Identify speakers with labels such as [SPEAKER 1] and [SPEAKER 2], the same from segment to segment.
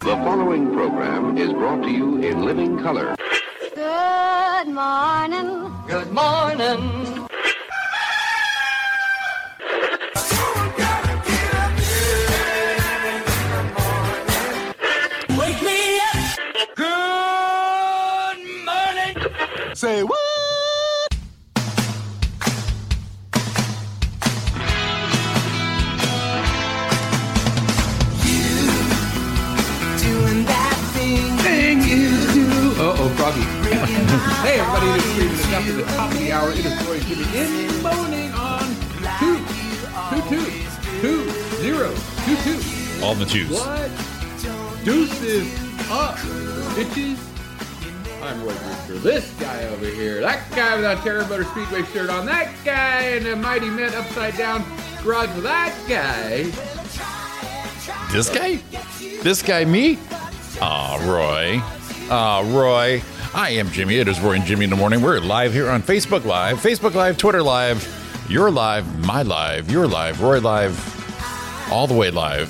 [SPEAKER 1] The following program is brought to you in living color.
[SPEAKER 2] Good morning.
[SPEAKER 3] Good morning.
[SPEAKER 4] Wake me up. Good morning.
[SPEAKER 5] Say what?
[SPEAKER 4] Doing that thing.
[SPEAKER 6] Uh-oh, froggy. hey, everybody, it is Freedom to Jump to the top of the hour. It is Roy Jimmy in the morning on two, two, two, two, zero, two, two.
[SPEAKER 7] All the Jews.
[SPEAKER 6] What? Deuces up, bitches. I'm Roy Brewster. This guy over here, that guy without Terror Motor Speedway shirt on, that guy in a Mighty Men upside down garage with that guy.
[SPEAKER 7] This guy? This guy, me? Ah, Roy. Ah, Roy. I am Jimmy. It is Roy and Jimmy in the morning. We're live here on Facebook Live, Facebook Live, Twitter Live. You're live, my live, your live, Roy live, all the way live,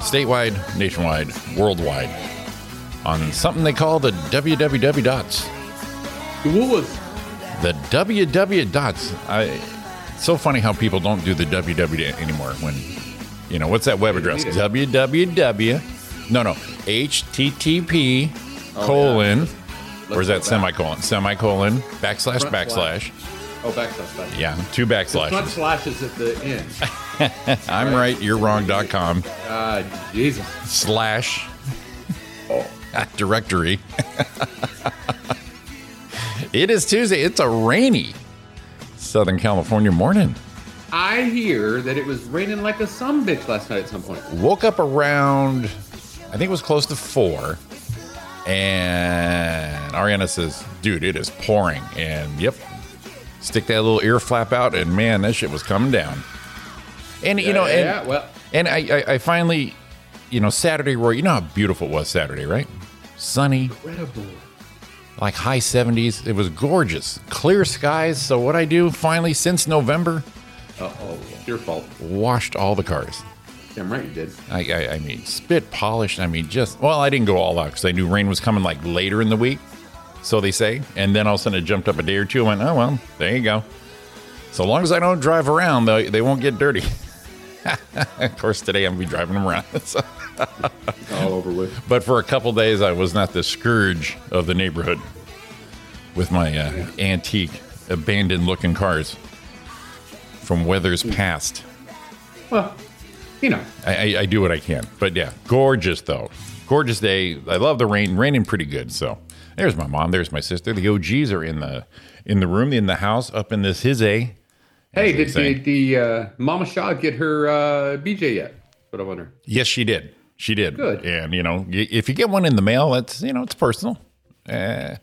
[SPEAKER 7] statewide, nationwide, worldwide, on something they call the www dots.
[SPEAKER 6] The Woolworths.
[SPEAKER 7] The WW dots. I. So funny how people don't do the WW anymore. When you know what's that web address? WWW. No, no. HTTP colon. Or is
[SPEAKER 6] Oh, go
[SPEAKER 7] that
[SPEAKER 6] back.
[SPEAKER 7] semicolon? Semicolon backslash
[SPEAKER 6] Front slash.
[SPEAKER 7] backslash.
[SPEAKER 6] Oh, backslash, backslash.
[SPEAKER 7] Yeah, two
[SPEAKER 6] Front
[SPEAKER 7] backslashes.
[SPEAKER 6] slashes at the end.
[SPEAKER 7] I'm right. You're wrong. Dot com
[SPEAKER 6] Ah, Jesus.
[SPEAKER 7] slash directory. it is Tuesday. It's a rainy Southern California morning.
[SPEAKER 6] I hear that it was raining like a sumbitch last night at some point.
[SPEAKER 7] woke up around i think it was close to four and ariana says dude it is pouring and yep stick that little ear flap out and man that shit was coming down and you know
[SPEAKER 6] yeah,
[SPEAKER 7] and
[SPEAKER 6] yeah, well-
[SPEAKER 7] and I, I i finally you know saturday roy you know how beautiful it was saturday right sunny
[SPEAKER 6] Incredible.
[SPEAKER 7] like high 70s it was gorgeous clear skies so what i do finally since november
[SPEAKER 6] Uh oh, it's your fault.
[SPEAKER 7] washed all the cars
[SPEAKER 6] Damn right you did.
[SPEAKER 7] I, I, I mean, spit polished. I mean, just well, I didn't go all out because I knew rain was coming like later in the week, so they say. And then all of a sudden, it jumped up a day or two. I went, oh well, there you go. So long as I don't drive around, they, they won't get dirty. of course, today I'm gonna be driving them around. So-
[SPEAKER 6] It's all over with.
[SPEAKER 7] but for a couple days, I was not the scourge of the neighborhood with my uh, antique, abandoned-looking cars from weathers past.
[SPEAKER 6] Well, you know,
[SPEAKER 7] I, I, I do what I can. But yeah, gorgeous though. Gorgeous day. I love the rain. Raining pretty good. So there's my mom. There's my sister. The OGs are in the in the room, in the house, up in this his a.
[SPEAKER 6] hey,
[SPEAKER 7] they
[SPEAKER 6] did
[SPEAKER 7] say.
[SPEAKER 6] the, the uh, Mama Shaw get her uh, BJ yet? That's what I wonder.
[SPEAKER 7] Yes, she did. She did.
[SPEAKER 6] Good.
[SPEAKER 7] And you know, y- if you get one in the mail, that's you know, it's personal. Uh,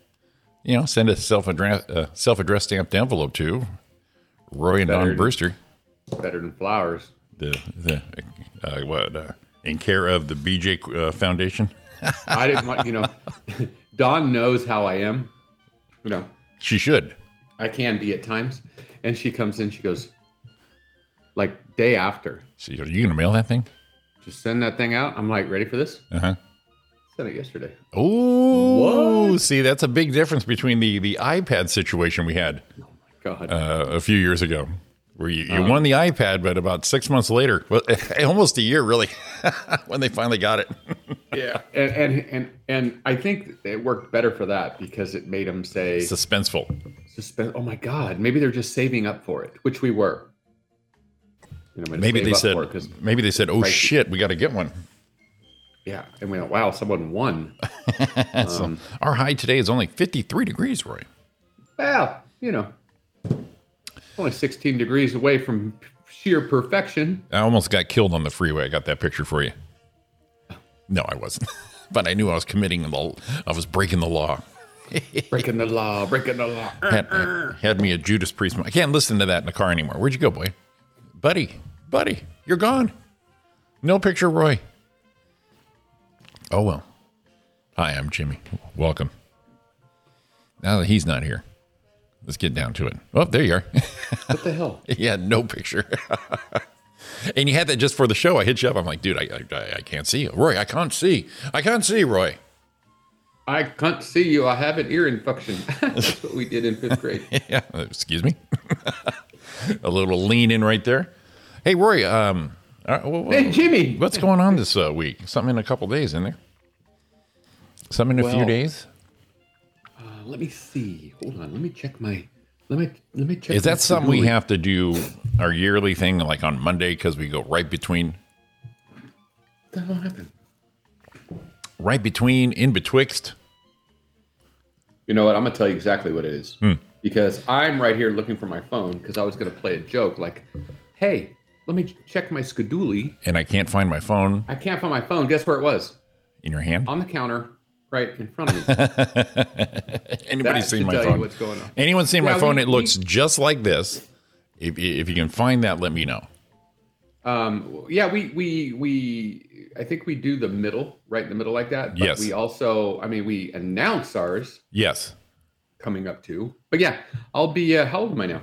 [SPEAKER 7] you know, send a self address uh, self addressed stamped envelope to Roy and Don
[SPEAKER 6] Better.
[SPEAKER 7] Brewster.
[SPEAKER 6] Better than flowers.
[SPEAKER 7] The the uh, what uh, in care of the BJ uh, Foundation.
[SPEAKER 6] I didn't want, you know, Dawn knows how I am. You know,
[SPEAKER 7] She should.
[SPEAKER 6] I can be at times. And she comes in, she goes, like, day after,
[SPEAKER 7] She, are you gonna mail that thing?
[SPEAKER 6] just send that thing out. I'm like, ready for this?
[SPEAKER 7] Uh huh.
[SPEAKER 6] Sent it yesterday.
[SPEAKER 7] Oh, see, that's a big difference between the the iPad situation we had
[SPEAKER 6] God.
[SPEAKER 7] uh, a few years ago, where you, you won the iPad, but about six months later, well, almost a year really, when they finally got it.
[SPEAKER 6] yeah and, and and and i think it worked better for that because it made them say
[SPEAKER 7] Suspenseful.
[SPEAKER 6] suspense oh my god maybe they're just saving up for it which we were you know, we had to
[SPEAKER 7] Maybe
[SPEAKER 6] save
[SPEAKER 7] they
[SPEAKER 6] up
[SPEAKER 7] said.
[SPEAKER 6] for it 'cause-
[SPEAKER 7] Maybe they said, "Oh
[SPEAKER 6] Right.
[SPEAKER 7] shit, we got to get one."
[SPEAKER 6] yeah and we went wow someone won
[SPEAKER 7] So our high today is only fifty three degrees, Roy.
[SPEAKER 6] well you know only 16 degrees away from sheer perfection
[SPEAKER 7] I almost got killed on the freeway. I got that picture for you. No, I wasn't, but I knew I was committing the. I was breaking the law.
[SPEAKER 6] breaking the law breaking the law
[SPEAKER 7] had, uh, had me a Judas Priest. I can't listen to that in the car anymore. Where'd you go, boy? Buddy, buddy, you're gone. No picture, of Roy. Oh, well. Hi, I'm Jimmy. Welcome. Now that he's not here, let's get down to it. Oh, there you are.
[SPEAKER 6] what the hell
[SPEAKER 7] yeah, no picture. And you had that just for the show. I hit you up. I'm like, dude, I, I, I can't see. Roy, I can't see. I can't see, Roy.
[SPEAKER 6] I can't see you. I have an ear infection. That's what we did in fifth grade. Uh,
[SPEAKER 7] yeah, excuse me. a little lean in right there. Hey, Roy, um, uh, wha- wha-
[SPEAKER 6] Hey, Jimmy.
[SPEAKER 7] what's going on this uh, week? Something in a couple days, isn't there? Something in a few
[SPEAKER 6] Well,
[SPEAKER 7] days?
[SPEAKER 6] Uh, let me see. Hold on. Let me check my. Let me let me check.
[SPEAKER 7] Is
[SPEAKER 6] my
[SPEAKER 7] that something we
[SPEAKER 6] to-do
[SPEAKER 7] have to do our yearly thing like on Monday because we go right between,
[SPEAKER 6] list. That'll happen.
[SPEAKER 7] right between, in betwixt?
[SPEAKER 6] You know what? I'm gonna tell you exactly what it is
[SPEAKER 7] Hmm.
[SPEAKER 6] because I'm right here looking for my phone because I was gonna play a joke like, "Hey, let me check my skedoolie.
[SPEAKER 7] And I can't find my phone
[SPEAKER 6] I can't find my phone. Guess where it was?
[SPEAKER 7] in your hand.
[SPEAKER 6] On the counter, right in front of me.
[SPEAKER 7] Anybody
[SPEAKER 6] That
[SPEAKER 7] seen
[SPEAKER 6] should
[SPEAKER 7] my
[SPEAKER 6] tell you
[SPEAKER 7] phone?
[SPEAKER 6] what's going on.
[SPEAKER 7] Anyone seen
[SPEAKER 6] Yeah,
[SPEAKER 7] my
[SPEAKER 6] we-
[SPEAKER 7] phone? it
[SPEAKER 6] we-
[SPEAKER 7] looks just like this. If, if you can find that, let me know.
[SPEAKER 6] um, yeah, we we we. I think we do the middle, right in the middle like that.
[SPEAKER 7] Yes.
[SPEAKER 6] We also, I mean, we announce ours
[SPEAKER 7] Yes.
[SPEAKER 6] coming up too. But yeah, I'll be. Uh, how old am I now?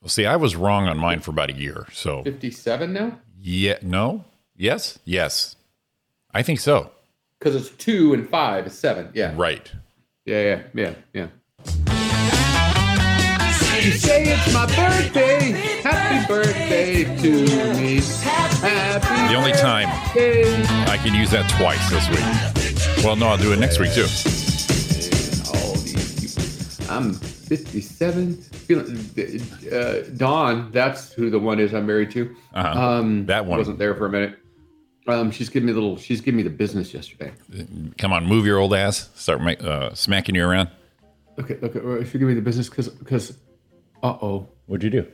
[SPEAKER 7] Well, see, I was wrong on mine for about a year. So,
[SPEAKER 6] 57 now.
[SPEAKER 7] yeah, no, yes, yes. I think so.
[SPEAKER 6] Because it's two and five is seven. Yeah.
[SPEAKER 7] Right.
[SPEAKER 6] Yeah, yeah, yeah, yeah. You say it's my birthday. Happy birthday to me. Happy
[SPEAKER 7] The only time
[SPEAKER 6] birthday.
[SPEAKER 7] I can use that twice this week. Well, no, I'll do it next week too.
[SPEAKER 6] All these people. I'm 57. Feeling, uh, Dawn, that's who the one is I'm married to.
[SPEAKER 7] Uh-huh.
[SPEAKER 6] Um,
[SPEAKER 7] That one.
[SPEAKER 6] wasn't there for a minute. Um, she's giving me a little. She's giving me the business yesterday.
[SPEAKER 7] Come on, move your old ass. Start ma- uh, smacking you around.
[SPEAKER 6] Okay, okay. If you give me the business, because, because, uh oh,
[SPEAKER 7] What'd you do?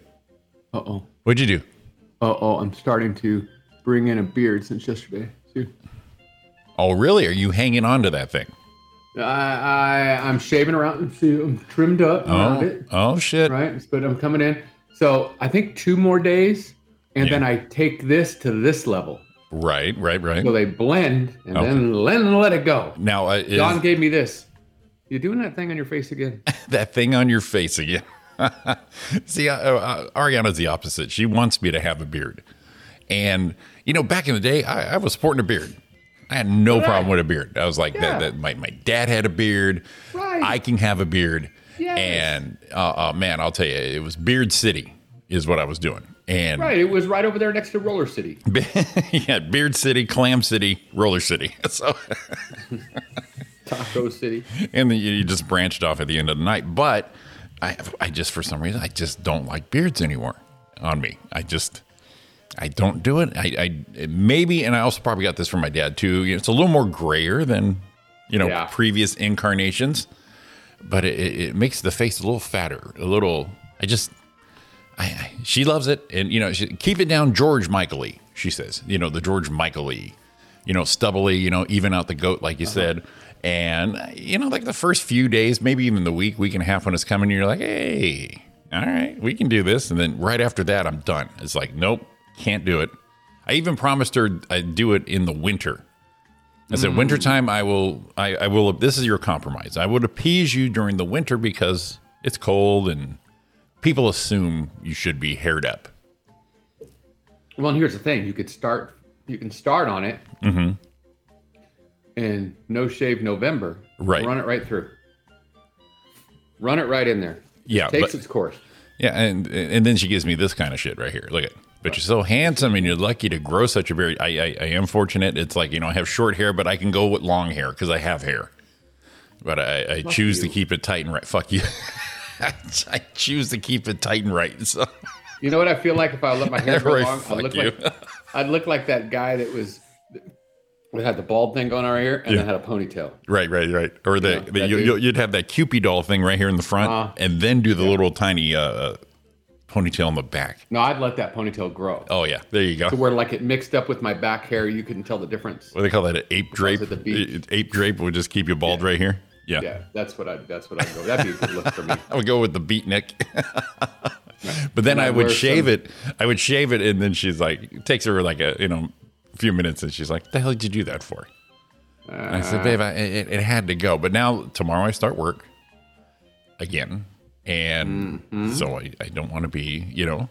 [SPEAKER 6] uh oh.
[SPEAKER 7] What'd you do?
[SPEAKER 6] Uh oh, I'm starting to bring in a beard since yesterday. too.
[SPEAKER 7] Oh, really? Are you hanging on to that thing?
[SPEAKER 6] I, I I'm shaving around. See, I'm trimmed up around
[SPEAKER 7] Oh,
[SPEAKER 6] it,
[SPEAKER 7] oh shit.
[SPEAKER 6] right? But I'm coming in. So I think two more days, and
[SPEAKER 7] Yeah.
[SPEAKER 6] then I take this to this level.
[SPEAKER 7] Right, right, right.
[SPEAKER 6] So they blend, and then let, let it go.
[SPEAKER 7] Now, uh, is
[SPEAKER 6] Don gave me this. You're doing that thing on your face again.
[SPEAKER 7] that thing on your face again? See, uh, uh, Ariana's the opposite. She wants me to have a beard. And, you know, back in the day, I, I was sporting a beard. I had no problem with a beard. I was like,
[SPEAKER 6] Yeah.
[SPEAKER 7] that, that my, my dad had a beard.
[SPEAKER 6] Right.
[SPEAKER 7] I can have a beard.
[SPEAKER 6] Yes.
[SPEAKER 7] And, uh, uh, man, I'll tell you, it was Beard City is what I was doing. And
[SPEAKER 6] right, it was right over there next to Roller City.
[SPEAKER 7] yeah, Beard City, Clam City, Roller City. So,
[SPEAKER 6] Taco City.
[SPEAKER 7] and then you you just branched off at the end of the night. But I, I just for some reason I just don't like beards anymore on me. I just I don't do it. I, I maybe, and I also probably got this from my dad too. You know, it's a little more grayer than you know
[SPEAKER 6] Yeah.
[SPEAKER 7] previous incarnations, but it, it it makes the face a little fatter, a little. I just. I, I- she loves it, and you know, she, keep it down, George Michael-y, She says, you know, the George Michael-y, you know, stubbly, you know, even out the goat, like you said. And uh, you know, like the first few days, maybe even the week, week and a half when it's coming, you're like, hey, all right, we can do this. And then right after that, I'm done. It's like, nope, can't do it. I even promised her I'd do it in the winter. I said, wintertime, I will, I, I will, this is your compromise. I would appease you during the winter because it's cold and people assume you should be haired up.
[SPEAKER 6] Well, and here's the thing: you could start, you can start on it,
[SPEAKER 7] Mm-hmm.
[SPEAKER 6] and no shave November.
[SPEAKER 7] Right.
[SPEAKER 6] Run it right through. Run it right in there.
[SPEAKER 7] Yeah,
[SPEAKER 6] Takes
[SPEAKER 7] but-
[SPEAKER 6] its course.
[SPEAKER 7] Yeah, and and then she gives me this kind of shit right here. Look at, but you're so handsome and you're lucky to grow such a beard. I I, I am fortunate. It's like you know I have short hair, but I can go with long hair because I have hair. But I, I choose to
[SPEAKER 6] you.
[SPEAKER 7] keep it tight and right. Fuck you. I choose to keep it tight and right. So
[SPEAKER 6] You know what I feel like if I let my hair grow
[SPEAKER 7] Roy,
[SPEAKER 6] long?
[SPEAKER 7] fuck
[SPEAKER 6] I'd look
[SPEAKER 7] you.
[SPEAKER 6] like I'd look like that guy that was that had the bald thing going on right here and then had a ponytail.
[SPEAKER 7] right, right, right. Or the,
[SPEAKER 6] Yeah,
[SPEAKER 7] the
[SPEAKER 6] that
[SPEAKER 7] you,
[SPEAKER 6] dude.
[SPEAKER 7] you- you'd have that Cupid doll thing right here in the front,
[SPEAKER 6] Uh-huh.
[SPEAKER 7] and then do the little tiny uh, ponytail in the back.
[SPEAKER 6] No, I'd let that ponytail grow
[SPEAKER 7] Oh yeah, there you go.
[SPEAKER 6] to where like it mixed up with my back hair. You couldn't tell the difference.
[SPEAKER 7] what do they call that? An ape drape.
[SPEAKER 6] at the beach.
[SPEAKER 7] Uh, Ape drape would just keep you bald right here. Yeah.
[SPEAKER 6] Yeah, that's what I. That's what I'd go. That'd be a good look for me.
[SPEAKER 7] I would go with the beatnik. but then
[SPEAKER 6] And
[SPEAKER 7] I
[SPEAKER 6] I'd
[SPEAKER 7] would
[SPEAKER 6] wear
[SPEAKER 7] shave
[SPEAKER 6] some-
[SPEAKER 7] it. I would shave it, and then she's like, it takes her like a you know, a few minutes, and she's like, "The hell did you do that for?" And I said, "Babe, I, it, it had to go." But now tomorrow I start work again, and so I, I don't want to be you know,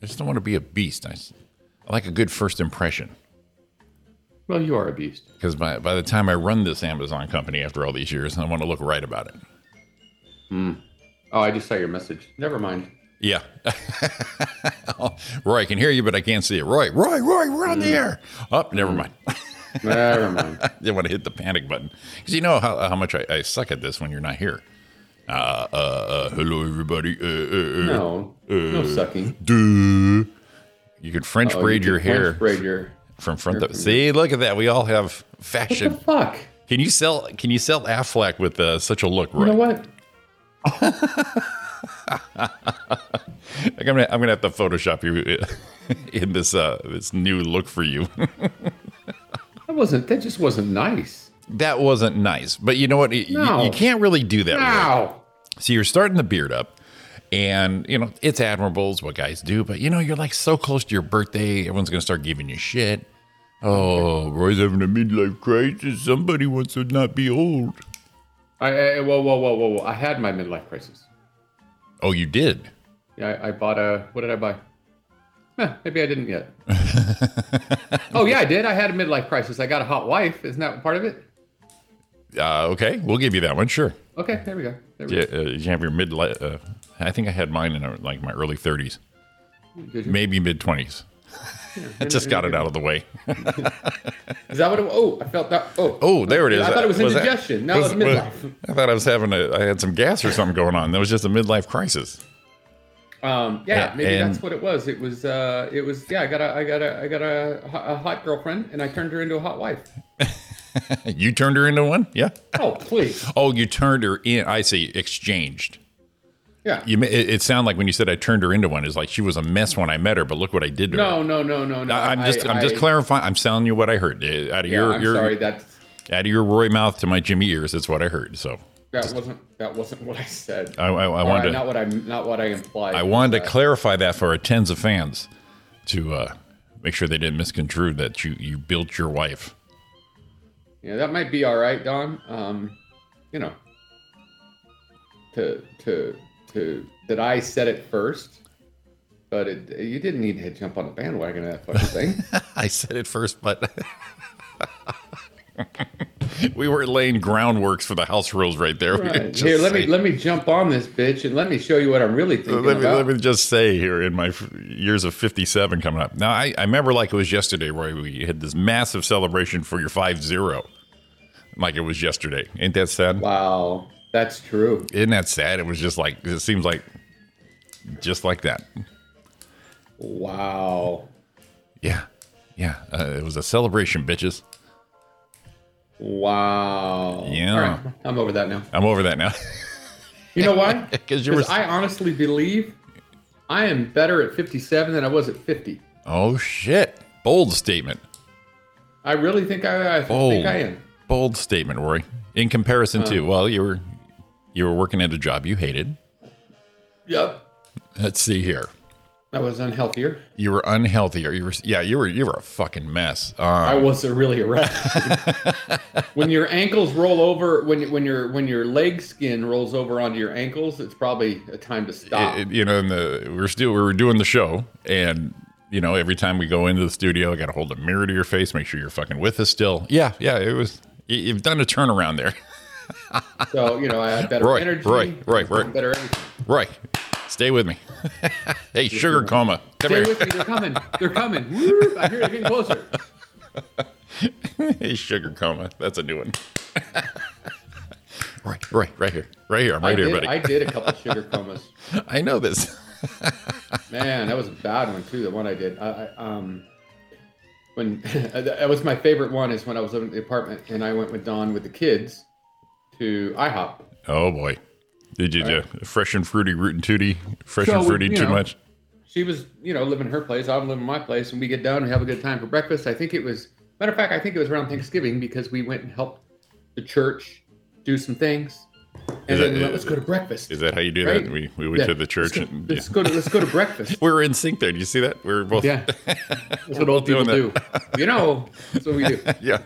[SPEAKER 7] I just don't want to be a beast. I s- I like a good first impression
[SPEAKER 6] Well, you are abused.
[SPEAKER 7] because by, by the time I run this Amazon company after all these years, I want to look right about it.
[SPEAKER 6] Oh, I just saw your message. Never mind.
[SPEAKER 7] Yeah. Roy, I can hear you, but I can't see it. Roy, Roy, Roy, we're
[SPEAKER 6] Mm.
[SPEAKER 7] on the air. Oh, never mind.
[SPEAKER 6] Never mind.
[SPEAKER 7] didn't want to hit the panic button because you know how, how much I, I suck at this when you're not here. Uh, uh, uh, hello, everybody. Uh, uh, uh,
[SPEAKER 6] No, no sucking.
[SPEAKER 7] duh. You could French
[SPEAKER 6] Oh,
[SPEAKER 7] braid
[SPEAKER 6] you
[SPEAKER 7] your
[SPEAKER 6] can punch
[SPEAKER 7] hair
[SPEAKER 6] Braid your.
[SPEAKER 7] from front. To, see, look at that. We all have
[SPEAKER 6] What the
[SPEAKER 7] fashion.
[SPEAKER 6] fuck?
[SPEAKER 7] Can you sell? Can you sell Affleck with uh, such a look?
[SPEAKER 6] You
[SPEAKER 7] Right?
[SPEAKER 6] know what?
[SPEAKER 7] Like, I'm gonna I'm gonna have to Photoshop you uh, in this uh, this new look for you.
[SPEAKER 6] That wasn't. That just wasn't nice.
[SPEAKER 7] that wasn't nice, but you know what? You- You,
[SPEAKER 6] No.
[SPEAKER 7] you can't really do that. Roy.
[SPEAKER 6] Ow.
[SPEAKER 7] So you're starting the beard up, and you know it's admirable, it's what guys do. But you know you're like so close to your birthday, everyone's gonna start giving you shit. Oh, Roy's having a midlife crisis. Somebody wants to not be old.
[SPEAKER 6] I, I whoa whoa whoa whoa whoa! I had my midlife crisis.
[SPEAKER 7] Oh, you did.
[SPEAKER 6] Yeah, I, I bought a. What did I buy? Eh, maybe I didn't yet. oh yeah, I did. I had a midlife crisis. I got a hot wife. Isn't that part of it?
[SPEAKER 7] Uh, okay, we'll give you that one. Sure.
[SPEAKER 6] Okay, there we go. There we
[SPEAKER 7] Yeah, uh, you have your midlife. Uh, I think I had mine in uh, like my early 30s,
[SPEAKER 6] go. Did you-
[SPEAKER 7] maybe mid 20s. I just got it out of the way.
[SPEAKER 6] Is that what? It, oh, I felt that. Oh,
[SPEAKER 7] Oh, there it is.
[SPEAKER 6] I thought it was
[SPEAKER 7] that-
[SPEAKER 6] indigestion. No,
[SPEAKER 7] was-
[SPEAKER 6] it's
[SPEAKER 7] was-
[SPEAKER 6] midlife.
[SPEAKER 7] I thought I was having a. I had some gas or something going on. That was just a midlife crisis.
[SPEAKER 6] Um, yeah,
[SPEAKER 7] Yeah,
[SPEAKER 6] maybe that's
[SPEAKER 7] and-
[SPEAKER 6] what it was. It was. Uh, it was. Yeah, I got a. I got a. I got a, ho- a hot girlfriend, and I turned her into a hot wife.
[SPEAKER 7] You turned her into one. Yeah.
[SPEAKER 6] Oh, please.
[SPEAKER 7] Oh, you turned her in. I see. Exchanged.
[SPEAKER 6] Yeah.
[SPEAKER 7] You. ma- It, it sounded like when you said I turned her into one is like she was a mess when I met her, but look what I did to
[SPEAKER 6] No,
[SPEAKER 7] her.
[SPEAKER 6] no, no, no, no.
[SPEAKER 7] I- I'm just. I, am just
[SPEAKER 6] I-
[SPEAKER 7] clarifying. I'm telling you what I heard Uh, out of
[SPEAKER 6] Yeah,
[SPEAKER 7] your.
[SPEAKER 6] I'm
[SPEAKER 7] your
[SPEAKER 6] sorry. That's
[SPEAKER 7] out of your Roy mouth to my Jimmy ears. That's what I heard. So
[SPEAKER 6] that wasn't that wasn't what I said.
[SPEAKER 7] I, I, I
[SPEAKER 6] Or
[SPEAKER 7] wanted.
[SPEAKER 6] not
[SPEAKER 7] to,
[SPEAKER 6] what I not what I implied.
[SPEAKER 7] I wanted to
[SPEAKER 6] Uh,
[SPEAKER 7] clarify that for our tens of fans to uh, make sure they didn't misconstrue that you you built your wife.
[SPEAKER 6] yeah, that might be all right, Don. Um, you know, to to to that I said it first, but it, you didn't need to jump on the bandwagon of that fucking thing.
[SPEAKER 7] I said it first, but we were laying groundworks for the house rules right there. We didn't
[SPEAKER 6] Right.
[SPEAKER 7] just
[SPEAKER 6] Here, let
[SPEAKER 7] say-
[SPEAKER 6] me let me jump on this bitch and let me show you what I'm really thinking
[SPEAKER 7] let me,
[SPEAKER 6] about.
[SPEAKER 7] let me just say here in my f- years of 57 coming up. Now, I, I remember like it was yesterday where we had this massive celebration for your 5 0. Like it was yesterday. Ain't that sad?
[SPEAKER 6] Wow, that's true.
[SPEAKER 7] Isn't that sad? It was just like, it seems like just like that.
[SPEAKER 6] Wow,
[SPEAKER 7] Yeah. Yeah. Uh, it was a celebration, bitches.
[SPEAKER 6] wow.
[SPEAKER 7] Yeah.
[SPEAKER 6] All right, I'm over that now.
[SPEAKER 7] I'm over that now.
[SPEAKER 6] You know why?
[SPEAKER 7] 'Cause you were-
[SPEAKER 6] I honestly believe I am better at 57 than I was at 50.
[SPEAKER 7] oh, shit. Bold statement.
[SPEAKER 6] I really think I, I
[SPEAKER 7] Bold.
[SPEAKER 6] think I am.
[SPEAKER 7] Bold statement, Rory. In comparison
[SPEAKER 6] Uh.
[SPEAKER 7] to, well, you were you were working at a job you hated.
[SPEAKER 6] Yep.
[SPEAKER 7] Let's see here.
[SPEAKER 6] I was unhealthier.
[SPEAKER 7] You were unhealthy, or you were yeah, you were you were a fucking mess. Uh,
[SPEAKER 6] I was a really a wreck. when your ankles roll over, when when your when your leg skin rolls over onto your ankles, it's probably a time to stop.
[SPEAKER 7] it- it- you know, in the we were still we were doing the show, and you know, every time we go into the studio, I got to hold a mirror to your face, make sure you're fucking with us still. Yeah, yeah, it was. You, you've done a turnaround there,
[SPEAKER 6] so you know I had better
[SPEAKER 7] Roy,
[SPEAKER 6] energy.
[SPEAKER 7] Roy, Roy, Roy.
[SPEAKER 6] Better energy.
[SPEAKER 7] Roy. Stay with me. hey, sugar coma, come
[SPEAKER 6] Stay
[SPEAKER 7] here.
[SPEAKER 6] with me. They're coming. They're coming. Woo! I hear they're getting closer.
[SPEAKER 7] Hey, sugar coma. That's a new one. right, right, right here, right here. I'm right
[SPEAKER 6] I
[SPEAKER 7] here,
[SPEAKER 6] did,
[SPEAKER 7] buddy.
[SPEAKER 6] I did a couple sugar comas.
[SPEAKER 7] I know this.
[SPEAKER 6] Man, that was a bad one too. The one I did. I, I um, when that was my favorite one is when I was living in the apartment and I went with Don with the kids to IHOP.
[SPEAKER 7] Oh boy, did you do fresh and fruity, root and tooty, fresh
[SPEAKER 6] So,
[SPEAKER 7] and fruity
[SPEAKER 6] you
[SPEAKER 7] too
[SPEAKER 6] know.
[SPEAKER 7] much?
[SPEAKER 6] She was, you know, living in her place. I'm living in my place, and we get down and have a good time for breakfast. I think it was matter of fact. I think it was around Thanksgiving because we went and helped the church do some things, and
[SPEAKER 7] that-
[SPEAKER 6] then we went, let's go to breakfast.
[SPEAKER 7] Is that how you do
[SPEAKER 6] Right?
[SPEAKER 7] that? We we went
[SPEAKER 6] Yeah.
[SPEAKER 7] to the church
[SPEAKER 6] Let's go,
[SPEAKER 7] and
[SPEAKER 6] let's
[SPEAKER 7] yeah.
[SPEAKER 6] go to let's go to breakfast.
[SPEAKER 7] we were in sync there. Do you see that? We were both
[SPEAKER 6] Yeah. That's what old people
[SPEAKER 7] doing
[SPEAKER 6] do. You know, that's what we do.
[SPEAKER 7] yeah.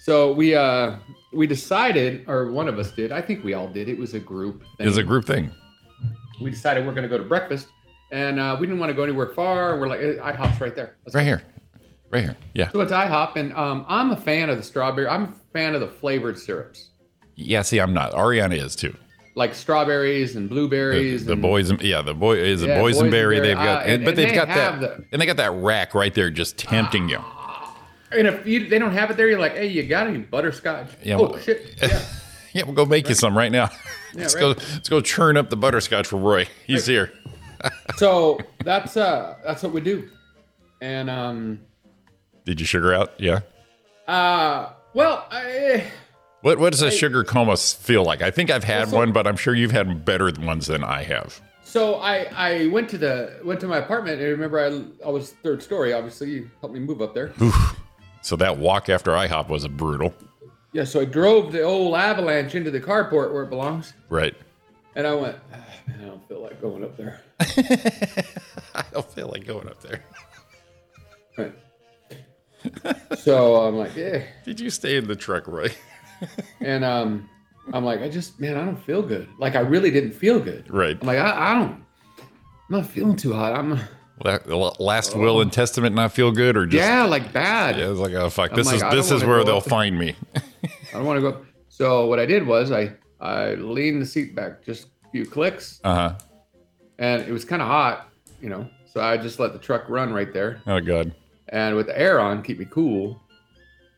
[SPEAKER 6] So we uh we decided, or one of us did, I think we all did, it was a group
[SPEAKER 7] It
[SPEAKER 6] thing.
[SPEAKER 7] was a group thing.
[SPEAKER 6] we decided we're gonna go to breakfast and uh, we didn't want to go anywhere far. We're like, "Eh, IHOP's right there. Let's
[SPEAKER 7] Right
[SPEAKER 6] go."
[SPEAKER 7] here. Right here. Yeah.
[SPEAKER 6] So it's IHOP, and um, I'm a fan of the strawberry. I'm a fan of the flavored syrups,
[SPEAKER 7] Yeah, see, I'm not. Ariana is too.
[SPEAKER 6] like strawberries and
[SPEAKER 7] The,
[SPEAKER 6] blueberries.
[SPEAKER 7] the
[SPEAKER 6] and,
[SPEAKER 7] boys, yeah, the boy is
[SPEAKER 6] Yeah,
[SPEAKER 7] a boysenberry.
[SPEAKER 6] boysenberry.
[SPEAKER 7] They've
[SPEAKER 6] Uh,
[SPEAKER 7] got,
[SPEAKER 6] and-
[SPEAKER 7] but
[SPEAKER 6] and
[SPEAKER 7] they've
[SPEAKER 6] they
[SPEAKER 7] got that,
[SPEAKER 6] have the-
[SPEAKER 7] and they got that rack right there, just tempting you.
[SPEAKER 6] And if you, they don't have it there, you're like, hey, you got any butterscotch?
[SPEAKER 7] Yeah,
[SPEAKER 6] oh,
[SPEAKER 7] well-
[SPEAKER 6] shit. Yeah.
[SPEAKER 7] Yeah, we'll go make you some right now. let's go,
[SPEAKER 6] right.
[SPEAKER 7] let's go churn up the butterscotch for Roy. He's here.
[SPEAKER 6] so that's uh that's what we do. And um
[SPEAKER 7] Did you sugar out? Yeah.
[SPEAKER 6] uh well I,
[SPEAKER 7] What what does a sugar coma s- feel like? I think I've had
[SPEAKER 6] so-
[SPEAKER 7] one, but I'm sure you've had better ones than I have.
[SPEAKER 6] so I I went to the went to my apartment and remember I I was third story obviously you helped me move up there.
[SPEAKER 7] So that walk after IHOP was a brutal,
[SPEAKER 6] Yeah, so I drove the old avalanche into the carport where it belongs
[SPEAKER 7] right?
[SPEAKER 6] and I went "Ah, man, I don't feel like going up there.
[SPEAKER 7] I don't feel like going up there.
[SPEAKER 6] Right. so I'm like, yeah.
[SPEAKER 7] Did you stay in the truck, Roy?
[SPEAKER 6] And um I'm like, I just man, I don't feel good. Like I really didn't feel good.
[SPEAKER 7] Right.
[SPEAKER 6] I'm like, I, I don't I'm not feeling too hot. I'm
[SPEAKER 7] La- the la- Last will and testament not feel good, or just
[SPEAKER 6] yeah, like bad.
[SPEAKER 7] Yeah, I was like, oh fuck,
[SPEAKER 6] I'm
[SPEAKER 7] this
[SPEAKER 6] like,
[SPEAKER 7] is
[SPEAKER 6] I
[SPEAKER 7] this
[SPEAKER 6] don't
[SPEAKER 7] is
[SPEAKER 6] wanna
[SPEAKER 7] where
[SPEAKER 6] go
[SPEAKER 7] they'll
[SPEAKER 6] up there.
[SPEAKER 7] find me.
[SPEAKER 6] I don't want to go. So what I did was I I leaned the seat back just a few clicks,
[SPEAKER 7] Uh huh.
[SPEAKER 6] and it was kind of hot, you know. So I just let the truck run right there,
[SPEAKER 7] Oh god.
[SPEAKER 6] and with the air on, keep me cool.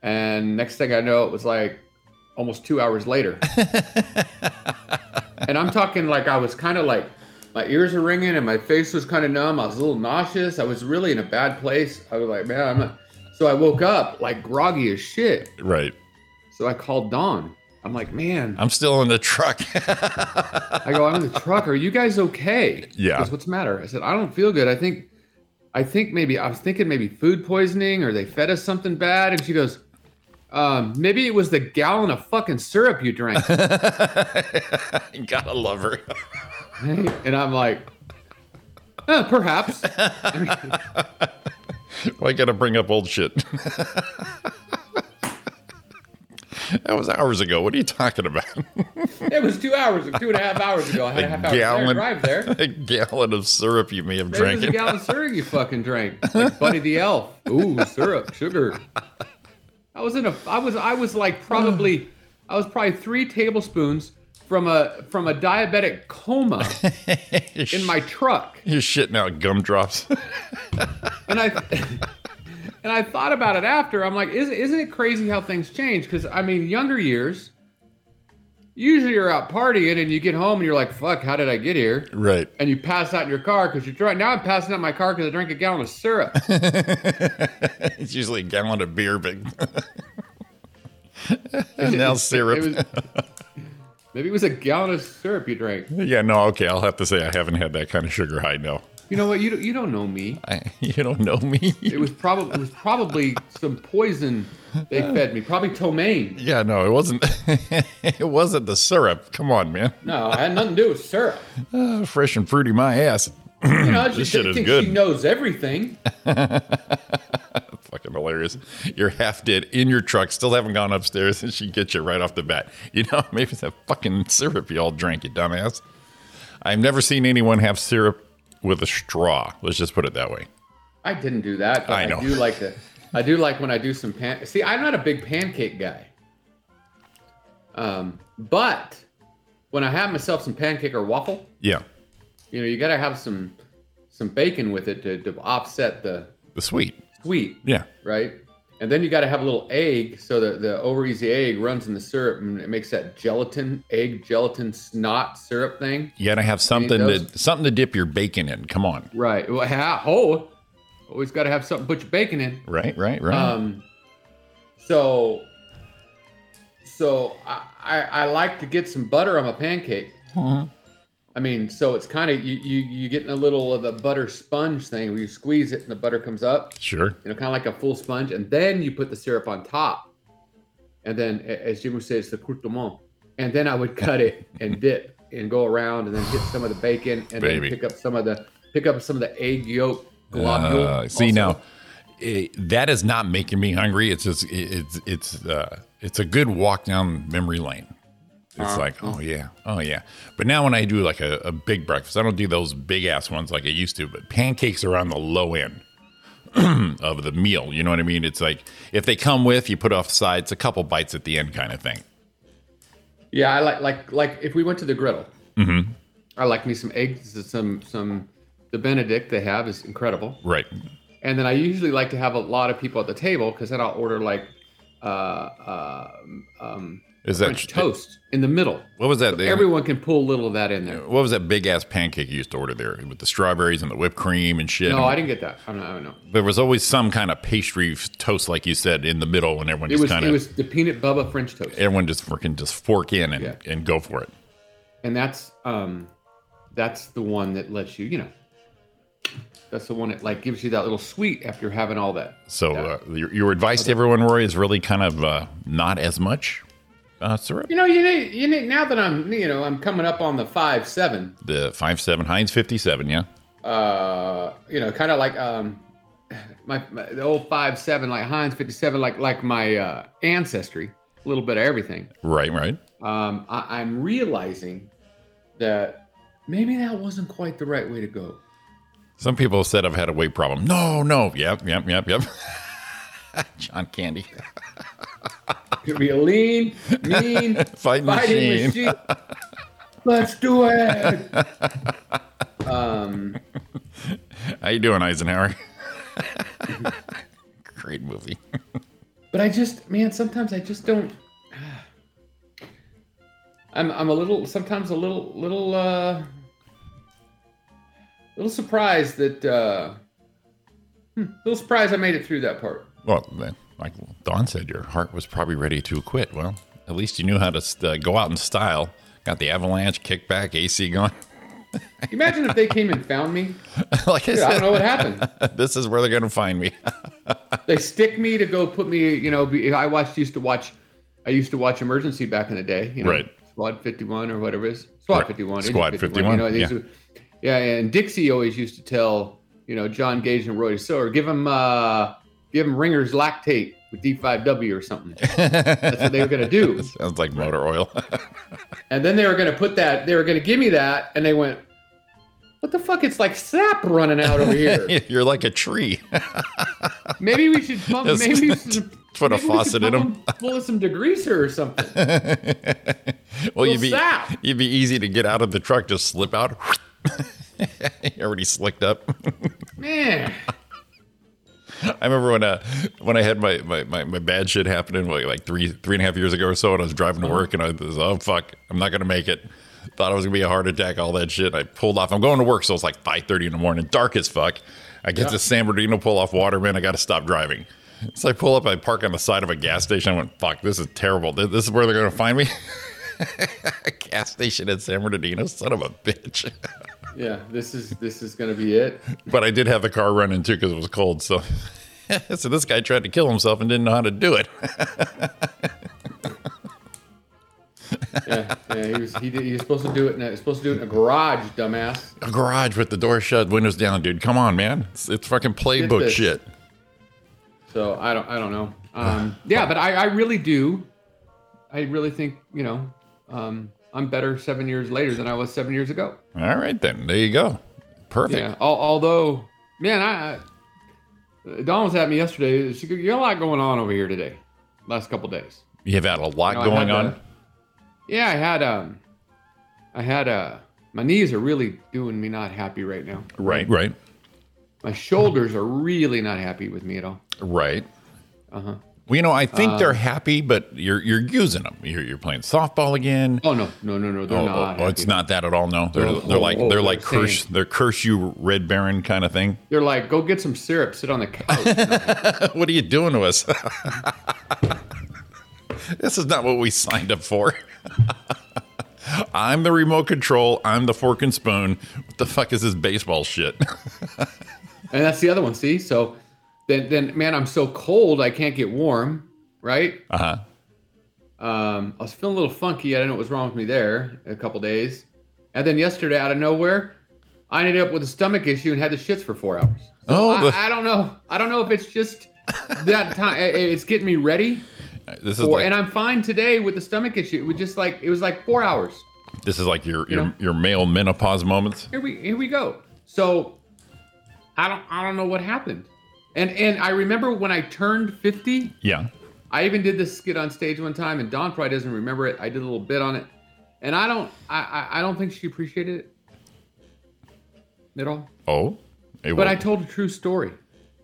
[SPEAKER 6] And next thing I know, it was like almost two hours later, and I'm talking like I was kind of like my ears are ringing and my face was kind of numb. I was a little nauseous. I was really in a bad place. I was like, man, I'm. Not... So I woke up like groggy as shit.
[SPEAKER 7] Right.
[SPEAKER 6] So I called Dawn. I'm like, man.
[SPEAKER 7] I'm still in the truck.
[SPEAKER 6] I go, I'm in the truck. Are you guys okay?
[SPEAKER 7] Yeah.
[SPEAKER 6] She goes, What's the matter? I said, I don't feel good. I think, I think maybe I was thinking maybe food poisoning or they fed us something bad. And she goes, um, maybe it was the gallon of fucking syrup you drank.
[SPEAKER 7] Gotta love her.
[SPEAKER 6] and I'm like, "Uh, perhaps.
[SPEAKER 7] Why gotta bring up old shit? that was hours ago. What are you talking about?
[SPEAKER 6] It was two hours, two and a half hours ago. I had a, half hour
[SPEAKER 7] gallon-
[SPEAKER 6] drive there.
[SPEAKER 7] a gallon of syrup you may have
[SPEAKER 6] Maybe it was a
[SPEAKER 7] drank.
[SPEAKER 6] gallon of syrup you fucking drank. Like Buddy the Elf. Ooh, syrup, sugar. I was in a I was I was like probably I was probably three tablespoons from a from a diabetic coma in my truck.
[SPEAKER 7] You're shitting out gumdrops.
[SPEAKER 6] And I and I thought about it after. I'm like, is isn't it crazy how things change? Because I mean younger years. Usually you're out partying and you get home and you're like, fuck, how did I get here?
[SPEAKER 7] right.
[SPEAKER 6] and you pass out in your car because you're drunk. Now I'm passing out in my car because I drank a gallon of syrup.
[SPEAKER 7] It's usually a gallon of beer, but and now syrup.
[SPEAKER 6] It was, maybe it was a gallon of syrup you drank.
[SPEAKER 7] yeah, no, okay. I'll have to say I haven't had that kind of sugar high. No,
[SPEAKER 6] You know what? You don't, you don't know me.
[SPEAKER 7] I, you don't know me.
[SPEAKER 6] It was probably it was probably some poison they fed me. Probably tomaine.
[SPEAKER 7] yeah, no, it wasn't. it wasn't the syrup. Come on, man.
[SPEAKER 6] No, it had nothing to do with syrup.
[SPEAKER 7] Uh, fresh and fruity, my ass.
[SPEAKER 6] You know, she
[SPEAKER 7] This shit is
[SPEAKER 6] thinks
[SPEAKER 7] good.
[SPEAKER 6] She knows everything.
[SPEAKER 7] Fucking hilarious. You're half dead in your truck, still haven't gone upstairs, and she gets you right off the bat. You know, maybe that fucking syrup you all drank, you dumbass. I've never seen anyone have syrup with a straw. Let's just put it that way.
[SPEAKER 6] I didn't do that. But
[SPEAKER 7] I
[SPEAKER 6] I,
[SPEAKER 7] know.
[SPEAKER 6] do like the. I do like when I do some pan. See, I'm not a big pancake guy. Um, but when I have myself some pancake or waffle,
[SPEAKER 7] Yeah.
[SPEAKER 6] you know you got to have some some bacon with it to, to offset the
[SPEAKER 7] The sweet.
[SPEAKER 6] sweet
[SPEAKER 7] Yeah.
[SPEAKER 6] right and then you got to have a little egg so that the over easy egg runs in the syrup and it makes that gelatin egg gelatin snot syrup thing
[SPEAKER 7] You gotta have something
[SPEAKER 6] those-
[SPEAKER 7] to something to dip your bacon in. Come on.
[SPEAKER 6] right well, ha- oh always got to have something to put your bacon in
[SPEAKER 7] Right, right, right.
[SPEAKER 6] um so so I, I i like to get some butter on my pancake
[SPEAKER 7] Uh-huh.
[SPEAKER 6] I mean, so it's kind of you, you you getting a little of the butter sponge thing where you squeeze it and the butter comes up.
[SPEAKER 7] sure.
[SPEAKER 6] you know, kind of like a full sponge, and then you put the syrup on top. And then, a- as Jim would say, it's the croûtement. And then I would cut it and dip and go around, and then hit some of the bacon, and
[SPEAKER 7] Baby.
[SPEAKER 6] then pick up some of the pick up some of the egg yolk globule.
[SPEAKER 7] Uh, see
[SPEAKER 6] also.
[SPEAKER 7] now, eh, that is not making me hungry. It's just it- it's it's uh, it's a good walk down memory lane.
[SPEAKER 6] Uh-huh.
[SPEAKER 7] It's like, oh yeah, oh yeah. But now when I do like a, a big breakfast, I don't do those big ass ones like I used to. But pancakes are on the low end of the meal. You know what I mean? It's like if they come with, you put off the sides, a couple bites at the end, kind of thing.
[SPEAKER 6] Yeah, I like like like if we went to the griddle, I like me some eggs, some some the Benedict they have is incredible,
[SPEAKER 7] Right.
[SPEAKER 6] and then I usually like to have a lot of people at the table because then I'll order like uh, uh um
[SPEAKER 7] Is that
[SPEAKER 6] French toast in the middle.
[SPEAKER 7] What was that? They-
[SPEAKER 6] Everyone can pull a little of that in there.
[SPEAKER 7] what was that big ass pancake you used to order there with the strawberries and the whipped cream and shit?
[SPEAKER 6] No, I didn't get that. I'm not, I don't know.
[SPEAKER 7] There was always some kind of pastry f- toast, like you said, in the middle, and everyone
[SPEAKER 6] It
[SPEAKER 7] just
[SPEAKER 6] was
[SPEAKER 7] kind
[SPEAKER 6] it
[SPEAKER 7] of
[SPEAKER 6] was the peanut bubba French toast,
[SPEAKER 7] everyone just freaking just fork in and,
[SPEAKER 6] Yeah.
[SPEAKER 7] and go for it.
[SPEAKER 6] and that's um that's the one that lets you you know that's the one that like gives you that little sweet after having all that.
[SPEAKER 7] So uh, your, your advice to everyone, Roy, is really kind of uh, not as much uh, syrup.
[SPEAKER 6] You know, you need, you need now that I'm you know I'm coming up on the five seven.
[SPEAKER 7] The five seven Heinz fifty seven, yeah.
[SPEAKER 6] Uh, you know, kind of like um, my, my the old five seven like Heinz fifty seven like like my uh, ancestry, a little bit of everything.
[SPEAKER 7] Right, right.
[SPEAKER 6] Um, I, I'm realizing that maybe that wasn't quite the right way to go.
[SPEAKER 7] Some people have said I've had a weight problem. No, no, yep, yep, yep, yep. John Candy,
[SPEAKER 6] Could be a lean, mean
[SPEAKER 7] Fighting machine.
[SPEAKER 6] Let's do it. Um,
[SPEAKER 7] how you doing, Eisenhower? Great movie.
[SPEAKER 6] But I just, man, sometimes I just don't. I'm, I'm a little, sometimes a little, little, uh, little surprised that, uh, hmm, little surprised I made it through that part.
[SPEAKER 7] Well, then, like Don said, your heart was probably ready to quit. Well, at least you knew how to uh, go out in style. Got the avalanche, kickback, AC going.
[SPEAKER 6] Imagine if they came and found me.
[SPEAKER 7] like I
[SPEAKER 6] Dude, I don't know
[SPEAKER 7] said,
[SPEAKER 6] what happened.
[SPEAKER 7] this is where they're going to find me.
[SPEAKER 6] they stick me to go put me you know be, i watched used to watch i used to watch emergency back in the day you know
[SPEAKER 7] Right.
[SPEAKER 6] squad 51 or whatever it is squad
[SPEAKER 7] Right.
[SPEAKER 6] 51 it is
[SPEAKER 7] Squad 51,
[SPEAKER 6] you know,
[SPEAKER 7] yeah.
[SPEAKER 6] these are- yeah and dixie always used to tell you know john gage and roy so or give him uh give him ringer's lactate with d5w or something that's what they were going to do
[SPEAKER 7] Sounds like motor oil.
[SPEAKER 6] and then they were going to put that they were going to give me that and they went what the fuck it's like sap running out over here
[SPEAKER 7] You're like a tree.
[SPEAKER 6] Maybe we should pump.
[SPEAKER 7] Just
[SPEAKER 6] Maybe we should
[SPEAKER 7] put
[SPEAKER 6] maybe
[SPEAKER 7] a
[SPEAKER 6] we should
[SPEAKER 7] faucet in
[SPEAKER 6] pump
[SPEAKER 7] 'em. Oh,
[SPEAKER 6] Full of some degreaser or something.
[SPEAKER 7] well, you'd
[SPEAKER 6] Little
[SPEAKER 7] be
[SPEAKER 6] sap.
[SPEAKER 7] you'd be easy to get out of the truck. Just slip out. You're already slicked up.
[SPEAKER 6] Man,
[SPEAKER 7] I remember when uh when I had my my, my, my bad shit happening like, like three three and a half years ago or so, and I was driving to work, and I was oh fuck, I'm not gonna make it. Thought it was gonna be a heart attack, all that shit. I pulled off. I'm going to work, so it's like 5:30 in the morning, dark as fuck. I get to San Bernardino, pull off Waterman. I got to stop driving. So I pull up, I park on the side of a gas station. I went, fuck, this is terrible. This this is where they're gonna find me. a gas station in San Bernardino, son of a bitch.
[SPEAKER 6] yeah, this is this is gonna be it.
[SPEAKER 7] But I did have the car running too because it was cold. So, so this guy tried to kill himself and didn't know how to do it.
[SPEAKER 6] Yeah, yeah he was he, did, he was supposed to do it. In a, he was supposed to do it in a garage, dumbass.
[SPEAKER 7] A garage with the door shut, windows down, dude. Come on, man. It's, it's fucking playbook
[SPEAKER 6] this.
[SPEAKER 7] shit.
[SPEAKER 6] So I don't I don't know. Um, yeah, but I I really do. I really think you know um, I'm better seven years later than I was seven years ago.
[SPEAKER 7] All right, then. There you go. Perfect.
[SPEAKER 6] Yeah. Al- although, man, I, I Dawn was at me yesterday. She, goes, you got a lot going on over here today. Last couple days.
[SPEAKER 7] You've had a lot
[SPEAKER 6] You know, I
[SPEAKER 7] going
[SPEAKER 6] had
[SPEAKER 7] on.
[SPEAKER 6] a- yeah, I had um, I had uh, my knees are really doing me not happy right now.
[SPEAKER 7] Right, right,
[SPEAKER 6] My shoulders are really not happy with me at all.
[SPEAKER 7] right.
[SPEAKER 6] Uh-huh.
[SPEAKER 7] Well, you know, I think
[SPEAKER 6] Uh,
[SPEAKER 7] they're happy, but you're you're using them. You're, you're playing softball again.
[SPEAKER 6] Oh no, no, no, no, they're
[SPEAKER 7] Oh,
[SPEAKER 6] not.
[SPEAKER 7] oh, oh, it's
[SPEAKER 6] happy.
[SPEAKER 7] not that at all. No, they're,
[SPEAKER 6] Oh,
[SPEAKER 7] they're
[SPEAKER 6] oh,
[SPEAKER 7] like
[SPEAKER 6] oh,
[SPEAKER 7] they're like
[SPEAKER 6] they're
[SPEAKER 7] curse
[SPEAKER 6] saying-
[SPEAKER 7] they're curse you red baron kind of thing.
[SPEAKER 6] They're like, go get some syrup, sit on the couch.
[SPEAKER 7] what are you doing to us? this is not what we signed up for. I'm the remote control. I'm the fork and spoon. What the fuck is this baseball shit?
[SPEAKER 6] and that's the other one. See, so then, then, man, I'm so cold, I can't get warm. Right?
[SPEAKER 7] Uh huh.
[SPEAKER 6] Um, I was feeling a little funky. I didn't know what was wrong with me there a couple days. And then yesterday, out of nowhere, I ended up with a stomach issue and had the shits for four hours. So
[SPEAKER 7] Oh,
[SPEAKER 6] I,
[SPEAKER 7] the-
[SPEAKER 6] I don't know. I don't know if it's just that time. i- i- It's getting me ready.
[SPEAKER 7] This is
[SPEAKER 6] Four,
[SPEAKER 7] like
[SPEAKER 6] and I'm fine today with the stomach issue. It was just like it was like four hours.
[SPEAKER 7] this is like your your,
[SPEAKER 6] know?
[SPEAKER 7] your male menopause moments.
[SPEAKER 6] Here we here we go. So I don't I don't know what happened. And and I remember when I turned 50,
[SPEAKER 7] Yeah.
[SPEAKER 6] I even did this skit on stage one time, and Dawn probably doesn't remember it. I did a little bit on it, and I don't I I, I don't think she appreciated it at all.
[SPEAKER 7] Oh. It
[SPEAKER 6] But
[SPEAKER 7] wa-
[SPEAKER 6] I told a true story.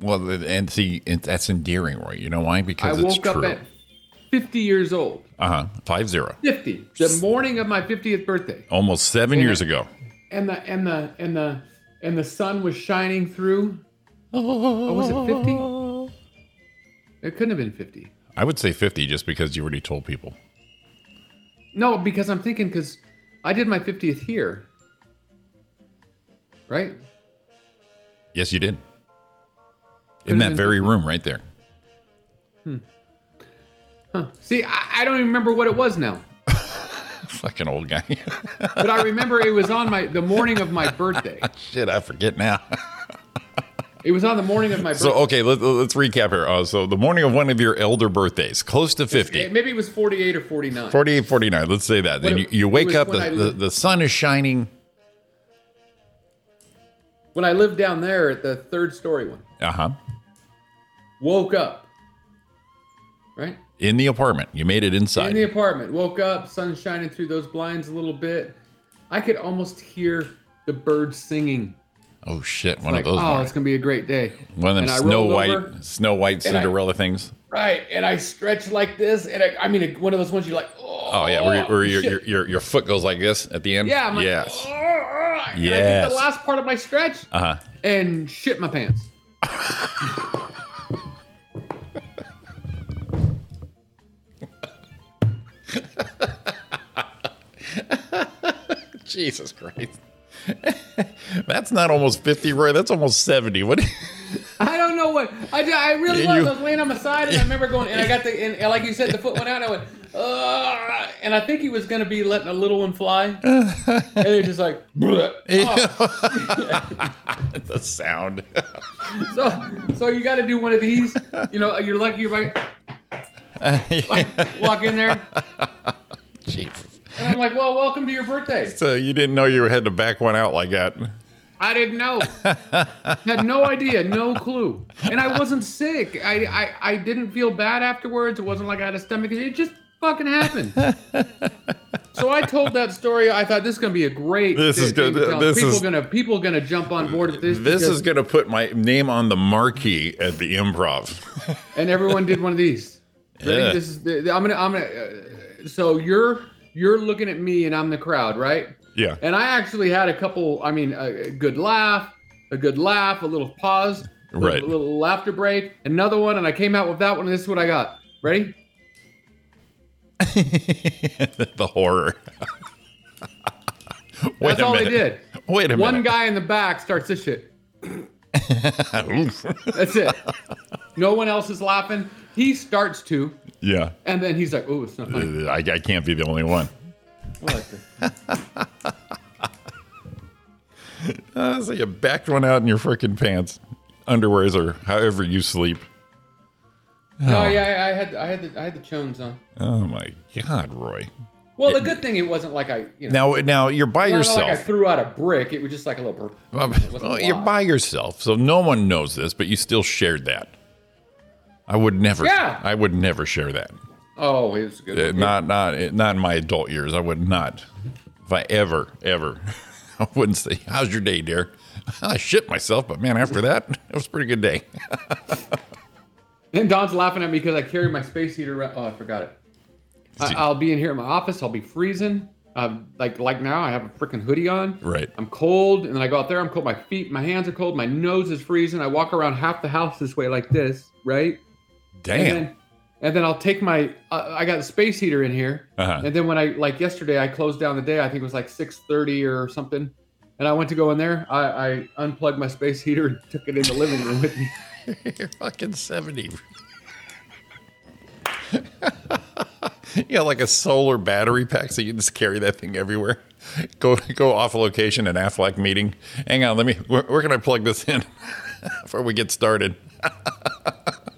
[SPEAKER 7] well, and see, it, that's endearing, Roy. You know why?
[SPEAKER 6] I
[SPEAKER 7] Because it's
[SPEAKER 6] woke up
[SPEAKER 7] true.
[SPEAKER 6] at 50 years old.
[SPEAKER 7] uh huh. Five zero.
[SPEAKER 6] 50, the morning of my 50th birthday.
[SPEAKER 7] Almost seven years ago.
[SPEAKER 6] and the and the and the and the sun was shining through. Oh, was it fifty? It couldn't have been fifty.
[SPEAKER 7] I would say fifty, just because you already told people.
[SPEAKER 6] No, because I'm thinking because I did my fiftieth here, right?
[SPEAKER 7] Yes, you did. In
[SPEAKER 6] Could've
[SPEAKER 7] that
[SPEAKER 6] been
[SPEAKER 7] very room, right there.
[SPEAKER 6] See, I, I don't even remember what it was now,
[SPEAKER 7] Fucking old guy.
[SPEAKER 6] but I remember it was on my the morning of my birthday.
[SPEAKER 7] Shit, I forget now.
[SPEAKER 6] It was on the morning of my birthday.
[SPEAKER 7] so okay, let, let's recap here. Uh, so the morning of one of your elder birthdays, close to fifty.
[SPEAKER 6] Eh, Maybe it was forty-eight or forty-nine.
[SPEAKER 7] 48, 49. Let's say that. Then
[SPEAKER 6] When
[SPEAKER 7] you,
[SPEAKER 6] it-
[SPEAKER 7] you
[SPEAKER 6] it
[SPEAKER 7] wake
[SPEAKER 6] was
[SPEAKER 7] up,
[SPEAKER 6] when
[SPEAKER 7] the,
[SPEAKER 6] I
[SPEAKER 7] the,
[SPEAKER 6] lived-
[SPEAKER 7] the sun is shining.
[SPEAKER 6] When I lived down there at the third story one,
[SPEAKER 7] Uh huh.
[SPEAKER 6] woke up, right?
[SPEAKER 7] In the apartment. You made it inside.
[SPEAKER 6] in the apartment. Woke up, sun shining through those blinds a little bit. I could almost hear the birds singing.
[SPEAKER 7] oh, shit. One
[SPEAKER 6] Like,
[SPEAKER 7] of those.
[SPEAKER 6] oh,
[SPEAKER 7] mornings.
[SPEAKER 6] it's gonna be a great day.
[SPEAKER 7] One of
[SPEAKER 6] And
[SPEAKER 7] them
[SPEAKER 6] I
[SPEAKER 7] Snow
[SPEAKER 6] rolled
[SPEAKER 7] White,
[SPEAKER 6] over,
[SPEAKER 7] Snow White
[SPEAKER 6] and I-
[SPEAKER 7] Cinderella things.
[SPEAKER 6] right? And I stretched like this, and I, I mean, it- one of those ones you're like, oh,
[SPEAKER 7] Oh, yeah. Where, where your,
[SPEAKER 6] shit.
[SPEAKER 7] your, your, your foot goes like this at the end.
[SPEAKER 6] yeah, I'm like,
[SPEAKER 7] yes.
[SPEAKER 6] oh, oh, and I did
[SPEAKER 7] Yes.
[SPEAKER 6] the last part of my stretch
[SPEAKER 7] Uh huh.
[SPEAKER 6] and shit my pants.
[SPEAKER 7] Jesus Christ. That's not almost 50, Roy. That's almost 70. What?
[SPEAKER 6] I don't know what I did. I really
[SPEAKER 7] Yeah,
[SPEAKER 6] was.
[SPEAKER 7] you-
[SPEAKER 6] I was laying on my side, and I remember going, and I got the, and, and like you said, the foot went out, and I went, Ugh, and I think he was going to be letting a little one fly, and they're just like, "Bleh." Oh,
[SPEAKER 7] the sound.
[SPEAKER 6] so, so you got to do one of these. You know, you're lucky you might walk in there,
[SPEAKER 7] Jesus.
[SPEAKER 6] and I'm like, well, welcome to your birthday.
[SPEAKER 7] So you didn't know you had to back one out like that.
[SPEAKER 6] I didn't know, had no idea, no clue, and I wasn't sick. I, I, I didn't feel bad afterwards. It wasn't like I had a stomach. issue. It just fucking happened. so I told that story. I thought this is gonna be a great.
[SPEAKER 7] This
[SPEAKER 6] thi-
[SPEAKER 7] is good.
[SPEAKER 6] thing to tell.
[SPEAKER 7] This
[SPEAKER 6] people
[SPEAKER 7] is-
[SPEAKER 6] gonna people gonna jump on board with this.
[SPEAKER 7] This
[SPEAKER 6] because-
[SPEAKER 7] is going to put my name on the marquee at the improv.
[SPEAKER 6] and everyone did one of these. Ready?
[SPEAKER 7] Yeah.
[SPEAKER 6] This is the, the- I'm gonna I'm gonna. Uh, so you're you're looking at me and I'm the crowd, right?
[SPEAKER 7] Yeah.
[SPEAKER 6] And I actually had a couple. I mean, a, a good laugh, a good laugh, a little pause, a
[SPEAKER 7] Right.
[SPEAKER 6] little, little laughter break, another one, and I came out with that one. And this is what I got. Ready?
[SPEAKER 7] the horror. Wait
[SPEAKER 6] That's
[SPEAKER 7] a
[SPEAKER 6] all they
[SPEAKER 7] minute.
[SPEAKER 6] did.
[SPEAKER 7] Wait a
[SPEAKER 6] One
[SPEAKER 7] minute.
[SPEAKER 6] guy in the back starts this shit. That's it. no one else is laughing. He starts to,
[SPEAKER 7] yeah. Uh,
[SPEAKER 6] and then he's like, "Oh, it's not funny."
[SPEAKER 7] I, I can't be the only one.
[SPEAKER 6] I like this.
[SPEAKER 7] Uh, so you backed one out in your freaking pants, underwears, or however you sleep.
[SPEAKER 6] No, yeah, I I had I had the I had the chones on.
[SPEAKER 7] Oh my God, Roy.
[SPEAKER 6] Well, the good thing it wasn't like I, you know,
[SPEAKER 7] Now, now you're by
[SPEAKER 6] it wasn't
[SPEAKER 7] yourself.
[SPEAKER 6] like I threw out a brick. It was just like a little. brr.
[SPEAKER 7] Well,
[SPEAKER 6] It wasn't
[SPEAKER 7] well,
[SPEAKER 6] a
[SPEAKER 7] you're
[SPEAKER 6] lot.
[SPEAKER 7] by yourself, so no one knows this, but you still shared that. I would never.
[SPEAKER 6] Yeah.
[SPEAKER 7] I would never share that.
[SPEAKER 6] Oh, it was a good.
[SPEAKER 7] Uh,
[SPEAKER 6] one.
[SPEAKER 7] Not not uh, not in my adult years. I would not. If I ever ever, I wouldn't say, "How's your day, dear?" I shit myself, but man, after that, it was a pretty good day.
[SPEAKER 6] And Don's laughing at me because I carry my space heater. Around. Oh, I forgot it. I,
[SPEAKER 7] See.
[SPEAKER 6] I'll be in here in my office. I'll be freezing. Um, like like now, I have a freaking hoodie on.
[SPEAKER 7] Right.
[SPEAKER 6] I'm cold, and then I go out there. I'm cold. My feet, my hands are cold. My nose is freezing. I walk around half the house this way, like this, right?
[SPEAKER 7] Damn.
[SPEAKER 6] And then, and then I'll take my. Uh, I got a space heater in here.
[SPEAKER 7] Uh-huh.
[SPEAKER 6] And then when I like yesterday, I closed down the day. I think it was like six thirty or something. And I went to go in there. I, I unplugged my space heater and took it in the living room with me.
[SPEAKER 7] You're fucking 70. yeah, like a solar battery pack, so you can just carry that thing everywhere. Go go off location and Aflac meeting. Hang on, let me. Where, where can I plug this in before we get started?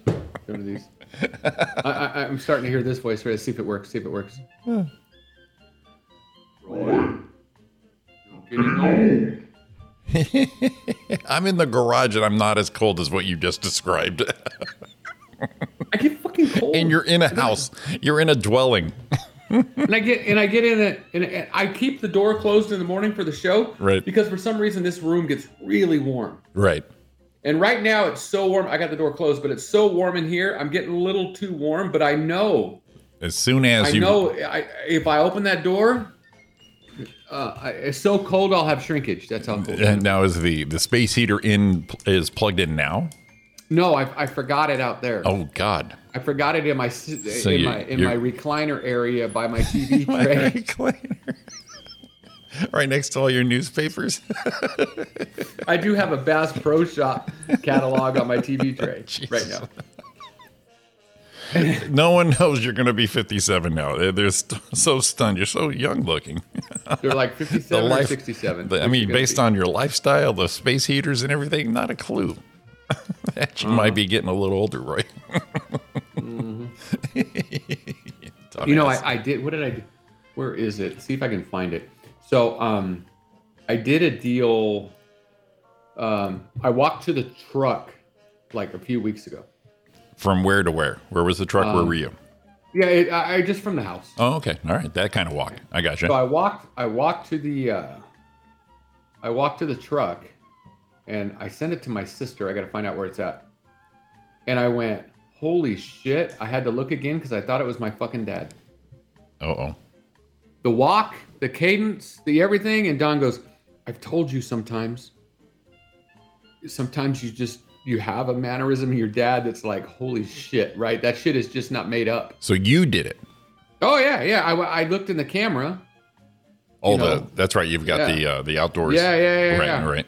[SPEAKER 6] Go to these. I, I, I'm starting to hear this voice. Right? See if it works. See if it works.
[SPEAKER 7] I'm in the garage and I'm not as cold as what you just described.
[SPEAKER 6] I get fucking cold.
[SPEAKER 7] and you're in a house. You're in a dwelling.
[SPEAKER 6] and I get and I get in it and I keep the door closed in the morning for the show,
[SPEAKER 7] Right.
[SPEAKER 6] Because for some reason this room gets really warm,
[SPEAKER 7] Right.
[SPEAKER 6] and right now it's so warm. I got the door closed, but it's so warm in here. I'm getting a little too warm, but I know,
[SPEAKER 7] As soon as
[SPEAKER 6] I
[SPEAKER 7] you
[SPEAKER 6] know. I if I open that door, uh, I, it's so cold I'll have shrinkage. That's how cold. it is.
[SPEAKER 7] And now is the the space heater in is plugged in now?
[SPEAKER 6] No, I, I forgot it out there.
[SPEAKER 7] Oh God.
[SPEAKER 6] I forgot it in my s in
[SPEAKER 7] you-
[SPEAKER 6] my in
[SPEAKER 7] you're-
[SPEAKER 6] my recliner area by my TV
[SPEAKER 7] My
[SPEAKER 6] tray.
[SPEAKER 7] recliner. right next to all your newspapers.
[SPEAKER 6] I do have a Bass Pro Shop catalog on my TV tray right now.
[SPEAKER 7] no one knows you're going to be 57 now. They're, they're st- so stunned. You're so young looking.
[SPEAKER 6] They're like 57 or 67.
[SPEAKER 7] the- I mean, based on your lifestyle, the space heaters and everything, not a clue. that you
[SPEAKER 6] Mm-hmm.
[SPEAKER 7] might be getting a little older, Roy.
[SPEAKER 6] You Mm-hmm. know, I, I did. What did I do? Where is it? See if I can find it. So, um, I did a deal. Um, I walked to the truck like a few weeks ago.
[SPEAKER 7] From where to where? Where was the truck?
[SPEAKER 6] Um,
[SPEAKER 7] where were you?
[SPEAKER 6] Yeah, it, I, I just from the house.
[SPEAKER 7] Oh, okay. All right. That kind of walk. I got you.
[SPEAKER 6] So I walked. I walked to the. Uh, I walked to the truck, and I sent it to my sister. I got to find out where it's at. And I went, "Holy shit!" I had to look again because I thought it was my fucking dad.
[SPEAKER 7] oh.
[SPEAKER 6] The walk, the cadence, the everything, and Don goes, "I've told you sometimes. Sometimes you just you have a mannerism in your dad that's like, holy shit, right? That shit is just not made up."
[SPEAKER 7] So you did it.
[SPEAKER 6] Oh yeah, yeah. I, I looked in the camera.
[SPEAKER 7] Oh,
[SPEAKER 6] You know?
[SPEAKER 7] the that's right. You've got
[SPEAKER 6] Yeah.
[SPEAKER 7] the uh, the outdoors.
[SPEAKER 6] Yeah, yeah, yeah,
[SPEAKER 7] Right,
[SPEAKER 6] yeah.
[SPEAKER 7] right.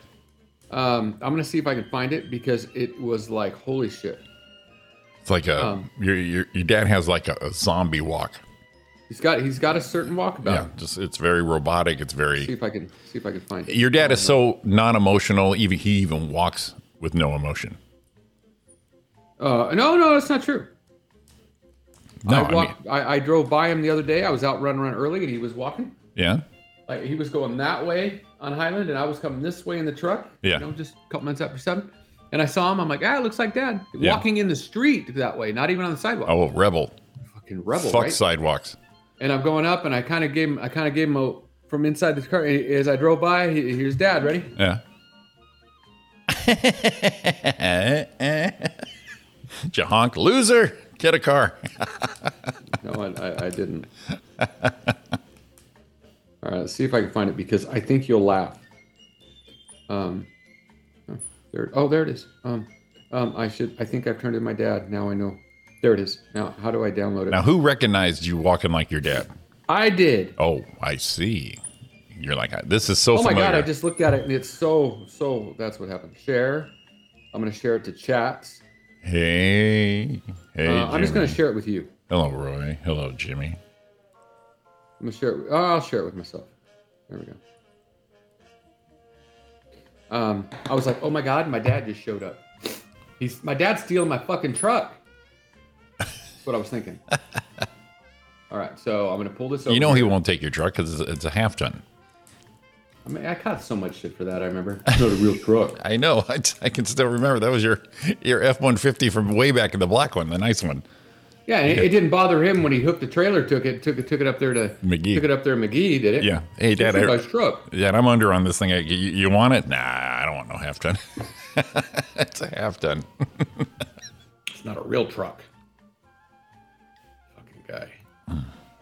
[SPEAKER 6] Um, I'm gonna see if I can find it because it was like holy shit.
[SPEAKER 7] It's like a
[SPEAKER 6] Um,
[SPEAKER 7] your, your your dad has like a, a zombie walk.
[SPEAKER 6] He's got he's got a certain walkabout.
[SPEAKER 7] Yeah, just it's very robotic. It's very.
[SPEAKER 6] See if I can see if I can find it.
[SPEAKER 7] Your dad is
[SPEAKER 6] Oh,
[SPEAKER 7] so non-emotional. Even he even walks with no emotion.
[SPEAKER 6] Uh, no, no, that's not true.
[SPEAKER 7] No, I
[SPEAKER 6] I
[SPEAKER 7] mean-
[SPEAKER 6] walked. I, I drove by him the other day. I was out running around early, and he was walking.
[SPEAKER 7] Yeah.
[SPEAKER 6] Like he was going that way on Highland, and I was coming this way in the truck.
[SPEAKER 7] Yeah.
[SPEAKER 6] You know, just a couple minutes after seven, and I saw him. I'm like, ah, it looks like Dad
[SPEAKER 7] Yeah.
[SPEAKER 6] walking in the street that way, not even on the sidewalk.
[SPEAKER 7] Oh, rebel.
[SPEAKER 6] Fucking rebel,
[SPEAKER 7] Fuck
[SPEAKER 6] right?
[SPEAKER 7] sidewalks.
[SPEAKER 6] and I'm going up, and I kind of gave him. I kind of gave him a from inside the car and as I drove by. He, here's Dad. Ready?
[SPEAKER 7] Yeah. Jahonk, loser. Get a car.
[SPEAKER 6] No, I, I, I didn't. All right, let's see if I can find it because I think you'll laugh. Um, oh, there. Oh, there it is. Um, um, I should. I think I've turned in my dad. Now I know. There it is. Now, how do I download it?
[SPEAKER 7] Now, who recognized you walking like your dad?
[SPEAKER 6] I did.
[SPEAKER 7] Oh, I see. You're like, this is
[SPEAKER 6] Oh
[SPEAKER 7] so
[SPEAKER 6] my
[SPEAKER 7] familiar.
[SPEAKER 6] god! I just looked at it and it's so so. That's what happened. Share. I'm gonna share it to chats.
[SPEAKER 7] hey, hey.
[SPEAKER 6] Uh, I'm just
[SPEAKER 7] Jimmy.
[SPEAKER 6] gonna share it with you.
[SPEAKER 7] Hello, Roy. Hello, Jimmy.
[SPEAKER 6] I'm gonna share it. Oh, I'll share it with myself. There we go. Um, I was like, oh my god, my dad just showed up. He's my dad's stealing my fucking truck. That's what I was thinking. All right, so I'm gonna pull this over.
[SPEAKER 7] You know he won't take your truck because it's, it's a half ton.
[SPEAKER 6] I, mean, I caught so much shit for that. I remember. It's not a real truck.
[SPEAKER 7] I know. I, I can still remember that was your your F one fifty from way back in the black one, the nice one.
[SPEAKER 6] Yeah, and it, it didn't bother him when he hooked the trailer, took it, took it, took it up there to
[SPEAKER 7] McGee.
[SPEAKER 6] Took it up there, to McGee did it.
[SPEAKER 7] Yeah. Hey, Dad.
[SPEAKER 6] That's a
[SPEAKER 7] I,
[SPEAKER 6] nice truck.
[SPEAKER 7] yeah, and I'm under on this thing. I, you, you want it? Nah, I don't want no half ton. it's a half ton.
[SPEAKER 6] It's not a real truck. Fucking guy.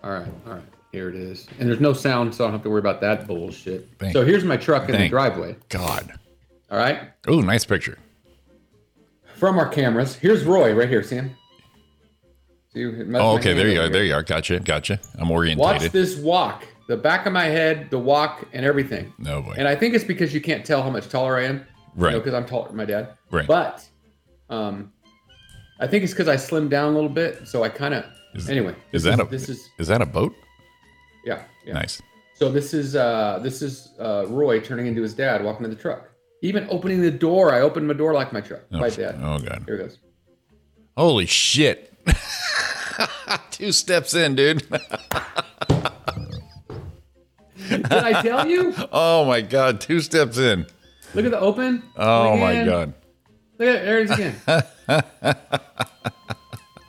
[SPEAKER 6] All right, all right. Here it is. And there's no sound, so I don't have to worry about that bullshit.
[SPEAKER 7] Thank-
[SPEAKER 6] so here's my truck in the
[SPEAKER 7] thank-
[SPEAKER 6] driveway.
[SPEAKER 7] God.
[SPEAKER 6] All right.
[SPEAKER 7] Oh, nice picture.
[SPEAKER 6] From our cameras. Here's Roy right here, Sam. See,
[SPEAKER 7] Oh, okay. There you are. There you are. Gotcha. Gotcha. I'm
[SPEAKER 6] Watch
[SPEAKER 7] orientated.
[SPEAKER 6] this walk. The back of my head, the walk, and everything.
[SPEAKER 7] No boy.
[SPEAKER 6] And I think it's because you can't tell how much taller I am.
[SPEAKER 7] Right.
[SPEAKER 6] Because I'm taller than my dad.
[SPEAKER 7] Right.
[SPEAKER 6] But um, I think it's because I slimmed down a little bit. So I kind of.
[SPEAKER 7] Is-
[SPEAKER 6] Anyway.
[SPEAKER 7] Is
[SPEAKER 6] this
[SPEAKER 7] that a
[SPEAKER 6] This is.
[SPEAKER 7] is that a boat?
[SPEAKER 6] Yeah. yeah.
[SPEAKER 7] Nice.
[SPEAKER 6] So this is uh, this is uh, Roy turning into his dad, walking to the truck. Even opening the door, I opened my door like my truck,
[SPEAKER 7] Oh,
[SPEAKER 6] my
[SPEAKER 7] f-
[SPEAKER 6] dad.
[SPEAKER 7] oh, God.
[SPEAKER 6] Here it goes.
[SPEAKER 7] Holy shit. Two steps in, dude.
[SPEAKER 6] Did I tell you?
[SPEAKER 7] Oh my God, two steps in.
[SPEAKER 6] Look at the open.
[SPEAKER 7] Oh
[SPEAKER 6] Look
[SPEAKER 7] my
[SPEAKER 6] again.
[SPEAKER 7] God.
[SPEAKER 6] Look at it. There it is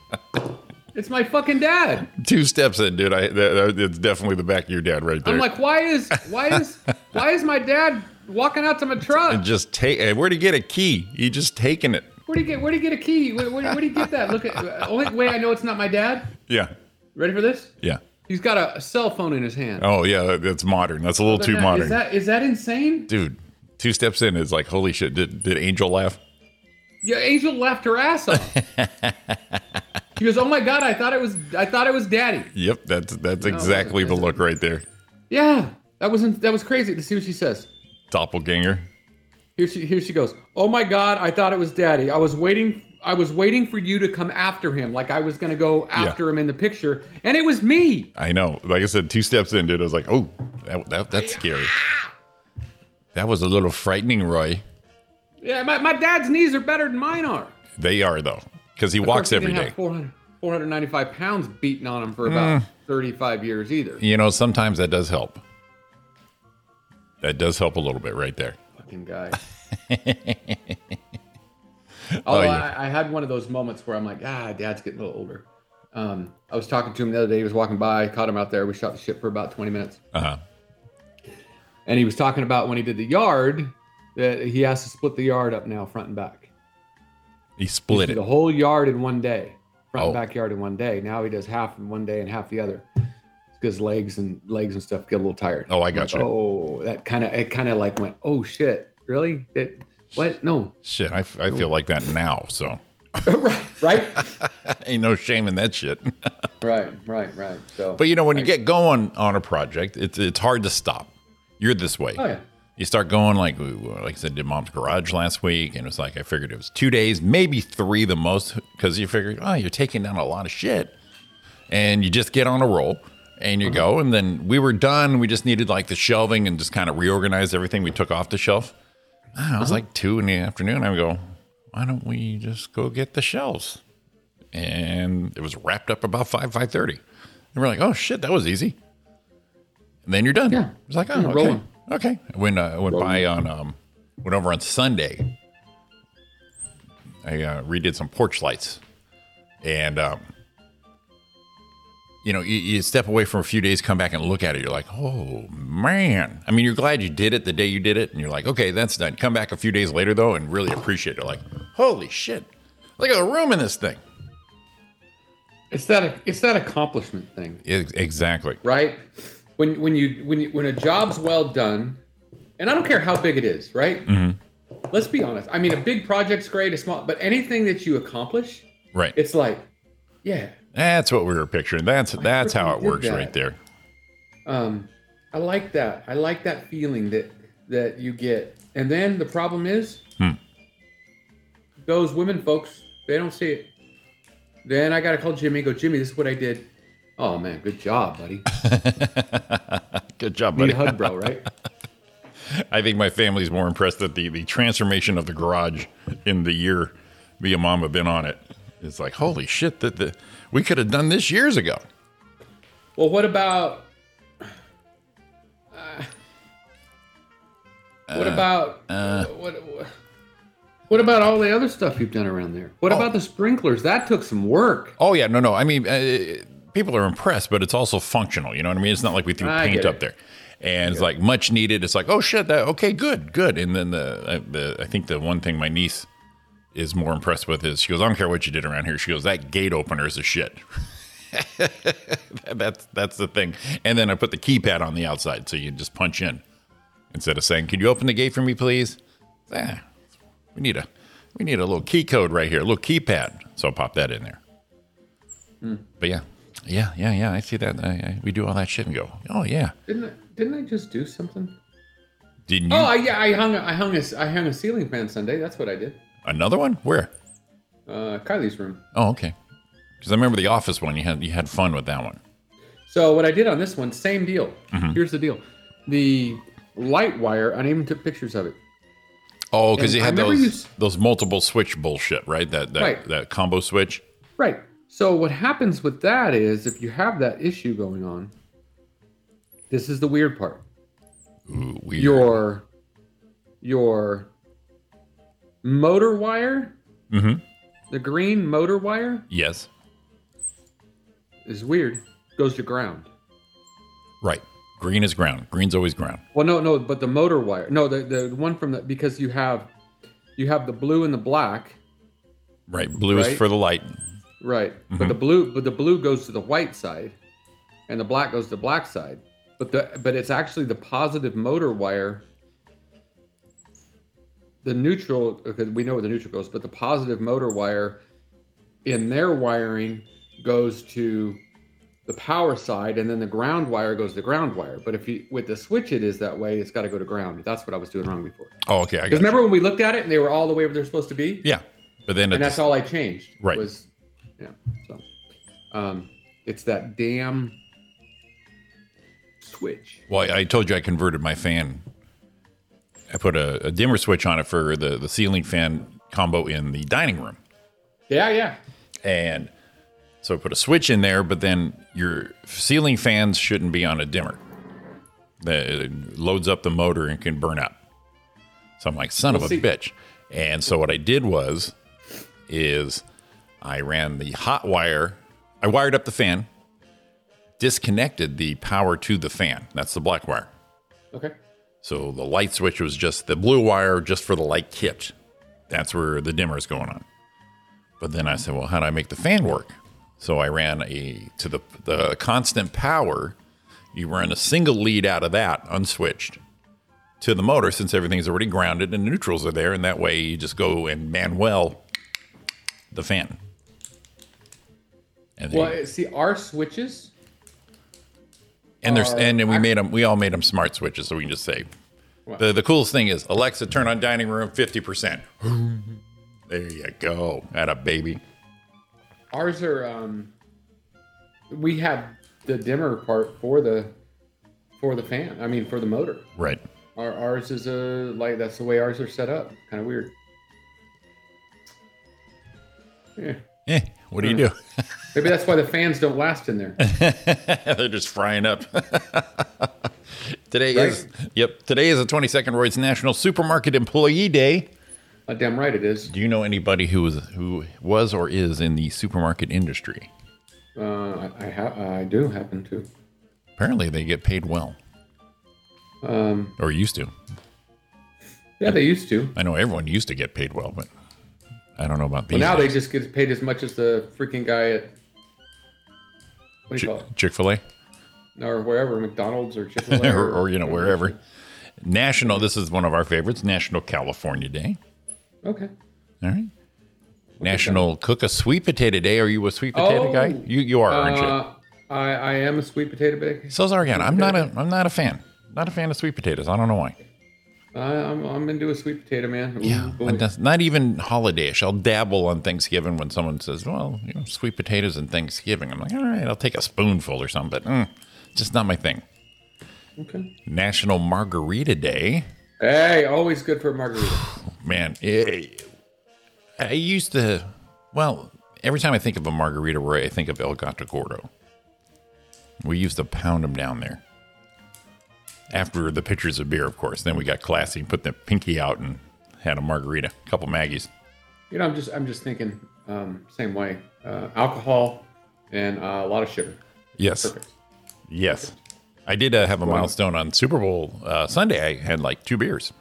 [SPEAKER 6] again. it's my fucking dad.
[SPEAKER 7] Two steps in, dude. I, that, that, it's definitely the back of your dad right there.
[SPEAKER 6] I'm like, why is why is why is my dad walking out to my
[SPEAKER 7] and
[SPEAKER 6] truck?
[SPEAKER 7] just take, eh, where'd he get a key? He just taking it.
[SPEAKER 6] Where do you get where do you get a key? Where, where, where do you get that? Look at only way I know it's not my dad.
[SPEAKER 7] Yeah.
[SPEAKER 6] Ready for this?
[SPEAKER 7] Yeah.
[SPEAKER 6] He's got a, cell phone in his hand.
[SPEAKER 7] Oh yeah. that- That's modern. That's a little too
[SPEAKER 6] Is
[SPEAKER 7] modern.
[SPEAKER 6] that is that insane?
[SPEAKER 7] dude, two steps in is like, holy shit. Did, did Angel laugh?
[SPEAKER 6] Yeah, Angel laughed her ass off. she goes, "Oh my god, I thought it was I thought it was Daddy."
[SPEAKER 7] Yep. That's, that's exactly the look right there.
[SPEAKER 6] Yeah, that wasn't that was crazy. Let's see what she says.
[SPEAKER 7] Doppelganger.
[SPEAKER 6] Here she here she goes. Oh my god, I thought it was Daddy. I was waiting I was waiting for you to come after him, like I was gonna go after him in the picture, and it was me.
[SPEAKER 7] I know. Like I said, two steps in, dude. I was like, oh, that, that, that's scary.
[SPEAKER 6] ah!
[SPEAKER 7] That was a little frightening, Roy.
[SPEAKER 6] Yeah, my, my dad's knees are better than mine are.
[SPEAKER 7] They are though, because he
[SPEAKER 6] Of
[SPEAKER 7] walks
[SPEAKER 6] course, he
[SPEAKER 7] every
[SPEAKER 6] didn't
[SPEAKER 7] day. Mm.
[SPEAKER 6] have 400, 495 pounds beating on him for about 35 years either.
[SPEAKER 7] You know, sometimes that does help. That does help a little bit right there.
[SPEAKER 6] Fucking guy.
[SPEAKER 7] Oh,
[SPEAKER 6] oh,
[SPEAKER 7] yeah.
[SPEAKER 6] I, I had one of those moments where I'm like, ah, dad's getting a little older. Um, I was talking to him the other day. He was walking by, caught him out there. We shot the shit for about 20 minutes.
[SPEAKER 7] Uh huh.
[SPEAKER 6] And he was talking about when he did the yard that he has to split the yard up now, front and back.
[SPEAKER 7] He split
[SPEAKER 6] The
[SPEAKER 7] it.
[SPEAKER 6] whole yard in one day, front
[SPEAKER 7] Oh.
[SPEAKER 6] and backyard in one day. Now he does half in one day and half the other. Because legs and legs and stuff get a little tired.
[SPEAKER 7] Oh, I
[SPEAKER 6] I'm
[SPEAKER 7] gotcha.
[SPEAKER 6] like, Oh, that kind of it kind of like went. Oh shit, really? It, what? No,
[SPEAKER 7] Shit, I, f- I feel like that now. So
[SPEAKER 6] right,
[SPEAKER 7] ain't no shame in that shit.
[SPEAKER 6] right, right, right. So,
[SPEAKER 7] but you know, when you get going on a project, it's it's hard to stop. You're this way.
[SPEAKER 6] oh yeah,
[SPEAKER 7] you start going like like I said, did mom's garage last week, and it's like I figured it was two days, maybe three the most, because you figured oh you're taking down a lot of shit, and you just get on a roll and you go, and then we were done. We just needed like the shelving and just kind of reorganize everything we took off the shelf. I don't know, it
[SPEAKER 6] Uh-huh.
[SPEAKER 7] was like two in the afternoon. I go, why don't we just go get the shelves? And it was wrapped up about five five thirty. And we're like, oh shit, that was easy. And then you're done.
[SPEAKER 6] Yeah.
[SPEAKER 7] It's like, oh,
[SPEAKER 6] Yeah,
[SPEAKER 7] okay.
[SPEAKER 6] rolling.
[SPEAKER 7] Okay. I went, uh, I went by on, um, went over on Sunday. I uh, redid some porch lights. And, um, you know, you, you step away for a few days, come back and look at it. You're like, oh, man. I mean, you're glad you did it the day you did it. And you're like, okay, that's done. Come back a few days later, though, and really appreciate it. Like, holy shit. Look at the room in this thing.
[SPEAKER 6] it's that it's that accomplishment thing,
[SPEAKER 7] Ex- E, exactly.
[SPEAKER 6] right? When when you when you, when a job's well done, and I don't care how big it is, right? Let's be honest. I mean, a big project's great, a small, but anything that you accomplish,
[SPEAKER 7] Right.
[SPEAKER 6] it's like, yeah,
[SPEAKER 7] That's what we were picturing. That's that's how it
[SPEAKER 6] freaking did
[SPEAKER 7] works
[SPEAKER 6] that.
[SPEAKER 7] right there.
[SPEAKER 6] um, I like that. I like that feeling that that you get. And then the problem is, those women folks, they don't see it. Then I gotta call Jimmy. Go, Jimmy. This is what I did. Oh man, good job, buddy.
[SPEAKER 7] Good job,
[SPEAKER 6] Need
[SPEAKER 7] buddy.
[SPEAKER 6] a hug, bro. Right?
[SPEAKER 7] I think my family's more impressed that the the transformation of the garage in the year me and mom have been on it. It's like holy shit that the we could have done this years ago.
[SPEAKER 6] Well, what about? Uh, what about? uh, what? What about all the other stuff you've done around there? What about the sprinklers? That took some work.
[SPEAKER 7] Oh yeah, no, no. I mean, uh, people are impressed, but it's also functional. You know what I mean? It's not like we threw
[SPEAKER 6] I
[SPEAKER 7] paint
[SPEAKER 6] get
[SPEAKER 7] up
[SPEAKER 6] it.
[SPEAKER 7] there, and it's like much needed. It's like oh shit, that okay, good, good. And then the, uh, the I think the one thing my niece is more impressed with is she goes, I don't care what you did around here. She goes, that gate opener is a shit. that's that's the thing. And then I put the keypad on the outside, so you just punch in instead of saying, "Can you open the gate for me, please?" Eh, we need a we need a little key code right here, a little keypad. So I'll pop that in there. But yeah, yeah, yeah, yeah. I see that. I, I, we do all that shit and go, oh yeah.
[SPEAKER 6] Didn't I, didn't I just do something?
[SPEAKER 7] Didn't you
[SPEAKER 6] Oh, I, yeah, I hung a, I hung a, I hung a ceiling fan Sunday. That's what I did.
[SPEAKER 7] another one? Where?
[SPEAKER 6] Uh, Kylie's room.
[SPEAKER 7] Oh, okay. Because I remember the office one. You had you had fun with that one.
[SPEAKER 6] So what I did on this one, same deal. Here's the deal: the light wire. I even took pictures of it.
[SPEAKER 7] Oh, because
[SPEAKER 6] And
[SPEAKER 7] you
[SPEAKER 6] I
[SPEAKER 7] had
[SPEAKER 6] remember
[SPEAKER 7] those
[SPEAKER 6] you s-
[SPEAKER 7] those multiple switch bullshit, right? That that,
[SPEAKER 6] Right.
[SPEAKER 7] that combo switch.
[SPEAKER 6] Right. So what happens with that is if you have that issue going on, this is the weird part.
[SPEAKER 7] Ooh, weird.
[SPEAKER 6] Your your motor wire,
[SPEAKER 7] Mhm.
[SPEAKER 6] the green motor wire
[SPEAKER 7] yes,
[SPEAKER 6] is weird. Goes to ground.
[SPEAKER 7] right. Green is ground. Green's always ground.
[SPEAKER 6] Well, no, no, but the motor wire. No, the the one from the because you have you have the blue and the black,
[SPEAKER 7] Right. Blue
[SPEAKER 6] Right.
[SPEAKER 7] is for the light.
[SPEAKER 6] right? But the blue, but the blue goes to the white side, and the black goes to the black side. But the but it's actually the positive motor wire. The neutral, because we know where the neutral goes, but the positive motor wire in their wiring goes to the power side, and then the ground wire goes to the ground wire. But if you with the switch, it is that way. It's got to go to ground. That's what I was doing wrong before.
[SPEAKER 7] Oh, okay. I got
[SPEAKER 6] Because
[SPEAKER 7] you.
[SPEAKER 6] remember when we looked at it and they were all the way where they're supposed to be?
[SPEAKER 7] Yeah. But then
[SPEAKER 6] And
[SPEAKER 7] it's
[SPEAKER 6] that's all I changed.
[SPEAKER 7] Right.
[SPEAKER 6] Was yeah. So um it's that damn switch.
[SPEAKER 7] Well, I I told you I converted my fan. I put a, a dimmer switch on it for the, the ceiling fan combo in the dining room.
[SPEAKER 6] Yeah, yeah.
[SPEAKER 7] And so I put a switch in there, but then your ceiling fans shouldn't be on a dimmer. That- It loads up the motor and can burn up. So I'm like, son of
[SPEAKER 6] We'll
[SPEAKER 7] a
[SPEAKER 6] see.
[SPEAKER 7] bitch. And so what I did was, is I ran the hot wire. I wired up the fan, disconnected the power to the fan. That's the black wire.
[SPEAKER 6] Okay.
[SPEAKER 7] So the light switch was just the blue wire just for the light kit. That's where the dimmer is going on. But then I said, well, how do I make the fan work? So I ran a to the the constant power. You run a single lead out of that unswitched to the motor since everything's already grounded and neutrals are there, and that way you just go and manuel the fan. And, then-
[SPEAKER 6] Well, see, our switches.
[SPEAKER 7] and there's
[SPEAKER 6] are-
[SPEAKER 7] and then we made them. We all made them smart switches, so we can just say
[SPEAKER 6] What?
[SPEAKER 7] the the coolest thing is Alexa, turn on dining room fifty percent. There you go, at a baby.
[SPEAKER 6] Ours are um we have the dimmer part for the for the fan. I mean for the motor.
[SPEAKER 7] Right.
[SPEAKER 6] Our ours is a like that's the way ours are set up. Kind of weird. Yeah.
[SPEAKER 7] Eh, what do you do?
[SPEAKER 6] Maybe that's why the fans don't last in there.
[SPEAKER 7] They're just frying up. today
[SPEAKER 6] Right.
[SPEAKER 7] is yep. Today is the twenty second. Roy's National Supermarket Employee Day.
[SPEAKER 6] Uh, damn right it is.
[SPEAKER 7] Do you know anybody who was who was or is in the supermarket industry?
[SPEAKER 6] Uh, I I, ha- I do happen to.
[SPEAKER 7] Apparently, they get paid well,
[SPEAKER 6] Um,
[SPEAKER 7] or used to.
[SPEAKER 6] yeah, they used to.
[SPEAKER 7] I know everyone used to get paid well, but I don't know about
[SPEAKER 6] But
[SPEAKER 7] these.
[SPEAKER 6] now they just get paid as much as the freaking guy at what do you call it?
[SPEAKER 7] Chick Fil A.
[SPEAKER 6] Or wherever McDonald's or Chick Fil A
[SPEAKER 7] or, or you know wherever. National. This is one of our favorites. National California Day.
[SPEAKER 6] Okay.
[SPEAKER 7] All right. National Cook a Sweet Potato Day. Are you a sweet potato
[SPEAKER 6] Oh.
[SPEAKER 7] guy? You you are, aren't you?
[SPEAKER 6] Uh, I I am a sweet potato baker.
[SPEAKER 7] So's Ariana. I'm not a I'm not a fan. Not a fan of sweet potatoes. I don't know why.
[SPEAKER 6] I, I'm I'm into a sweet potato man. Ooh,
[SPEAKER 7] Yeah,
[SPEAKER 6] boy.
[SPEAKER 7] but that's not even holidayish. I'll dabble on Thanksgiving when someone says, "Well, you know, sweet potatoes and Thanksgiving." I'm like, "All right, I'll take a spoonful or something," but mm, just not my thing.
[SPEAKER 6] Okay.
[SPEAKER 7] National Margarita Day.
[SPEAKER 6] Hey, always good for a margarita.
[SPEAKER 7] man it, i used to well every time i think of a margarita roy i think of el gato gordo we used to pound them down there after the pitchers of beer of course then we got classy and put the pinky out and had a margarita a couple maggies
[SPEAKER 6] You know, I'm just I'm just thinking um, same way. Uh, alcohol and uh, a lot of sugar.
[SPEAKER 7] yes
[SPEAKER 6] Perfect.
[SPEAKER 7] yes i did uh, have a milestone on super bowl uh, sunday i had like two beers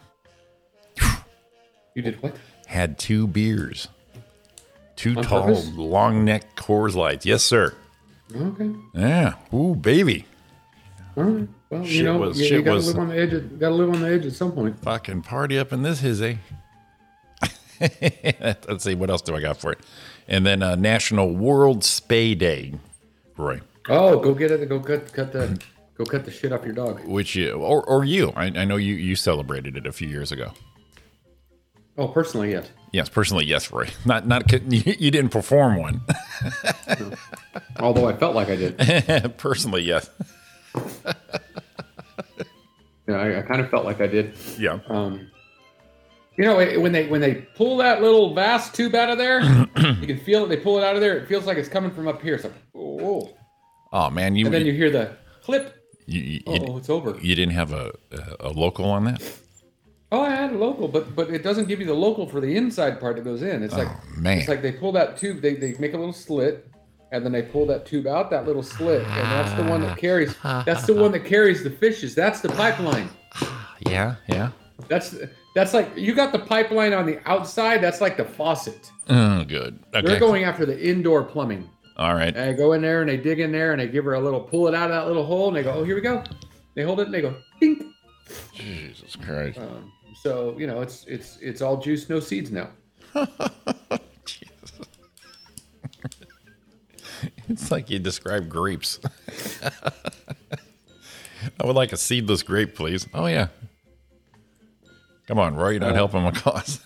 [SPEAKER 6] You did what?
[SPEAKER 7] had two beers two
[SPEAKER 6] On
[SPEAKER 7] tall
[SPEAKER 6] purpose?
[SPEAKER 7] long neck coors lights yes sir
[SPEAKER 6] Okay.
[SPEAKER 7] yeah ooh baby
[SPEAKER 6] All right. Well, you
[SPEAKER 7] Shit
[SPEAKER 6] know,
[SPEAKER 7] was-
[SPEAKER 6] you, you
[SPEAKER 7] shit
[SPEAKER 6] gotta
[SPEAKER 7] was-
[SPEAKER 6] live on the edge. Of, gotta live on the edge at some point.
[SPEAKER 7] fucking party up in this hizzy. Let's see, what else do I got for it? And then uh, National World Spay Day, Roy,
[SPEAKER 6] Oh, go get it. Go cut, cut the, go cut the shit off your dog.
[SPEAKER 7] which you, or, or you, I, I know you, you celebrated it a few years ago.
[SPEAKER 6] Oh, personally, yes.
[SPEAKER 7] Yes, personally, yes, Roy. Not, not, you you didn't perform one.
[SPEAKER 6] Although I felt like I did.
[SPEAKER 7] personally, yes.
[SPEAKER 6] Yeah, I, I kind of felt like I did.
[SPEAKER 7] Yeah.
[SPEAKER 6] Um, You know, it- when they when they pull that little vast tube out of there, you can feel it. They pull it out of there. It feels like it's coming from up here. It's like, oh,
[SPEAKER 7] Oh man, you
[SPEAKER 6] and then you hear the clip.
[SPEAKER 7] you, you,
[SPEAKER 6] Oh,
[SPEAKER 7] you,
[SPEAKER 6] it's over.
[SPEAKER 7] you didn't have a a local on that.
[SPEAKER 6] Oh, I had a local, but but it doesn't give you the local for the inside part that goes in. It's like
[SPEAKER 7] man.
[SPEAKER 6] it's like they pull that tube. They they make a little slit, and then they pull that tube out that little slit, and that's the one that carries. That's the one that carries the fishes. That's the pipeline.
[SPEAKER 7] Yeah, yeah.
[SPEAKER 6] That's that's like you got the pipeline on the outside. That's like the faucet.
[SPEAKER 7] Oh, good. Okay.
[SPEAKER 6] They're going after the indoor plumbing.
[SPEAKER 7] All right.
[SPEAKER 6] And they go in there and they dig in there and they give her a little pull it out of that little hole and they go, oh, here we go. They hold it and they go, dink.
[SPEAKER 7] Jesus Christ.
[SPEAKER 6] Um, so you know, it's it's it's all juice, no seeds now.
[SPEAKER 7] It's like you describe grapes. I would like a seedless grape, please. Oh yeah. Come on, Roy, you're not helping my cause.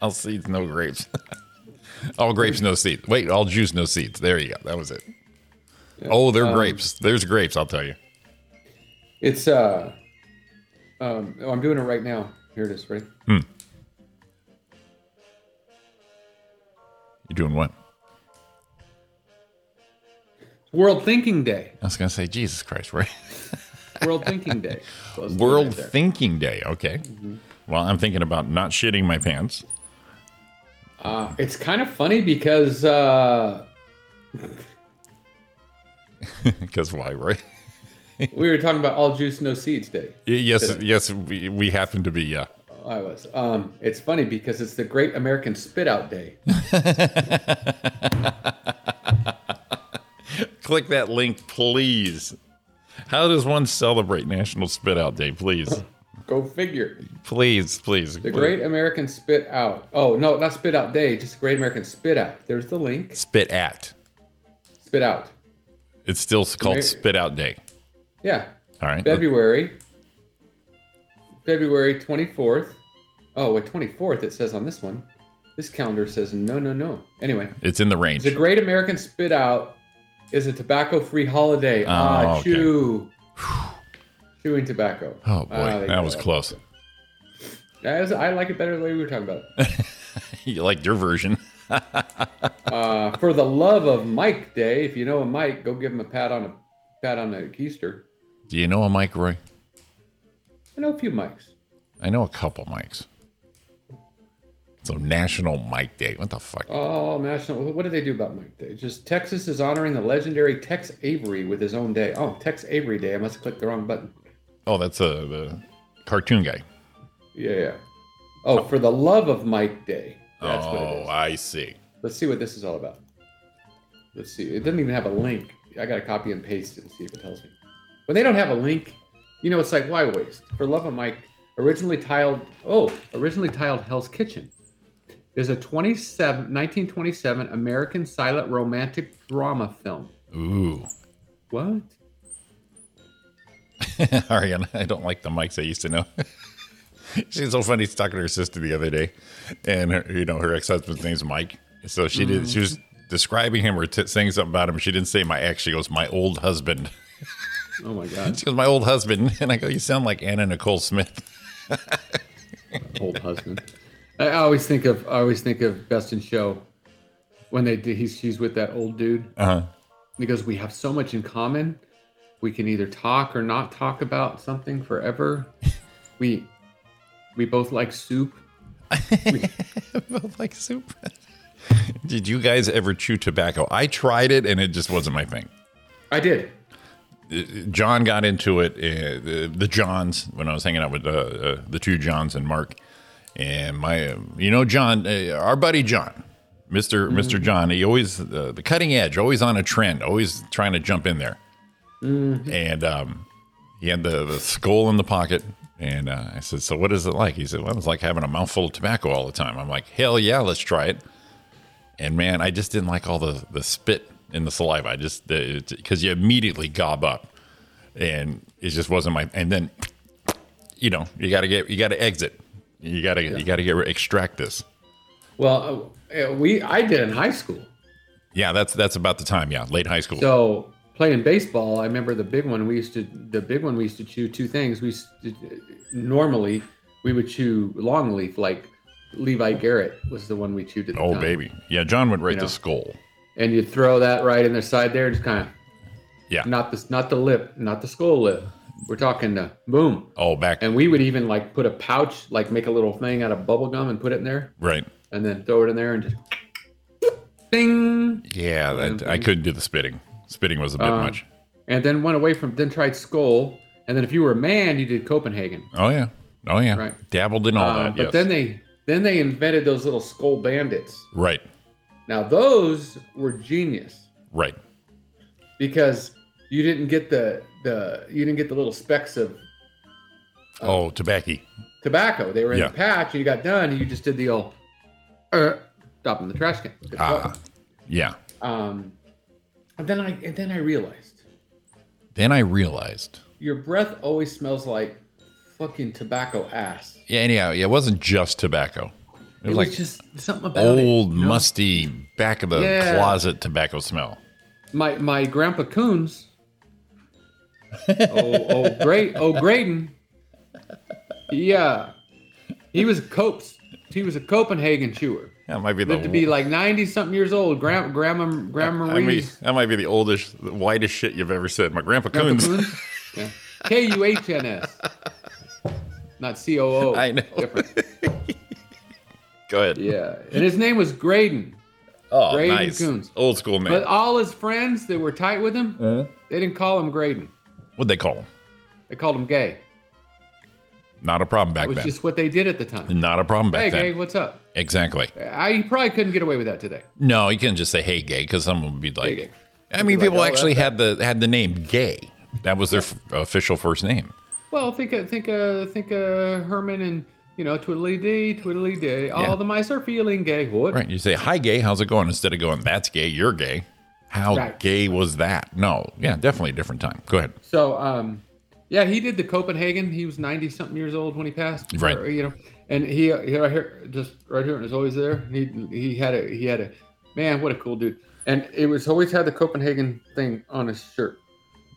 [SPEAKER 7] all seeds, no grapes. all grapes, no seeds. Wait, all juice, no seeds. There you go. That was it. Oh, they're grapes. There's grapes, I'll tell you.
[SPEAKER 6] It's uh, um, oh, I'm doing it right now. Here it is, right?
[SPEAKER 7] You're doing what?
[SPEAKER 6] World Thinking Day.
[SPEAKER 7] I was gonna say, Jesus Christ, Roy.
[SPEAKER 6] World Thinking Day. Close to
[SPEAKER 7] World
[SPEAKER 6] right there.
[SPEAKER 7] Thinking Day. Okay. Well, I'm thinking about not shitting my pants.
[SPEAKER 6] Uh, it's kind of funny because uh,
[SPEAKER 7] Because why, Roy?
[SPEAKER 6] we were talking about all juice, no seeds day.
[SPEAKER 7] Y- Yes, yes, we, we happen to be. Yeah,
[SPEAKER 6] I was. Um, it's funny because it's the Great American Spit Out Day.
[SPEAKER 7] click that link, please. How does one celebrate National Spit Out Day? Please,
[SPEAKER 6] Go figure.
[SPEAKER 7] please, please.
[SPEAKER 6] The Great American Spit Out. Oh no, not Spit Out Day. Just Great American Spit Out. There's the link.
[SPEAKER 7] Spit At.
[SPEAKER 6] Spit Out.
[SPEAKER 7] It's still called
[SPEAKER 6] Ameri-
[SPEAKER 7] Spit Out Day.
[SPEAKER 6] Yeah.
[SPEAKER 7] All right.
[SPEAKER 6] February. February 24th. Oh, wait, 24th it says on this one. This calendar says no, no, no. Anyway,
[SPEAKER 7] It's in the range.
[SPEAKER 6] the Great American Spit Out is a tobacco-free holiday. ah,
[SPEAKER 7] Oh, okay.
[SPEAKER 6] chew. Chewing tobacco.
[SPEAKER 7] oh boy,
[SPEAKER 6] Ah, there you
[SPEAKER 7] that
[SPEAKER 6] go.
[SPEAKER 7] was close.
[SPEAKER 6] That is- I like it better the way we were talking about it.
[SPEAKER 7] you liked your version.
[SPEAKER 6] Uh, for the love of Mike Day, if you know a Mike, go give him a pat on a pat on the keister.
[SPEAKER 7] Do you know a mic, Roy?
[SPEAKER 6] I know a few Mikes.
[SPEAKER 7] I know a couple mics. So National Mic Day. What the fuck?
[SPEAKER 6] Oh, national. What do they do about Mike Day? Just Texas is honoring the legendary Tex Avery with his own day. Oh, Tex Avery Day. I must have clicked the wrong button.
[SPEAKER 7] Oh, that's a the cartoon guy.
[SPEAKER 6] Yeah, yeah. Oh, for the love of Mike Day. That's
[SPEAKER 7] oh,
[SPEAKER 6] what it is.
[SPEAKER 7] I see.
[SPEAKER 6] Let's see what this is all about. Let's see. It doesn't even have a link. I got to copy and paste it and see if it tells me. When they don't have a link, you know, it's like, why waste? For love of Mike, originally tiled, oh, originally tiled Hell's Kitchen is a 27, 1927 American silent romantic drama film.
[SPEAKER 7] Ooh.
[SPEAKER 6] What?
[SPEAKER 7] Ariana, I don't like the mics I used to know. She's so funny. She's talking to her sister the other day, and her, you know her ex-husband's name's Mike. So she did. She was describing him or t- saying something about him. She didn't say my ex. She goes my old husband.
[SPEAKER 6] Oh my God.
[SPEAKER 7] She goes my old husband, and I go, you sound like Anna Nicole Smith.
[SPEAKER 6] Old husband. I always think of, I always think of Best in Show when they do, he's, she's with that old dude.
[SPEAKER 7] Uh huh.
[SPEAKER 6] And he goes, We have so much in common. We can either talk or not talk about something forever. We we both like soup.
[SPEAKER 7] Both like soup. did you guys ever chew tobacco? I tried it, and it just wasn't my thing.
[SPEAKER 6] I did.
[SPEAKER 7] John got into it. Uh, the, the Johns when I was hanging out with uh, uh, the two Johns and Mark, and my uh, you know John, uh, our buddy John, Mister Mister John. He always uh, the cutting edge, always on a trend, always trying to jump in there. And um, he had the, the skull in the pocket. And uh, I said, "So what is it like?" He said, "Well, it's like having a mouthful of tobacco all the time." I'm like, "Hell yeah, let's try it." And man, I just didn't like all the the spit in the saliva. I just because you immediately gob up, and it just wasn't my. And then, you know, you got to get you got to exit. You got to you got to get extract this.
[SPEAKER 6] Well, uh, we I did in high school.
[SPEAKER 7] Yeah, that's that's about the time. Yeah, late high school.
[SPEAKER 6] So playing baseball, I remember the big one we used to the big one we used to chew two things. We used to, normally we would chew longleaf like Levi Garrett was the one we chewed at the
[SPEAKER 7] Oh,
[SPEAKER 6] time.
[SPEAKER 7] baby. Yeah, John would write
[SPEAKER 6] You know.
[SPEAKER 7] the skull.
[SPEAKER 6] And you throw that right in their side there, just kind of
[SPEAKER 7] Yeah.
[SPEAKER 6] not the not the lip, not the skull lip. We're talking the boom.
[SPEAKER 7] Oh, back.
[SPEAKER 6] And we would even like put a pouch, like make a little thing out of bubble gum and put it in there,
[SPEAKER 7] right.
[SPEAKER 6] and then throw it in there and just ding.
[SPEAKER 7] Yeah, that, I couldn't do the spitting. Spitting was a
[SPEAKER 6] Uh-huh.
[SPEAKER 7] bit much.
[SPEAKER 6] And then went away from then tried skull. And then if you were a man, you did Copenhagen.
[SPEAKER 7] Oh, yeah. Oh, yeah.
[SPEAKER 6] Right.
[SPEAKER 7] Dabbled in all
[SPEAKER 6] Uh,
[SPEAKER 7] that.
[SPEAKER 6] but
[SPEAKER 7] yes.
[SPEAKER 6] then they then they invented those little skull bandits.
[SPEAKER 7] right.
[SPEAKER 6] Now those were genius
[SPEAKER 7] Right.
[SPEAKER 6] because you didn't get the the you didn't get the little specks of Uh,
[SPEAKER 7] oh, tobacco.
[SPEAKER 6] tobacco. They were in
[SPEAKER 7] Yeah.
[SPEAKER 6] the patch, and you got done, and you just did the old uh, stop in the trash can. Good
[SPEAKER 7] Ah.
[SPEAKER 6] call.
[SPEAKER 7] Yeah.
[SPEAKER 6] Um, and then I and then I realized
[SPEAKER 7] Then I realized.
[SPEAKER 6] your breath always smells like fucking tobacco ass.
[SPEAKER 7] Yeah, anyhow, yeah, it wasn't just tobacco. It was like
[SPEAKER 6] just something about it,
[SPEAKER 7] old,
[SPEAKER 6] you know?
[SPEAKER 7] musty, back of the
[SPEAKER 6] Yeah.
[SPEAKER 7] closet tobacco smell.
[SPEAKER 6] my my grandpa Coons. oh, oh, great, oh, Graydon. Yeah, he was a Copes. He was a Copenhagen chewer.
[SPEAKER 7] That might be the
[SPEAKER 6] Lived to be like ninety something years old. Grand, grandma, grandma
[SPEAKER 7] Oh. I mean,
[SPEAKER 6] Marie's
[SPEAKER 7] that might be the oldest, the whitest shit you've ever said. My grandpa Coons.
[SPEAKER 6] K U H N S, not C O O.
[SPEAKER 7] I know.
[SPEAKER 6] Different.
[SPEAKER 7] Go ahead.
[SPEAKER 6] Yeah, and his name was Graydon.
[SPEAKER 7] Oh,
[SPEAKER 6] Graydon
[SPEAKER 7] nice.
[SPEAKER 6] Coons.
[SPEAKER 7] Old school name.
[SPEAKER 6] But all his friends that were tight with him,
[SPEAKER 7] Uh-huh.
[SPEAKER 6] they didn't call him Graydon.
[SPEAKER 7] What'd they call him?
[SPEAKER 6] They called him Gay.
[SPEAKER 7] Not a problem
[SPEAKER 6] It
[SPEAKER 7] back
[SPEAKER 6] was
[SPEAKER 7] then.
[SPEAKER 6] just what they did at the time.
[SPEAKER 7] Not a problem back
[SPEAKER 6] Hey,
[SPEAKER 7] then.
[SPEAKER 6] Gay, what's up?
[SPEAKER 7] Exactly.
[SPEAKER 6] I you probably couldn't get away with that today.
[SPEAKER 7] No, you couldn't just say "Hey, gay" because someone would be like,
[SPEAKER 6] gay.
[SPEAKER 7] I mean,
[SPEAKER 6] Be like,
[SPEAKER 7] people
[SPEAKER 6] "Oh,
[SPEAKER 7] actually had the had the name "Gay." That was their f- official first name.
[SPEAKER 6] Well, think uh, think uh, think uh, Herman and you know Twiddly Dee, Twiddly Day. All
[SPEAKER 7] Yeah.
[SPEAKER 6] the mice are feeling gay. What?
[SPEAKER 7] Right? You say "Hi, gay. How's it going?" Instead of going "That's gay. You're gay." How
[SPEAKER 6] Right.
[SPEAKER 7] gay was that? No, yeah, definitely a different time. Go ahead.
[SPEAKER 6] So, um, yeah, he did the Copenhagen. He was ninety something years old when he passed.
[SPEAKER 7] Right.
[SPEAKER 6] Or, you know, and he, he right here, just right here, and it's always there. He he had a he had a man. What a cool dude. And it was always had the Copenhagen thing on his shirt.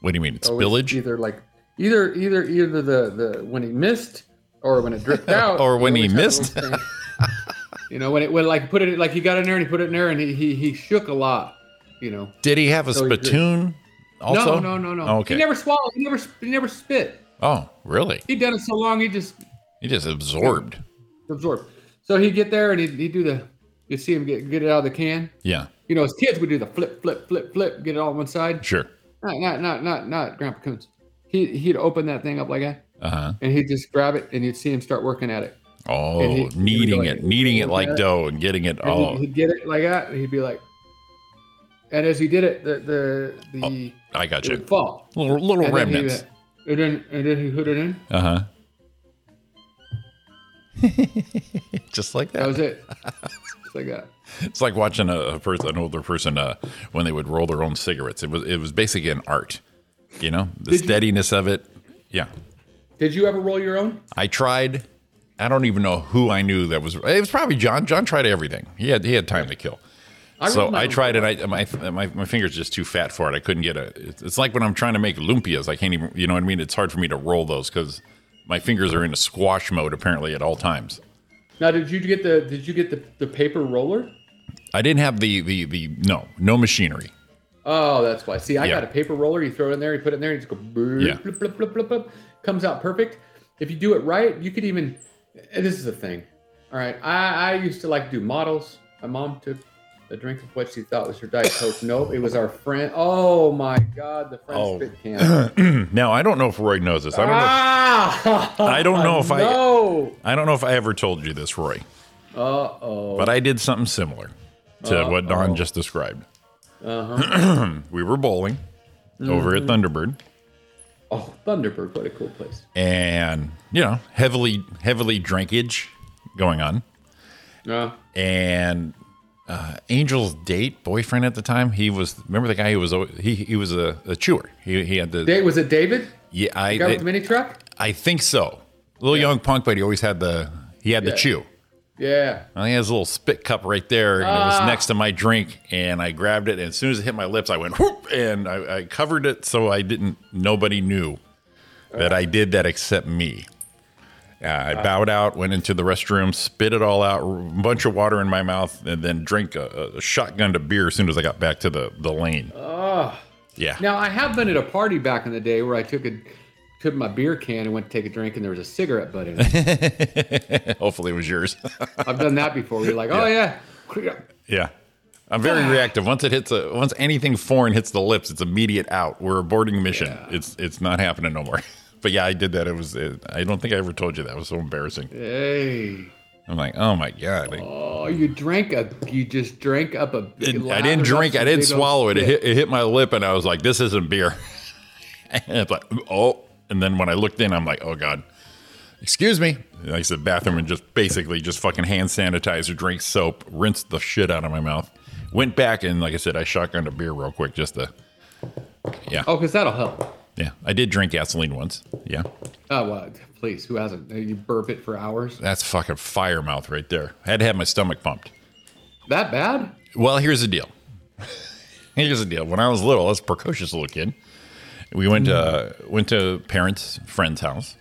[SPEAKER 7] What do you mean? It's
[SPEAKER 6] Always
[SPEAKER 7] spillage,
[SPEAKER 6] Oh, Either like either either either the the when he missed or when it dripped out
[SPEAKER 7] Or when he
[SPEAKER 6] always had
[SPEAKER 7] missed.
[SPEAKER 6] those things. you know when it when like put it like he got in there and he put it in there and he he, he shook a lot. You know.
[SPEAKER 7] Did he have a
[SPEAKER 6] So he did.
[SPEAKER 7] spittoon? Also,
[SPEAKER 6] oh, no, no, no, no.
[SPEAKER 7] Oh, okay.
[SPEAKER 6] He never swallowed. He never sp- he never spit.
[SPEAKER 7] oh, really?
[SPEAKER 6] He'd done it so long he just
[SPEAKER 7] He just absorbed.
[SPEAKER 6] absorbed. So he'd get there and he'd, he'd do the. You'd see him get get it out of the can.
[SPEAKER 7] Yeah,
[SPEAKER 6] You know, as kids, we do the flip, flip, flip, flip, get it all on one side.
[SPEAKER 7] sure.
[SPEAKER 6] Not, not, not, not, not Grandpa Coons. He he'd open that thing up like that,
[SPEAKER 7] Uh huh.
[SPEAKER 6] and he'd just grab it, and you'd see him start working at it.
[SPEAKER 7] Oh,
[SPEAKER 6] And he- he would
[SPEAKER 7] kneading
[SPEAKER 6] like-
[SPEAKER 7] it, kneading it like
[SPEAKER 6] Yeah.
[SPEAKER 7] dough and getting it.
[SPEAKER 6] And
[SPEAKER 7] Oh,
[SPEAKER 6] he'd, he'd get it like that, and he'd be like, and as he did it, the the the
[SPEAKER 7] I got
[SPEAKER 6] it
[SPEAKER 7] you.
[SPEAKER 6] would fall.
[SPEAKER 7] Little little
[SPEAKER 6] And then he
[SPEAKER 7] Oh, remnants.
[SPEAKER 6] would- And then and then he put it in.
[SPEAKER 7] Uh huh. Just like
[SPEAKER 6] That
[SPEAKER 7] that.
[SPEAKER 6] was it. Just like that.
[SPEAKER 7] It's like watching a, a person, an older person, uh, when they would roll their own cigarettes. It was it was basically an art, you know, the
[SPEAKER 6] Did you-
[SPEAKER 7] steadiness of it. Yeah,
[SPEAKER 6] Did you ever roll your own?
[SPEAKER 7] I tried. I don't even know who I knew that was. It was probably John. John tried everything. He had he had time to kill.
[SPEAKER 6] rolled
[SPEAKER 7] so
[SPEAKER 6] my
[SPEAKER 7] I
[SPEAKER 6] own
[SPEAKER 7] tried and I my, my my fingers just too fat for it. I couldn't get a. It's, it's like when I'm trying to make lumpias. I can't even. You know what I mean? It's hard for me to roll those because my fingers are in a squash mode apparently at all times.
[SPEAKER 6] Now, did you get the did you get the, the paper roller?
[SPEAKER 7] I didn't have the the the no no machinery.
[SPEAKER 6] Oh, that's why. See, I
[SPEAKER 7] Yeah.
[SPEAKER 6] got a paper roller. You throw it in there, you put it in there, you just go. brrr,
[SPEAKER 7] Yeah.
[SPEAKER 6] blip, blip, blip, blip, blip. comes out perfect. If you do it right, you could even. and This is the thing. All right, I, I used to like do models. My mom took a drink of what she thought was her diet coke. Nope, it was our friend. Oh my god, the French
[SPEAKER 7] Oh.
[SPEAKER 6] spit can.
[SPEAKER 7] Now I don't know if Roy knows this. I don't know.
[SPEAKER 6] ah!
[SPEAKER 7] I don't know if I-
[SPEAKER 6] No.
[SPEAKER 7] I don't know if I ever told you this, Roy,
[SPEAKER 6] Uh oh.
[SPEAKER 7] but I did something similar to what Don just described. we were bowling over at Thunderbird,
[SPEAKER 6] Oh, Thunderbird, what a cool place.
[SPEAKER 7] and you know, heavily heavily drinkage going on,
[SPEAKER 6] Uh,
[SPEAKER 7] and. Uh, Angel's date boyfriend at the time, he was remember the guy who was al- he he was a, a chewer. He, he had the
[SPEAKER 6] Da- was it David?
[SPEAKER 7] yeah I
[SPEAKER 6] Guy with
[SPEAKER 7] I-
[SPEAKER 6] the mini truck?
[SPEAKER 7] I think so. Little young punk, but he always had the he had
[SPEAKER 6] Yeah.
[SPEAKER 7] the chew.
[SPEAKER 6] Yeah.
[SPEAKER 7] I think it has a little spit cup right there, and it
[SPEAKER 6] Ah.
[SPEAKER 7] was next to my drink. And I grabbed it, and as soon as it hit my lips, I went whoop, and I, I covered it so I didn't. Nobody knew that I did that except me. Uh, I
[SPEAKER 6] Ah.
[SPEAKER 7] bowed out, went into the restroom, spit it all out, a bunch of water in my mouth, and then drank a, a shotgun to beer as soon as I got back to the the lane. yeah.
[SPEAKER 6] Ah. Now I have been at a party back in the day where I took a took my beer can and went to take a drink, and there was a cigarette butt in it.
[SPEAKER 7] Hopefully, it was yours.
[SPEAKER 6] I've done that before. You're like, oh yeah,
[SPEAKER 7] Yeah. I'm very reactive. Once it hits a once anything foreign hits the lips, it's immediate out. We're aborting mission. It's it's not happening no more. But yeah, I did that. It was. It, I don't think I ever told you that. It was so embarrassing.
[SPEAKER 6] hey.
[SPEAKER 7] I'm like, oh my god. Like,
[SPEAKER 6] Oh, you drank a, you just drank up a.
[SPEAKER 7] it- I didn't drink. I didn't swallow it. It hit, it hit my lip, and I was like, this isn't beer. and it's like, oh. And then when I looked in, I'm like, oh god. Excuse me. And I said bathroom and just basically just fucking hand sanitizer, drink soap, rinsed the shit out of my mouth. Went back and like I said, I shotgunned a beer real quick just to
[SPEAKER 6] Oh, because that'll help.
[SPEAKER 7] Yeah, I did drink gasoline once. Yeah,
[SPEAKER 6] Oh, well, please, who hasn't? You burp it for hours.
[SPEAKER 7] that's fucking fire mouth right there. I had to have my stomach pumped.
[SPEAKER 6] That bad?
[SPEAKER 7] Well, here's the deal. here's the deal. When I was little, I was a precocious little kid. We went to went to parents' friend's house,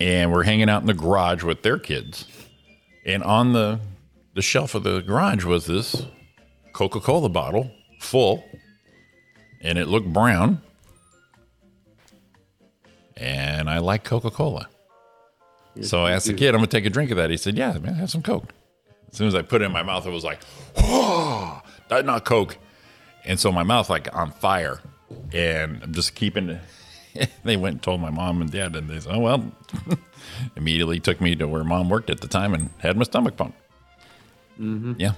[SPEAKER 7] and we're hanging out in the garage with their kids. And on the the shelf of the garage was this Coca Cola bottle full, and it looked brown. And I like Coca Cola. So I asked the kid, I'm going to take a drink of that. He said, Yeah, man, have some Coke. As soon as I put it in my mouth, it was like, Whoa, that not Coke. And so my mouth like on fire. And I'm just keeping it. they went and told my mom and dad, and they said, Oh, well, immediately took me to where mom worked at the time and had my stomach pumped. Yeah.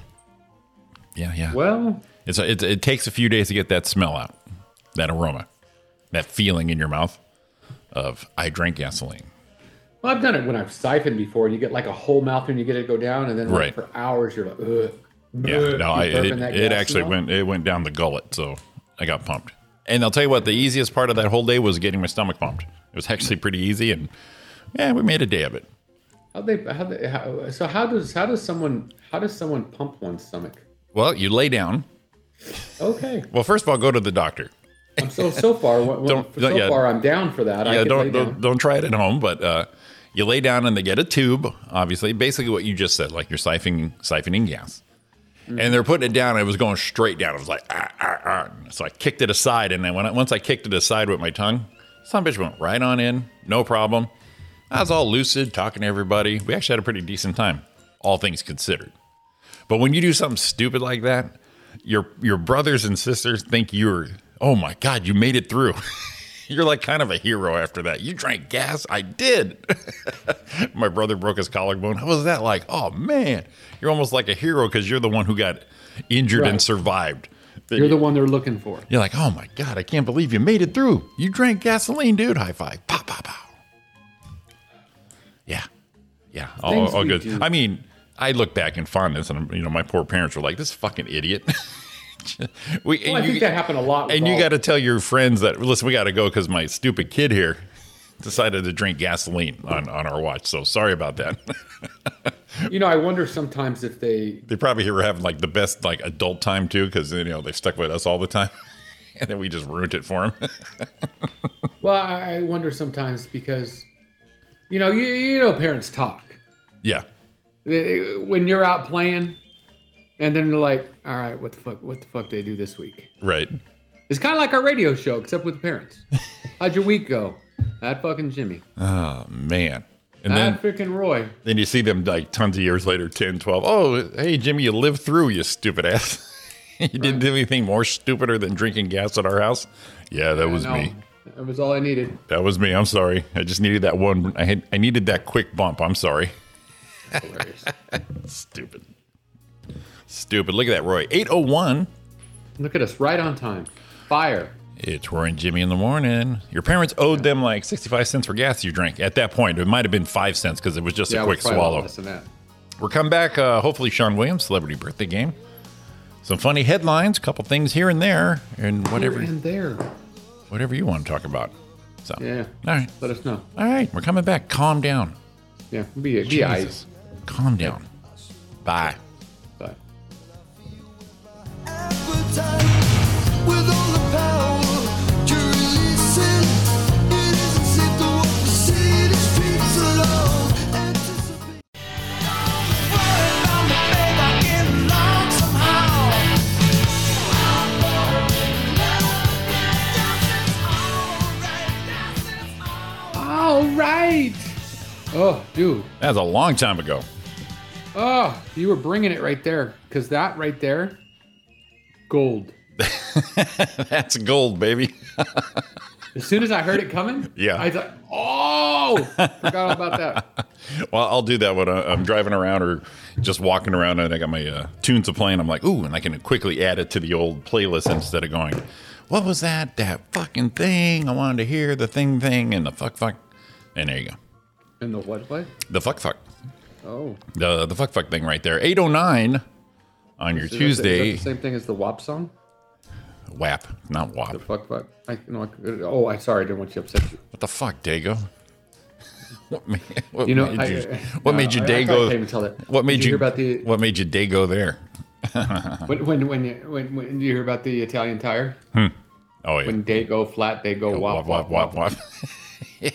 [SPEAKER 7] Yeah, yeah.
[SPEAKER 6] Well,
[SPEAKER 7] It's a, it, it takes a few days to get that smell out, that aroma, that feeling in your mouth of I drank gasoline.
[SPEAKER 6] well, I've done it when I've siphoned before, and you get like a whole mouth and you get it to go down, and then like,
[SPEAKER 7] Right.
[SPEAKER 6] for hours you're like, ugh.
[SPEAKER 7] Yeah,
[SPEAKER 6] ugh,
[SPEAKER 7] no, I,
[SPEAKER 6] you burping
[SPEAKER 7] it,
[SPEAKER 6] that
[SPEAKER 7] it
[SPEAKER 6] gas
[SPEAKER 7] actually
[SPEAKER 6] smell.
[SPEAKER 7] went it went down the gullet, so I got pumped. And I'll tell you what, the easiest part of that whole day was getting my stomach pumped. It was actually pretty easy, and yeah, we made a day of it.
[SPEAKER 6] How they, how they, how, so how does how does someone how does someone pump one's stomach?
[SPEAKER 7] Well, you lay down.
[SPEAKER 6] Okay,
[SPEAKER 7] Well, first of all, go to the doctor.
[SPEAKER 6] I'm so so far what- what-
[SPEAKER 7] Don't-
[SPEAKER 6] so
[SPEAKER 7] don't- yeah.
[SPEAKER 6] far I'm down for that. I
[SPEAKER 7] yeah,
[SPEAKER 6] can
[SPEAKER 7] don't
[SPEAKER 6] lay
[SPEAKER 7] don't,
[SPEAKER 6] down.
[SPEAKER 7] don't try it at home, but uh, you lay down and they get a tube, obviously, basically what you just said, like you're siphoning siphoning gas, and they're putting it down. And it was going straight down. It was like ah, ah, ah. so I kicked it aside, and then when I, once I kicked it aside with my tongue, some bitch went right on in, no problem. I was all lucid, talking to everybody. We actually had a pretty decent time, all things considered. But when you do something stupid like that, your your brothers and sisters think you're oh my god, you made it through. You're like kind of a hero after that. You drank gas. I did. My brother broke his collarbone. How was that like? Oh man, you're almost like a hero because you're the one who got injured and
[SPEAKER 6] Right.
[SPEAKER 7] survived.
[SPEAKER 6] You're the one they're looking for.
[SPEAKER 7] You're like, oh my god, I can't believe you made it through. You drank gasoline, dude. High five. Pow pow pow. Yeah, yeah, all,
[SPEAKER 6] Things
[SPEAKER 7] all
[SPEAKER 6] we
[SPEAKER 7] good.
[SPEAKER 6] do.
[SPEAKER 7] I mean, I look back in fondness, and you know, my poor parents were like, this fucking idiot. we,
[SPEAKER 6] Well, I
[SPEAKER 7] you-
[SPEAKER 6] think that happened a lot. with
[SPEAKER 7] and you
[SPEAKER 6] all-
[SPEAKER 7] got to tell your friends that listen, we got to go because my stupid kid here decided to drink gasoline on, on our watch. So sorry about that.
[SPEAKER 6] You know, I wonder sometimes if they.
[SPEAKER 7] they probably were having like the best like adult time too because you know they've stuck with us all the time, and then we just ruined it for them.
[SPEAKER 6] Well, I I wonder sometimes because, you know, you, you know, parents talk
[SPEAKER 7] yeah,
[SPEAKER 6] They- when you're out playing, and then they're like, "All right, what the fuck? What the fuck they do this week?"
[SPEAKER 7] right.
[SPEAKER 6] It's kind of like our radio show, except with the parents. How'd your week go? That fucking Jimmy.
[SPEAKER 7] Oh man. And then,
[SPEAKER 6] That freaking Roy.
[SPEAKER 7] then you see them like tons of years later, 10, 12. Oh, hey, Jimmy, you lived through, you stupid ass. you didn't do anything more stupider than drinking gas at our house. Yeah, that was
[SPEAKER 6] No,
[SPEAKER 7] me.
[SPEAKER 6] That was all I needed.
[SPEAKER 7] That was me. I'm sorry. I just needed that one. I had, I needed that quick bump. I'm sorry. Stupid. Stupid. Look at that, Roy. 801.
[SPEAKER 6] Look at us, right on time. Fire.
[SPEAKER 7] It's Roy and Jimmy in the morning. Your parents owed them like 65 cents for gas you drank. At that point, it might have been five cents because it was just a
[SPEAKER 6] we're
[SPEAKER 7] quick
[SPEAKER 6] probably a lot
[SPEAKER 7] swallow.
[SPEAKER 6] less than that.
[SPEAKER 7] We're coming back. Uh, hopefully, Sean Williams celebrity birthday game. Some funny headlines, couple things here and there, and
[SPEAKER 6] Here
[SPEAKER 7] whatever
[SPEAKER 6] and there.
[SPEAKER 7] whatever you want to talk about. So,
[SPEAKER 6] Yeah.
[SPEAKER 7] all right,
[SPEAKER 6] Let us know.
[SPEAKER 7] all right, we're coming back. Calm down.
[SPEAKER 6] Yeah. Be, be eyes.
[SPEAKER 7] Jesus. Calm down. Bye.
[SPEAKER 6] Bye.
[SPEAKER 3] With all the power you're releasing, it isn't safe to walk the city streets alone. Anticipating.
[SPEAKER 6] All right. Oh, dude.
[SPEAKER 7] That's a long time ago.
[SPEAKER 6] Oh, you were bringing it right there because that right there, gold.
[SPEAKER 7] That's gold, baby.
[SPEAKER 6] As soon as I heard it coming,
[SPEAKER 7] Yeah.
[SPEAKER 6] I thought, oh, forgot all about that.
[SPEAKER 7] Well, I'll do that when I- I'm driving around or just walking around and I got my uh, tunes to play and I'm like, ooh, and I can quickly add it to the old playlist instead of going, what was that? That fucking thing. I wanted to hear the thing thing and the fuck fuck. And there you go.
[SPEAKER 6] In the what play?
[SPEAKER 7] The fuck fuck.
[SPEAKER 6] Oh,
[SPEAKER 7] The, the fuck fuck thing right there. 809 on your
[SPEAKER 6] Is that the- is that
[SPEAKER 7] Tuesday.
[SPEAKER 6] the same thing as the WAP song.
[SPEAKER 7] WAP, not WAP.
[SPEAKER 6] The fuck, fuck. I, no, I, oh, I sorry, I didn't want you upset. You,
[SPEAKER 7] What the fuck, Dago? What made, what
[SPEAKER 6] you know,
[SPEAKER 7] made
[SPEAKER 6] I,
[SPEAKER 7] you,
[SPEAKER 6] I-
[SPEAKER 7] what
[SPEAKER 6] no,
[SPEAKER 7] made you
[SPEAKER 6] I- I
[SPEAKER 7] day
[SPEAKER 6] thought I
[SPEAKER 7] go?
[SPEAKER 6] can't even tell that.
[SPEAKER 7] What made
[SPEAKER 6] Did
[SPEAKER 7] you,
[SPEAKER 6] hear about the
[SPEAKER 7] what made you day go there?
[SPEAKER 6] when when when you, when, when you hear about the Italian tire?
[SPEAKER 7] Oh yeah,
[SPEAKER 6] When they go flat, they go wop
[SPEAKER 7] wop wop wop wop.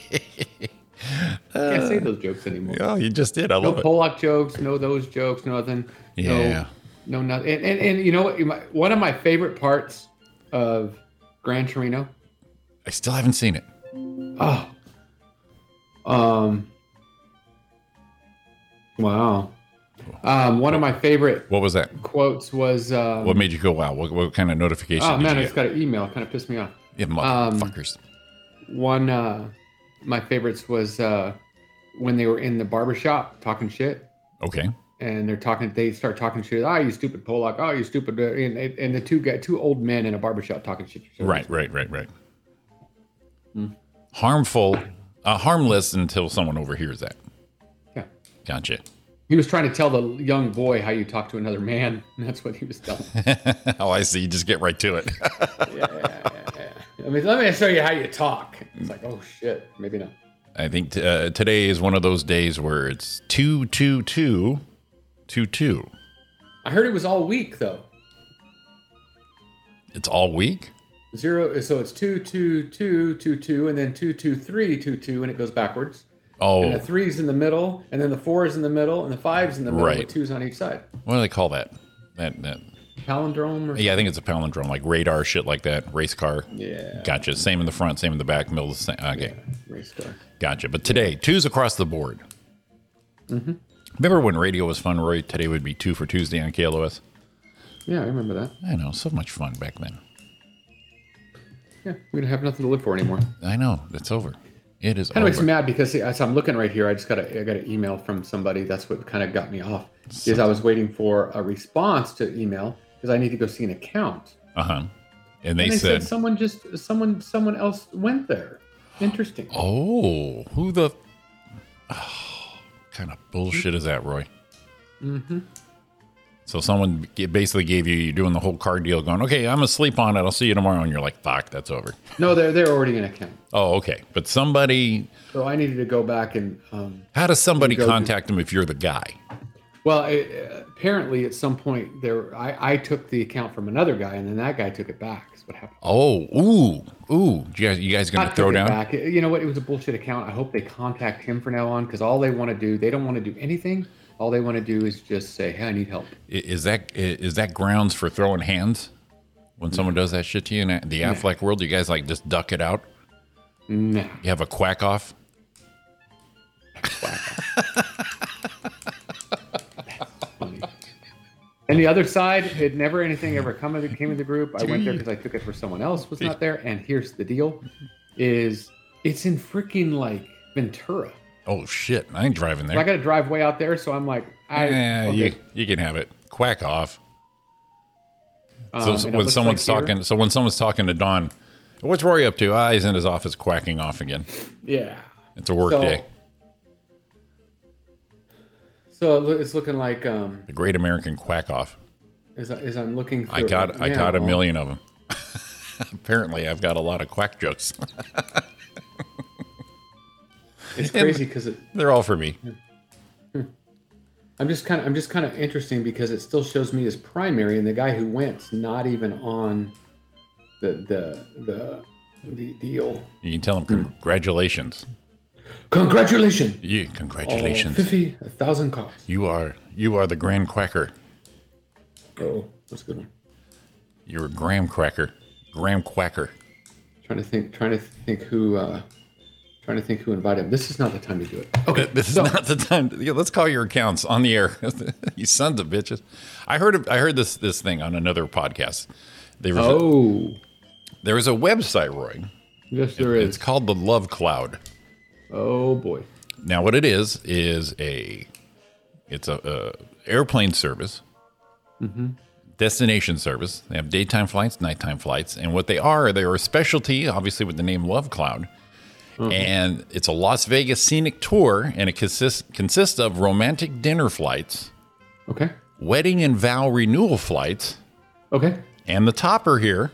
[SPEAKER 6] I can't say those jokes anymore.
[SPEAKER 7] oh, you just did. I
[SPEAKER 6] No
[SPEAKER 7] love it.
[SPEAKER 6] Pollock jokes, no those jokes, nothing.
[SPEAKER 7] Yeah.
[SPEAKER 6] No, no nothing. And, and, and you know what? You might- One of my favorite parts of Gran Torino,
[SPEAKER 7] I still haven't seen it.
[SPEAKER 6] oh, um, wow. Um, one of my favorite
[SPEAKER 7] What was that?
[SPEAKER 6] quotes was, um,
[SPEAKER 7] What made you go? Wow. What, what kind of notification?
[SPEAKER 6] oh
[SPEAKER 7] did
[SPEAKER 6] man, I
[SPEAKER 7] you
[SPEAKER 6] just
[SPEAKER 7] get?
[SPEAKER 6] got um, an email. Kind of pissed me off.
[SPEAKER 7] yeah, motherfuckers.
[SPEAKER 6] One, uh, my favorites was uh, when they were in the barber shop talking shit.
[SPEAKER 7] okay.
[SPEAKER 6] and they're talking. They start talking shit. Ah, you stupid Polak. Oh, you stupid. And, and the two guy, two old men in a barbershop talking shit.
[SPEAKER 7] Right. Right. Right. Right. Harmful, uh, harmless until someone overhears that.
[SPEAKER 6] Yeah.
[SPEAKER 7] Gotcha.
[SPEAKER 6] He was trying to tell the young boy how you talk to another man. And that's what he was telling.
[SPEAKER 7] oh, I see. You just get right to it.
[SPEAKER 6] I mean, let me show you how you talk. It's like, oh shit, maybe not.
[SPEAKER 7] I think uh, today is one of those days where it's two two two two two.
[SPEAKER 6] I heard it was all week though.
[SPEAKER 7] It's all week.
[SPEAKER 6] Zero. So it's two, two, two, two, two, and then two, two, three, two, two, and it goes backwards. And
[SPEAKER 7] Oh,
[SPEAKER 6] the three's in the middle, and then the four is in the middle, and the five's in the middle.
[SPEAKER 7] Right.
[SPEAKER 6] With two's on each side.
[SPEAKER 7] what do they call that? That that.
[SPEAKER 6] Palindrome. Or
[SPEAKER 7] Yeah, I think it's a palindrome, like radar shit, like that. Race car.
[SPEAKER 6] Yeah.
[SPEAKER 7] Gotcha. Same in the front, same in the back, middle. Of the same. Okay.
[SPEAKER 6] Race car.
[SPEAKER 7] Gotcha. But today, two's across the board.
[SPEAKER 6] Mm-hmm.
[SPEAKER 7] Remember when radio was fun, Roy? Today would be two for Tuesday on KLOS.
[SPEAKER 6] Yeah, I remember that.
[SPEAKER 7] I know, so much fun back then.
[SPEAKER 6] Yeah, we don't have nothing to live for anymore.
[SPEAKER 7] I know, it's over. It is
[SPEAKER 6] Kind of makes
[SPEAKER 7] over.
[SPEAKER 6] me mad because see, as I'm looking right here, I just got a I got an email from somebody. That's what kind of got me off. Is I was waiting for a response to email because I need to go see an account.
[SPEAKER 7] Uh huh. And they,
[SPEAKER 6] And they said,
[SPEAKER 7] said
[SPEAKER 6] someone just someone someone else went there. Interesting.
[SPEAKER 7] Oh, who the Oh, kind of bullshit is that, Roy? Mm-hmm.
[SPEAKER 6] Mm-hmm.
[SPEAKER 7] So someone g- basically gave you you're doing the whole car deal, going, "Okay, I'm asleep on it. I'll see you tomorrow," and you're like, "Fuck, that's over."
[SPEAKER 6] No, they're they're already an account.
[SPEAKER 7] Oh, okay. But somebody,
[SPEAKER 6] So I needed to go back and um,
[SPEAKER 7] how does somebody
[SPEAKER 6] You go to-
[SPEAKER 7] contact them if you're the guy?
[SPEAKER 6] well, it, uh, apparently at some point there I, I took the account from another guy and then that guy took it back. Is what happened.
[SPEAKER 7] Oh, ooh, ooh. You guys, you guys gonna
[SPEAKER 6] Not
[SPEAKER 7] throw
[SPEAKER 6] took it
[SPEAKER 7] down?
[SPEAKER 6] Back. You know what? It was a bullshit account. I hope they contact him from now on because all they want to do, they don't want to do anything. All they want to do is just say, "Hey, I need help."
[SPEAKER 7] I- Is that i- is that grounds for throwing hands when someone does that shit to you in a- the Affleck world? You guys like just duck it out?
[SPEAKER 6] Nah.
[SPEAKER 7] You have a quack off?
[SPEAKER 6] And the other side, it never anything ever come of the, came of the group. I went there because I took it for someone else was not there. And here's the deal: is it's in freaking like Ventura.
[SPEAKER 7] Oh shit! I ain't driving there.
[SPEAKER 6] I got to drive way out there, so I'm like, I
[SPEAKER 7] Yeah,
[SPEAKER 6] okay.
[SPEAKER 7] you, you can have it. Quack off. So
[SPEAKER 6] Um,
[SPEAKER 7] so
[SPEAKER 6] and it
[SPEAKER 7] when
[SPEAKER 6] looks
[SPEAKER 7] someone's
[SPEAKER 6] like here-
[SPEAKER 7] talking, so when someone's talking to Don, what's Rory up to? Ah, he's in his office quacking off again.
[SPEAKER 6] yeah,
[SPEAKER 7] It's a work
[SPEAKER 6] So-
[SPEAKER 7] day.
[SPEAKER 6] So it loo- it's looking like um,
[SPEAKER 7] The Great American Quack Off.
[SPEAKER 6] as, I- as I'm looking. Through
[SPEAKER 7] I
[SPEAKER 6] it
[SPEAKER 7] got
[SPEAKER 6] right
[SPEAKER 7] I got a
[SPEAKER 6] now-
[SPEAKER 7] million of them. Apparently, I've got a lot of quack jokes.
[SPEAKER 6] It's crazy because it
[SPEAKER 7] They're all for me.
[SPEAKER 6] I'm just kind of I'm just kind of interesting because it still shows me as primary, and the guy who went's not even on the the the the deal.
[SPEAKER 7] You can tell him congratulations.
[SPEAKER 6] Congratulations!
[SPEAKER 7] Yeah,
[SPEAKER 6] Congratulations.
[SPEAKER 7] congratulations.
[SPEAKER 6] Fifty a thousand cops.
[SPEAKER 7] You are you are the grand quacker.
[SPEAKER 6] Oh, that's a good one.
[SPEAKER 7] You're a graham cracker. Graham quacker.
[SPEAKER 6] Trying to think, trying to think who, uh, trying to think who invited him. This is not the time to do it.
[SPEAKER 7] Okay, this is not the time. To, yeah, let's call your accounts on the air. you sons of bitches. I heard of- I heard this this thing on another podcast. There was a,
[SPEAKER 6] Oh,
[SPEAKER 7] there was a website, Roy.
[SPEAKER 6] yes, there
[SPEAKER 7] It's
[SPEAKER 6] is.
[SPEAKER 7] called the Love Cloud.
[SPEAKER 6] Oh boy.
[SPEAKER 7] Now, what it is is a it's a, uh airplane service, destination service. They have daytime flights, nighttime flights, and what they are, they are a specialty, obviously with the name Love Cloud. And it's a Las Vegas scenic tour, and it consists consists of romantic dinner flights,
[SPEAKER 6] Okay.
[SPEAKER 7] wedding and vow renewal flights,
[SPEAKER 6] Okay.
[SPEAKER 7] and the topper here,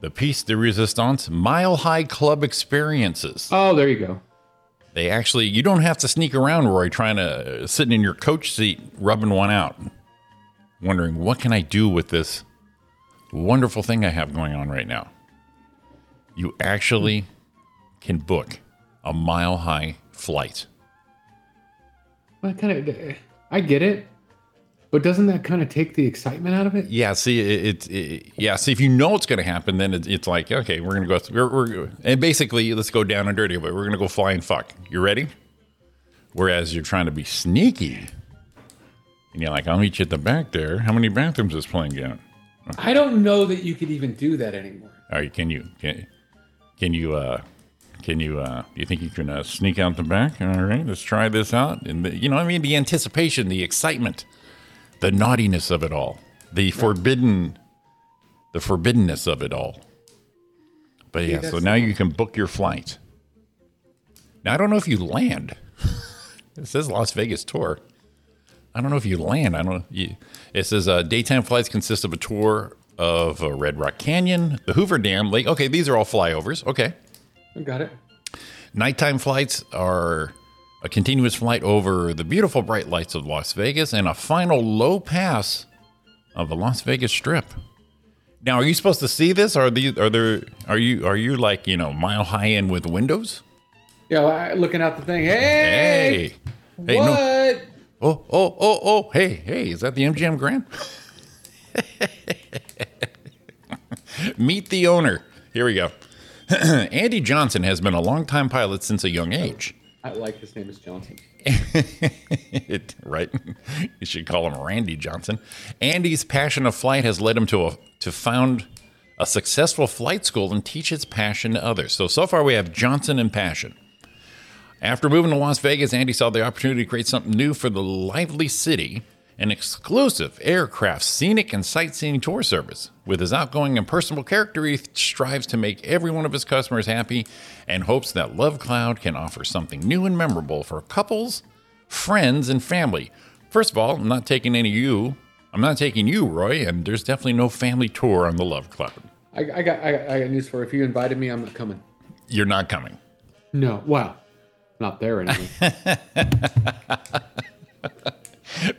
[SPEAKER 7] the piece de resistance, mile high club experiences.
[SPEAKER 6] Oh, there you go.
[SPEAKER 7] They actually, you don't have to sneak around, Roy, trying to uh, sitting in your coach seat, rubbing one out, wondering what can I do with this wonderful thing I have going on right now. You actually can book a mile high flight.
[SPEAKER 6] Well, kind of. I get it, but doesn't that kind of take the excitement out of it?
[SPEAKER 7] Yeah, see, it, it, it yeah, see, if you know it's going to happen, then it, it's like, okay, we're going to go, we're, we're, and basically, let's go down and dirty, but we're going to go fly and fuck. You ready? Whereas you're trying to be sneaky, and you're like, I'll meet you at the back there. How many bathrooms is playing got?
[SPEAKER 6] I don't know that you could even do that anymore.
[SPEAKER 7] All right, can you can, can you uh can you uh do you think you can uh, sneak out the back? All right, let's try this out. And the, you know, I mean, the anticipation, the excitement, the naughtiness of it all, the forbidden, the forbiddenness of it all. But yeah, so
[SPEAKER 6] that's-
[SPEAKER 7] now you can book your flight. Now I don't know if you land. it says Las Vegas tour. I don't know if you land. I don't. You, it says uh, daytime flights consist of a tour of uh, Red Rock Canyon, the Hoover Dam, Lake. Okay, these are all flyovers. Okay,
[SPEAKER 6] I got it.
[SPEAKER 7] nighttime flights are a continuous flight over the beautiful bright lights of Las Vegas and a final low pass of the Las Vegas Strip. Now, are you supposed to see this? Are these? Are there? Are you? Are you like you know mile high in with windows?
[SPEAKER 6] Yeah, well, I- looking out the thing. Hey,
[SPEAKER 7] hey, hey
[SPEAKER 6] what?
[SPEAKER 7] no. Oh, oh, oh, oh, hey, hey, is that the MGM Grand? Meet the owner. Here we go. Andy Johnson has been a longtime pilot since a young age.
[SPEAKER 6] I like his name is Johnson.
[SPEAKER 7] It- right? You should call him Randy Johnson. Andy's passion of flight has led him to a, to found a successful flight school and teach his passion to others. So so far we have Johnson and passion. After moving to Las Vegas, Andy saw the opportunity to create something new for the lively city, an exclusive aircraft, scenic, and sightseeing tour service. With his outgoing and personable character, he strives to make every one of his customers happy and hopes that Love Cloud can offer something new and memorable for couples, friends, and family. First of all, I'm not taking any of you. I'm not taking you, Roy, and there's definitely no family tour on the Love Cloud.
[SPEAKER 6] I, I got I, got- I got news for you. If you invited me, I'm not coming.
[SPEAKER 7] You're not coming.
[SPEAKER 6] No, wow, not there anymore.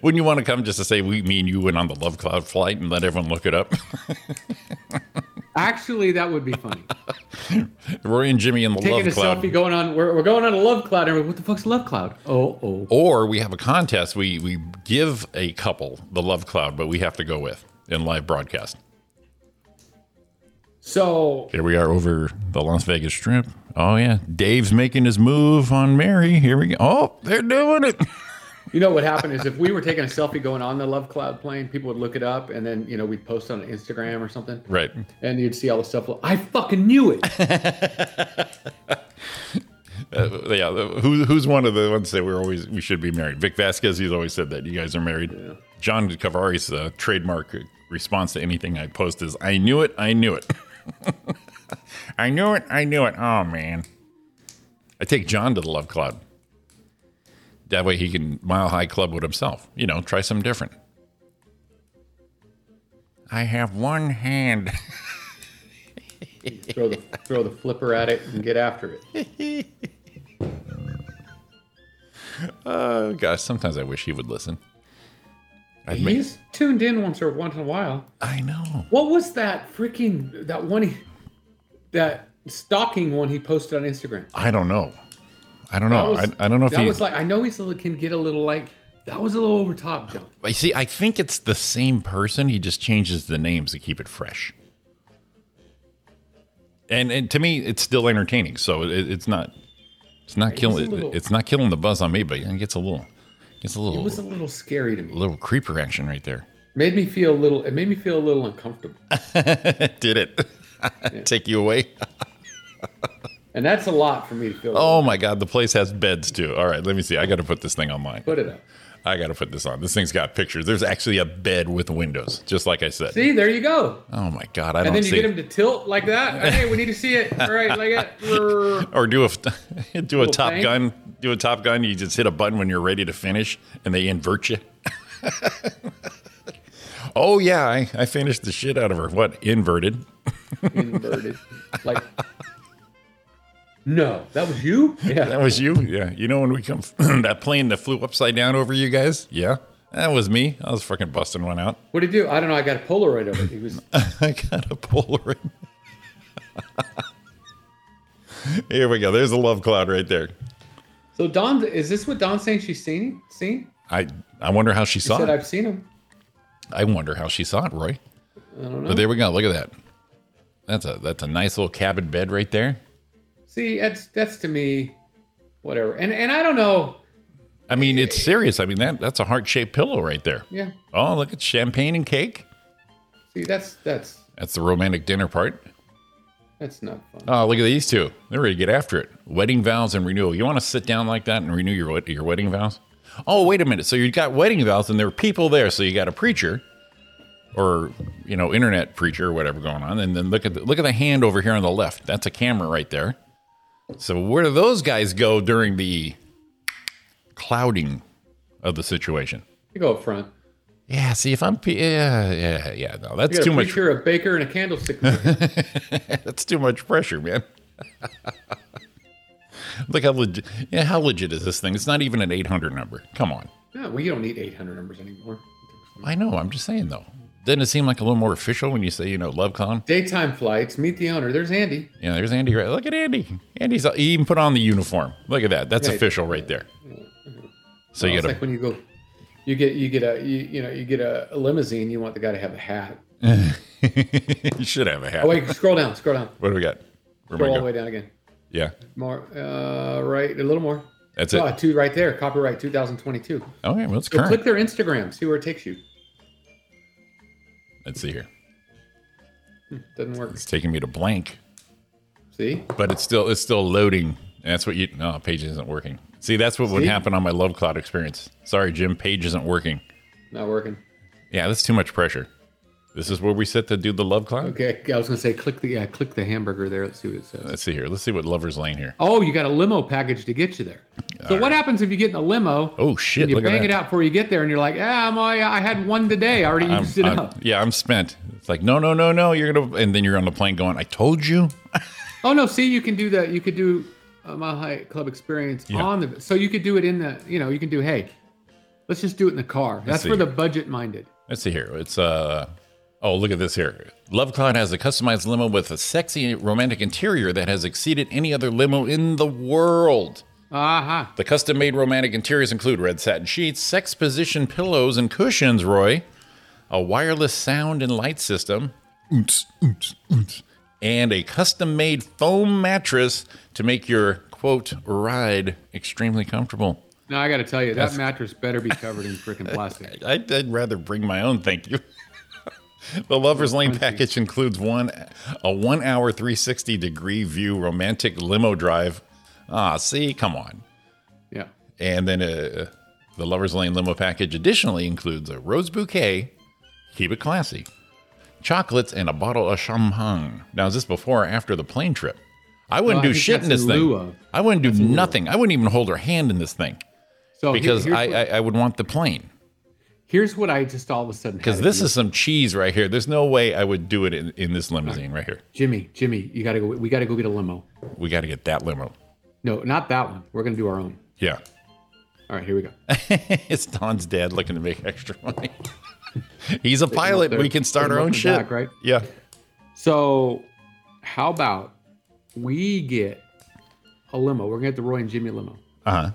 [SPEAKER 7] Wouldn't you want to come just to say we, me, and you went on the Love Cloud flight and let everyone look it up?
[SPEAKER 6] Actually, that would be funny.
[SPEAKER 7] Roy and Jimmy in the
[SPEAKER 6] Taking
[SPEAKER 7] Love
[SPEAKER 6] a
[SPEAKER 7] Cloud.
[SPEAKER 6] selfie, going on. We're, we're going on a love cloud. And we're, what the fuck's love cloud? Oh, oh.
[SPEAKER 7] Or we have a contest. We we give a couple the Love Cloud, but we have to go with in live broadcast.
[SPEAKER 6] So
[SPEAKER 7] Here we are over the Las Vegas Strip. Oh yeah, Dave's making his move on Mary. Here we go. Oh, they're doing it.
[SPEAKER 6] you know what happened is if we were taking a selfie going on the love cloud plane, people would look it up, and then you know we'd post on Instagram or something,
[SPEAKER 7] Right.
[SPEAKER 6] and you'd see all the stuff. I fucking knew it.
[SPEAKER 7] Uh, yeah. Who, who's one of the ones that we're always we should be married? Vic Vasquez. He's always said that you guys are married. John Cavari's uh, trademark response to anything I post is, "I knew it. I knew it. I knew it. I knew it. Oh man." I take John to the Love Cloud. That way he can mile high club with himself. You know, try something different. I have one hand.
[SPEAKER 6] throw the throw the flipper at it and get after it.
[SPEAKER 7] Uh, Oh gosh, sometimes I wish he would listen. I'd make-
[SPEAKER 6] He's tuned in once or once in a while.
[SPEAKER 7] I know.
[SPEAKER 6] What was that freaking that one? He, that stalking one he posted on Instagram.
[SPEAKER 7] I don't know. I don't
[SPEAKER 6] That
[SPEAKER 7] know.
[SPEAKER 6] was-
[SPEAKER 7] Oh, I, I don't know if
[SPEAKER 6] that
[SPEAKER 7] he.
[SPEAKER 6] was like I know he's a little, can get a little like that was a little over top, Joe.
[SPEAKER 7] I see. I think it's the same person. He just changes the names to keep it fresh. And, and to me, it's still entertaining. So it, it's not. It's not
[SPEAKER 6] was a
[SPEAKER 7] killing.
[SPEAKER 6] little-
[SPEAKER 7] it's not killing the buzz on me, but it gets a little. It's a
[SPEAKER 6] It
[SPEAKER 7] little.
[SPEAKER 6] was a little scary to me.
[SPEAKER 7] little creeper action right there.
[SPEAKER 6] Made me feel a little. It made me feel a little uncomfortable.
[SPEAKER 7] Did it take you away?
[SPEAKER 6] And that's a lot for me to feel.
[SPEAKER 7] Oh my God! The place has beds too. All right, let me see. I got to put this thing on mine.
[SPEAKER 6] Put it up.
[SPEAKER 7] I got to put this on. This thing's got pictures. There's actually a bed with windows, just like I said.
[SPEAKER 6] See, there you go.
[SPEAKER 7] Oh my God! I
[SPEAKER 6] And
[SPEAKER 7] don't
[SPEAKER 6] then you
[SPEAKER 7] see.
[SPEAKER 6] get him to tilt like that. Hey, we need to see it. All right, like it. Brrr.
[SPEAKER 7] or do a do a Top
[SPEAKER 6] thing.
[SPEAKER 7] Gun. Do a Top Gun. You just hit a button when you're ready to finish, and they invert you. oh yeah, I, I finished the shit out of her. What inverted?
[SPEAKER 6] Inverted. Like, no, that was you. Yeah.
[SPEAKER 7] That was you? Yeah. You know when we come that plane that flew upside down over you guys? Yeah. That was me. I was fucking busting one out.
[SPEAKER 6] What did he do? I don't know. I got a Polaroid of it. He was.
[SPEAKER 7] I got a Polaroid. Here we go. There's a love cloud right there.
[SPEAKER 6] So Don, is this what Don's saying? She's seen it? Seen?
[SPEAKER 7] I I wonder how she
[SPEAKER 6] She
[SPEAKER 7] saw
[SPEAKER 6] said
[SPEAKER 7] it.
[SPEAKER 6] I've seen him.
[SPEAKER 7] I wonder how she saw it, Roy. But there we go. Look at that. That's a that's a nice little cabin bed right there.
[SPEAKER 6] See, that's that's to me, whatever. And and I don't know.
[SPEAKER 7] I mean, it's serious. I mean that that's a heart shaped pillow right there.
[SPEAKER 6] Yeah.
[SPEAKER 7] Oh, look at champagne and cake.
[SPEAKER 6] See, that's that's
[SPEAKER 7] That's the romantic dinner part.
[SPEAKER 6] that's not fun.
[SPEAKER 7] Oh, look at these two. They're ready to get after it. Wedding vows and renewal. You want to sit down like that and renew your wed- your wedding vows? Oh, wait a minute. So you got wedding vows and there were people there. So you got a preacher or, you know, internet preacher or whatever going on. And then look at the, look at the hand over here on the left. That's a camera right there. So where do those guys go during the clouding of the situation?
[SPEAKER 6] You go up front.
[SPEAKER 7] Yeah, see if I'm pe- yeah, yeah, yeah. No,
[SPEAKER 6] You
[SPEAKER 7] that's
[SPEAKER 6] got
[SPEAKER 7] too
[SPEAKER 6] a
[SPEAKER 7] much
[SPEAKER 6] picture, a baker, and a candlestick. maker.
[SPEAKER 7] That's too much pressure, man. Look how legit. Yeah, how legit is this thing? It's not even an 800 number. Come on.
[SPEAKER 6] no, well, you don't need 800 numbers anymore.
[SPEAKER 7] I know. I'm just saying though. Doesn't it seem like a little more official when you say, you know, LoveCon?
[SPEAKER 6] Daytime flights. Meet the owner. There's Andy.
[SPEAKER 7] Yeah, there's Andy. Right. Look at Andy. Andy's he even put on the uniform. Look at that. That's
[SPEAKER 6] Yeah.
[SPEAKER 7] official right there. So you
[SPEAKER 6] it's
[SPEAKER 7] got
[SPEAKER 6] like when you go, you get you get a you, you know you get a, a limousine. You want the guy to have a hat.
[SPEAKER 7] to. you should have a hat.
[SPEAKER 6] Oh wait, scroll down, scroll down,
[SPEAKER 7] What do we got? Where
[SPEAKER 6] scroll all
[SPEAKER 7] am I
[SPEAKER 6] the way
[SPEAKER 7] going?
[SPEAKER 6] down again.
[SPEAKER 7] Yeah,
[SPEAKER 6] More, uh, right, a little more.
[SPEAKER 7] that's it.
[SPEAKER 6] Oh, two right there. Copyright 2022. So
[SPEAKER 7] Okay, well, it's
[SPEAKER 6] click
[SPEAKER 7] current.
[SPEAKER 6] their Instagram. See where it takes you.
[SPEAKER 7] Let's see here.
[SPEAKER 6] Doesn't work.
[SPEAKER 7] It's taking me to blank.
[SPEAKER 6] See,
[SPEAKER 7] but it's still it's still loading. And that's what you no page isn't working. See, that's what would
[SPEAKER 6] See?
[SPEAKER 7] happen on my Love Cloud experience. Sorry, Jim, page isn't working.
[SPEAKER 6] not working.
[SPEAKER 7] Yeah, that's too much pressure. This is where we sit to do the Love Cloud.
[SPEAKER 6] Okay, I was gonna say click the yeah, click the hamburger there. Let's see what it says.
[SPEAKER 7] Let's see here. Let's see what Lovers Lane here.
[SPEAKER 6] Oh, you got a limo package to get you there. So what happens if you get in a limo?
[SPEAKER 7] Oh shit!
[SPEAKER 6] and you
[SPEAKER 7] Look at
[SPEAKER 6] bang
[SPEAKER 7] that.
[SPEAKER 6] it out before you get there, and you're like, ah, I'm, I, I had one today. I already
[SPEAKER 7] I'm-
[SPEAKER 6] used it
[SPEAKER 7] I'm-
[SPEAKER 6] up.
[SPEAKER 7] yeah, I'm spent. It's like no, no, no, no. You're gonna and then you're on the plane going. I told you.
[SPEAKER 6] Oh no! See, you can do that. You could do a Mile High Club experience
[SPEAKER 7] Yeah.
[SPEAKER 6] on the. So you could do it in the. You know, you can do. Hey, let's just do it in the car. That's
[SPEAKER 7] see.
[SPEAKER 6] for the budget minded.
[SPEAKER 7] Let's see here. It's uh oh look at this here. Love Cloud has a customized limo with a sexy romantic interior that has exceeded any other limo in the world.
[SPEAKER 6] Aha!
[SPEAKER 7] The custom made romantic interiors include red satin sheets, sex position pillows and cushions, Roy, a wireless sound and light system, oonts, oonts, oonts, and a custom made foam mattress to make your quote ride extremely comfortable.
[SPEAKER 6] Now I got to tell you, that mattress better be covered in freaking plastic.
[SPEAKER 7] I'd, I'd rather bring my own, thank you. the Lover's Lane package includes one a one hour 360 degree view romantic limo drive. Ah, see, come on.
[SPEAKER 6] Yeah.
[SPEAKER 7] And then uh, the Lover's Lane limo package additionally includes a rose bouquet, keep it classy, chocolates, and a bottle of champagne. Now, is this before or after the plane trip? I wouldn't
[SPEAKER 6] Well, I
[SPEAKER 7] do
[SPEAKER 6] think
[SPEAKER 7] shit in
[SPEAKER 6] that's
[SPEAKER 7] this
[SPEAKER 6] in
[SPEAKER 7] thing.
[SPEAKER 6] lieu of.
[SPEAKER 7] I wouldn't do nothing. I wouldn't even hold her hand in this thing
[SPEAKER 6] So he-
[SPEAKER 7] because
[SPEAKER 6] here's
[SPEAKER 7] I,
[SPEAKER 6] what,
[SPEAKER 7] I, I would want the plane.
[SPEAKER 6] here's what I just all of a sudden
[SPEAKER 7] Because this is some cheese right here. There's no way I would do it in, in this limousine right here.
[SPEAKER 6] Jimmy. Jimmy, you got to go. We got to go get a limo.
[SPEAKER 7] We got to get that limo.
[SPEAKER 6] No, not that one. We're gonna do our own.
[SPEAKER 7] Yeah.
[SPEAKER 6] All right, here we go.
[SPEAKER 7] it's Don's dad looking to make extra money. He's a pilot.
[SPEAKER 6] their-
[SPEAKER 7] we can start
[SPEAKER 6] they
[SPEAKER 7] our
[SPEAKER 6] love
[SPEAKER 7] own
[SPEAKER 6] their
[SPEAKER 7] shit.
[SPEAKER 6] doc, right?
[SPEAKER 7] Yeah.
[SPEAKER 6] So, how about we get a limo? We're gonna get the Roy and Jimmy limo.
[SPEAKER 7] Uh huh.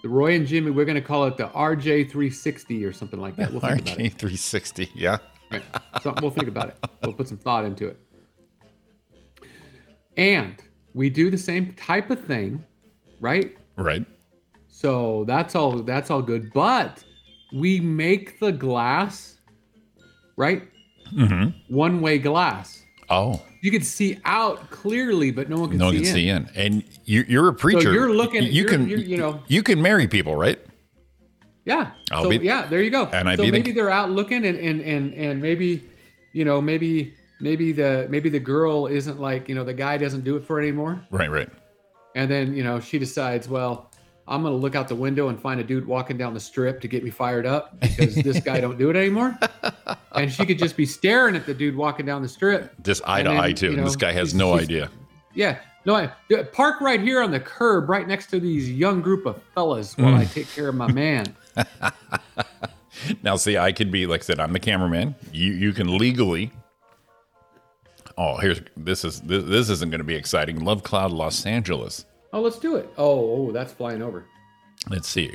[SPEAKER 6] The Roy and Jimmy. We're gonna call it the RJ360 or something like that. We'll think about it.
[SPEAKER 7] RK360. Yeah.
[SPEAKER 6] Right. So we'll think about it. We'll put some thought into it. And we do the same type of thing, right?
[SPEAKER 7] Right.
[SPEAKER 6] So that's all that's all good. But we make the glass, right?
[SPEAKER 7] Mm-hmm.
[SPEAKER 6] One way glass.
[SPEAKER 7] Oh,
[SPEAKER 6] You could see out clearly, but no one can
[SPEAKER 7] no
[SPEAKER 6] see
[SPEAKER 7] one can
[SPEAKER 6] in.
[SPEAKER 7] see in. And you, you're a preacher.
[SPEAKER 6] you're looking-
[SPEAKER 7] You
[SPEAKER 6] you're-
[SPEAKER 7] can.
[SPEAKER 6] you're- you know.
[SPEAKER 7] You can marry people, right?
[SPEAKER 6] Yeah.
[SPEAKER 7] I'll
[SPEAKER 6] so
[SPEAKER 7] be-
[SPEAKER 6] yeah, there you go.
[SPEAKER 7] and I
[SPEAKER 6] so
[SPEAKER 7] beat
[SPEAKER 6] maybe
[SPEAKER 7] it.
[SPEAKER 6] they're out looking and, and and and maybe you know, maybe maybe the maybe the girl isn't like, you know, the guy doesn't do it for anymore.
[SPEAKER 7] Right. Right.
[SPEAKER 6] And then, you know, she decides, well, I'm gonna look out the window and find a dude walking down the strip to get me fired up because this guy don't do it anymore. And she could just be staring at the dude walking down the strip.
[SPEAKER 7] Just eye
[SPEAKER 6] And
[SPEAKER 7] to
[SPEAKER 6] then,
[SPEAKER 7] eye too.
[SPEAKER 6] you
[SPEAKER 7] and this
[SPEAKER 6] know,
[SPEAKER 7] guy has
[SPEAKER 6] she's-
[SPEAKER 7] no
[SPEAKER 6] she's-
[SPEAKER 7] idea.
[SPEAKER 6] Yeah. No, I yeah, park right here on the curb, right next to these young group of fellas while I
[SPEAKER 7] Mm.
[SPEAKER 6] take care of my man.
[SPEAKER 7] Now, see, I could be like I said. I'm the cameraman. You you can legally. Oh, here's this is this, this isn't going to be exciting. Love Cloud, Los Angeles.
[SPEAKER 6] Oh, let's do it. Oh, oh, that's flying over.
[SPEAKER 7] Let's see.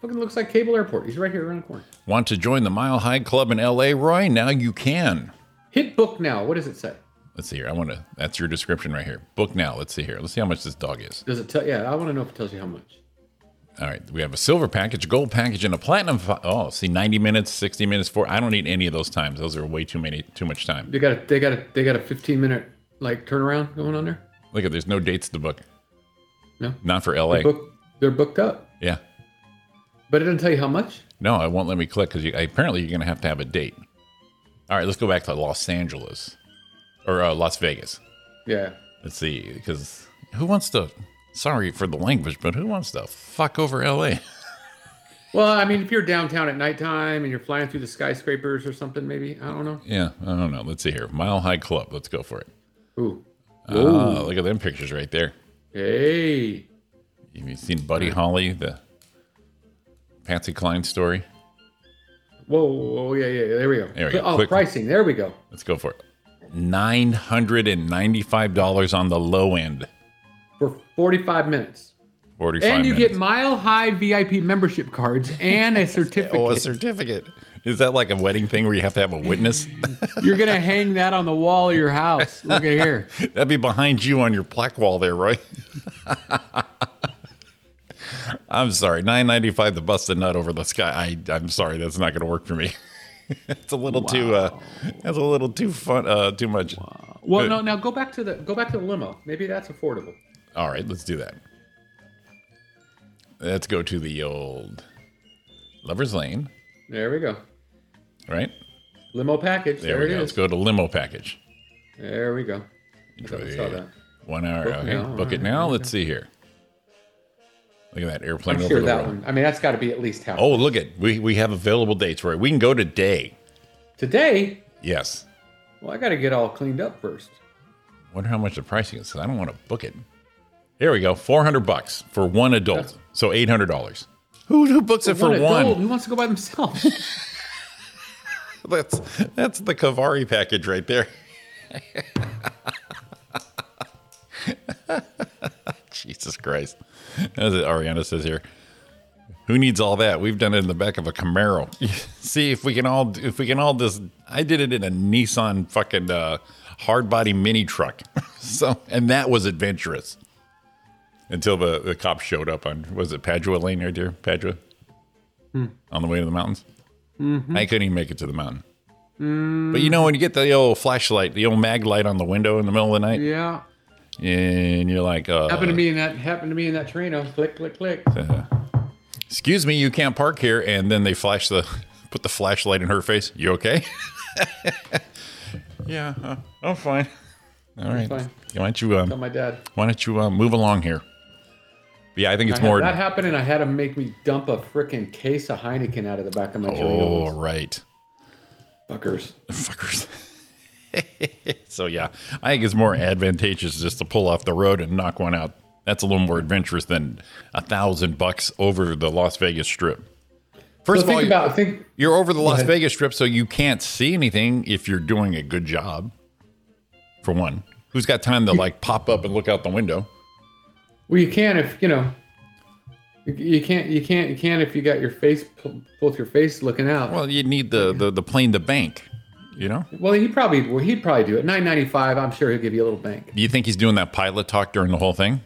[SPEAKER 6] Fucking looks like Cable Airport. He's right here around the corner.
[SPEAKER 7] Want to join the Mile High Club in LA, Roy? Now you can.
[SPEAKER 6] Hit book now. What does it say?
[SPEAKER 7] Let's see here. I want to. That's your description right here. Book now. Let's see here. Let's see how much this dog is.
[SPEAKER 6] Does it tell? Yeah, I want to know if it tells you how much.
[SPEAKER 7] All right. We have a silver package, gold package, and a platinum. Fi- oh, see, 90 minutes, 60 minutes, four. I don't need any of those times. Those are way too many, too much time.
[SPEAKER 6] They got a they got a they got a 15 minute like turnaround going on there.
[SPEAKER 7] Look at there's no dates to book.
[SPEAKER 6] No.
[SPEAKER 7] Not for LA.
[SPEAKER 6] Book. They're booked up,
[SPEAKER 7] Yeah.
[SPEAKER 6] but it doesn't tell you how much.
[SPEAKER 7] No, it won't let me click because you, apparently you're going to have to have a date. All right. Let's go back to Los Angeles or uh, Las Vegas.
[SPEAKER 6] Yeah.
[SPEAKER 7] Let's see, because who wants to? Sorry for the language, but who wants to fuck over LA?
[SPEAKER 6] Well, I mean, if you're downtown at nighttime and you're flying through the skyscrapers or something, maybe I don't know.
[SPEAKER 7] Yeah, I don't know. Let's see here. Mile High Club. Let's go for it.
[SPEAKER 6] Ooh.
[SPEAKER 7] Oh, look at them pictures right there.
[SPEAKER 6] Hey.
[SPEAKER 7] Have you seen Buddy Holly, the Patsy Cline story?
[SPEAKER 6] Whoa, whoa, whoa, yeah, yeah, there we go.
[SPEAKER 7] There we go.
[SPEAKER 6] Oh,
[SPEAKER 7] Quick.
[SPEAKER 6] pricing, there we go.
[SPEAKER 7] Let's go for it. Nine hundred and ninety-five dollars on the low end.
[SPEAKER 6] For 45 minutes.
[SPEAKER 7] Forty-five.
[SPEAKER 6] And you
[SPEAKER 7] minutes.
[SPEAKER 6] get mile high VIP membership cards and a certificate.
[SPEAKER 7] oh a certificate. Is that like a wedding thing where you have to have a witness?
[SPEAKER 6] You're gonna hang that on the wall of your house. Look at here.
[SPEAKER 7] That'd be behind you on your plaque wall there, Roy. I'm sorry, nine ninety five to bust a nut over the sky. I I'm sorry, that's not going to work for me. it's a little too uh, that's a little too fun, uh, too much.
[SPEAKER 6] Well,
[SPEAKER 7] Good.
[SPEAKER 6] no, now go back to the go back to the limo. Maybe that's affordable.
[SPEAKER 7] All right, let's do that. Let's go to the old Lovers Lane,
[SPEAKER 6] There we go.
[SPEAKER 7] right?
[SPEAKER 6] Limo package.
[SPEAKER 7] There,
[SPEAKER 6] There,
[SPEAKER 7] we
[SPEAKER 6] it
[SPEAKER 7] go. Let's
[SPEAKER 6] is.
[SPEAKER 7] go to limo package.
[SPEAKER 6] There we go. I saw
[SPEAKER 7] Enjoy.
[SPEAKER 6] that.
[SPEAKER 7] One hour.
[SPEAKER 6] Book
[SPEAKER 7] okay,
[SPEAKER 6] now.
[SPEAKER 7] book it
[SPEAKER 6] All right,
[SPEAKER 7] now.
[SPEAKER 6] there we
[SPEAKER 7] Let's see here. Look at that airplane
[SPEAKER 6] I'm
[SPEAKER 7] over
[SPEAKER 6] sure
[SPEAKER 7] the
[SPEAKER 6] that
[SPEAKER 7] world.
[SPEAKER 6] one. I mean, that's got to be at least half.
[SPEAKER 7] Oh, look at we we have available dates, Roy. We can go today.
[SPEAKER 6] Today,
[SPEAKER 7] Yes.
[SPEAKER 6] well, I got to get all cleaned up first.
[SPEAKER 7] Wonder how much the pricing is. 'cause I don't want to book it. Here we go. Four hundred bucks for one adult.
[SPEAKER 6] That's-
[SPEAKER 7] so eight hundred dollars. Who who books it for
[SPEAKER 6] One
[SPEAKER 7] one?
[SPEAKER 6] adult who wants to go by themselves?
[SPEAKER 7] That's that's the Cavari package right there. Jesus Christ. As Ariana says here. Who needs all that? We've done it in the back of a Camaro. See if we can all if we can all just I did it in a Nissan fucking uh, hard body mini truck. so and that was adventurous. Until the, the cops showed up on was it Padua Lane right there? Padua? On the way to the mountains? I couldn't even make it to the mountain. But you know when you get the old flashlight, the old mag light on the window in the middle of the night,
[SPEAKER 6] yeah.
[SPEAKER 7] and you're like, uh,
[SPEAKER 6] Happened to me in that. Happened to me in that Torino. Click, click, click.
[SPEAKER 7] "Excuse me, you can't park here." And then they flash the, put the flashlight in her face. You okay? yeah, uh, I'm fine. All right.
[SPEAKER 6] fine.
[SPEAKER 7] Why don't you
[SPEAKER 6] Tell
[SPEAKER 7] um,
[SPEAKER 6] my dad.
[SPEAKER 7] why don't you uh, move along here? Yeah, I think it's
[SPEAKER 6] I had
[SPEAKER 7] more.
[SPEAKER 6] that happened, and I had him make me dump a freaking case of Heineken out of the back of my
[SPEAKER 7] oh,
[SPEAKER 6] Torino.
[SPEAKER 7] right.
[SPEAKER 6] Fuckers.
[SPEAKER 7] fuckers. so yeah, I think it's more advantageous just to pull off the road and knock one out. That's a little more adventurous than a thousand bucks over the Las Vegas Strip.
[SPEAKER 6] So
[SPEAKER 7] First of all,
[SPEAKER 6] think about think
[SPEAKER 7] you're over the Las
[SPEAKER 6] ahead.
[SPEAKER 7] Vegas Strip, so you can't see anything if you're doing a good job. For one, who's got time to like pop up and look out the window?
[SPEAKER 6] well you can if you know you- you can't you can't you can't if you got your face pu- both your face looking out. Well,
[SPEAKER 7] Well, you need the the, the plane to bank. You know,
[SPEAKER 6] he probably well, he'd probably do it. Nine ninety five. I'm sure he'll give you a little bank.
[SPEAKER 7] do you think he's doing that pilot talk during the whole thing?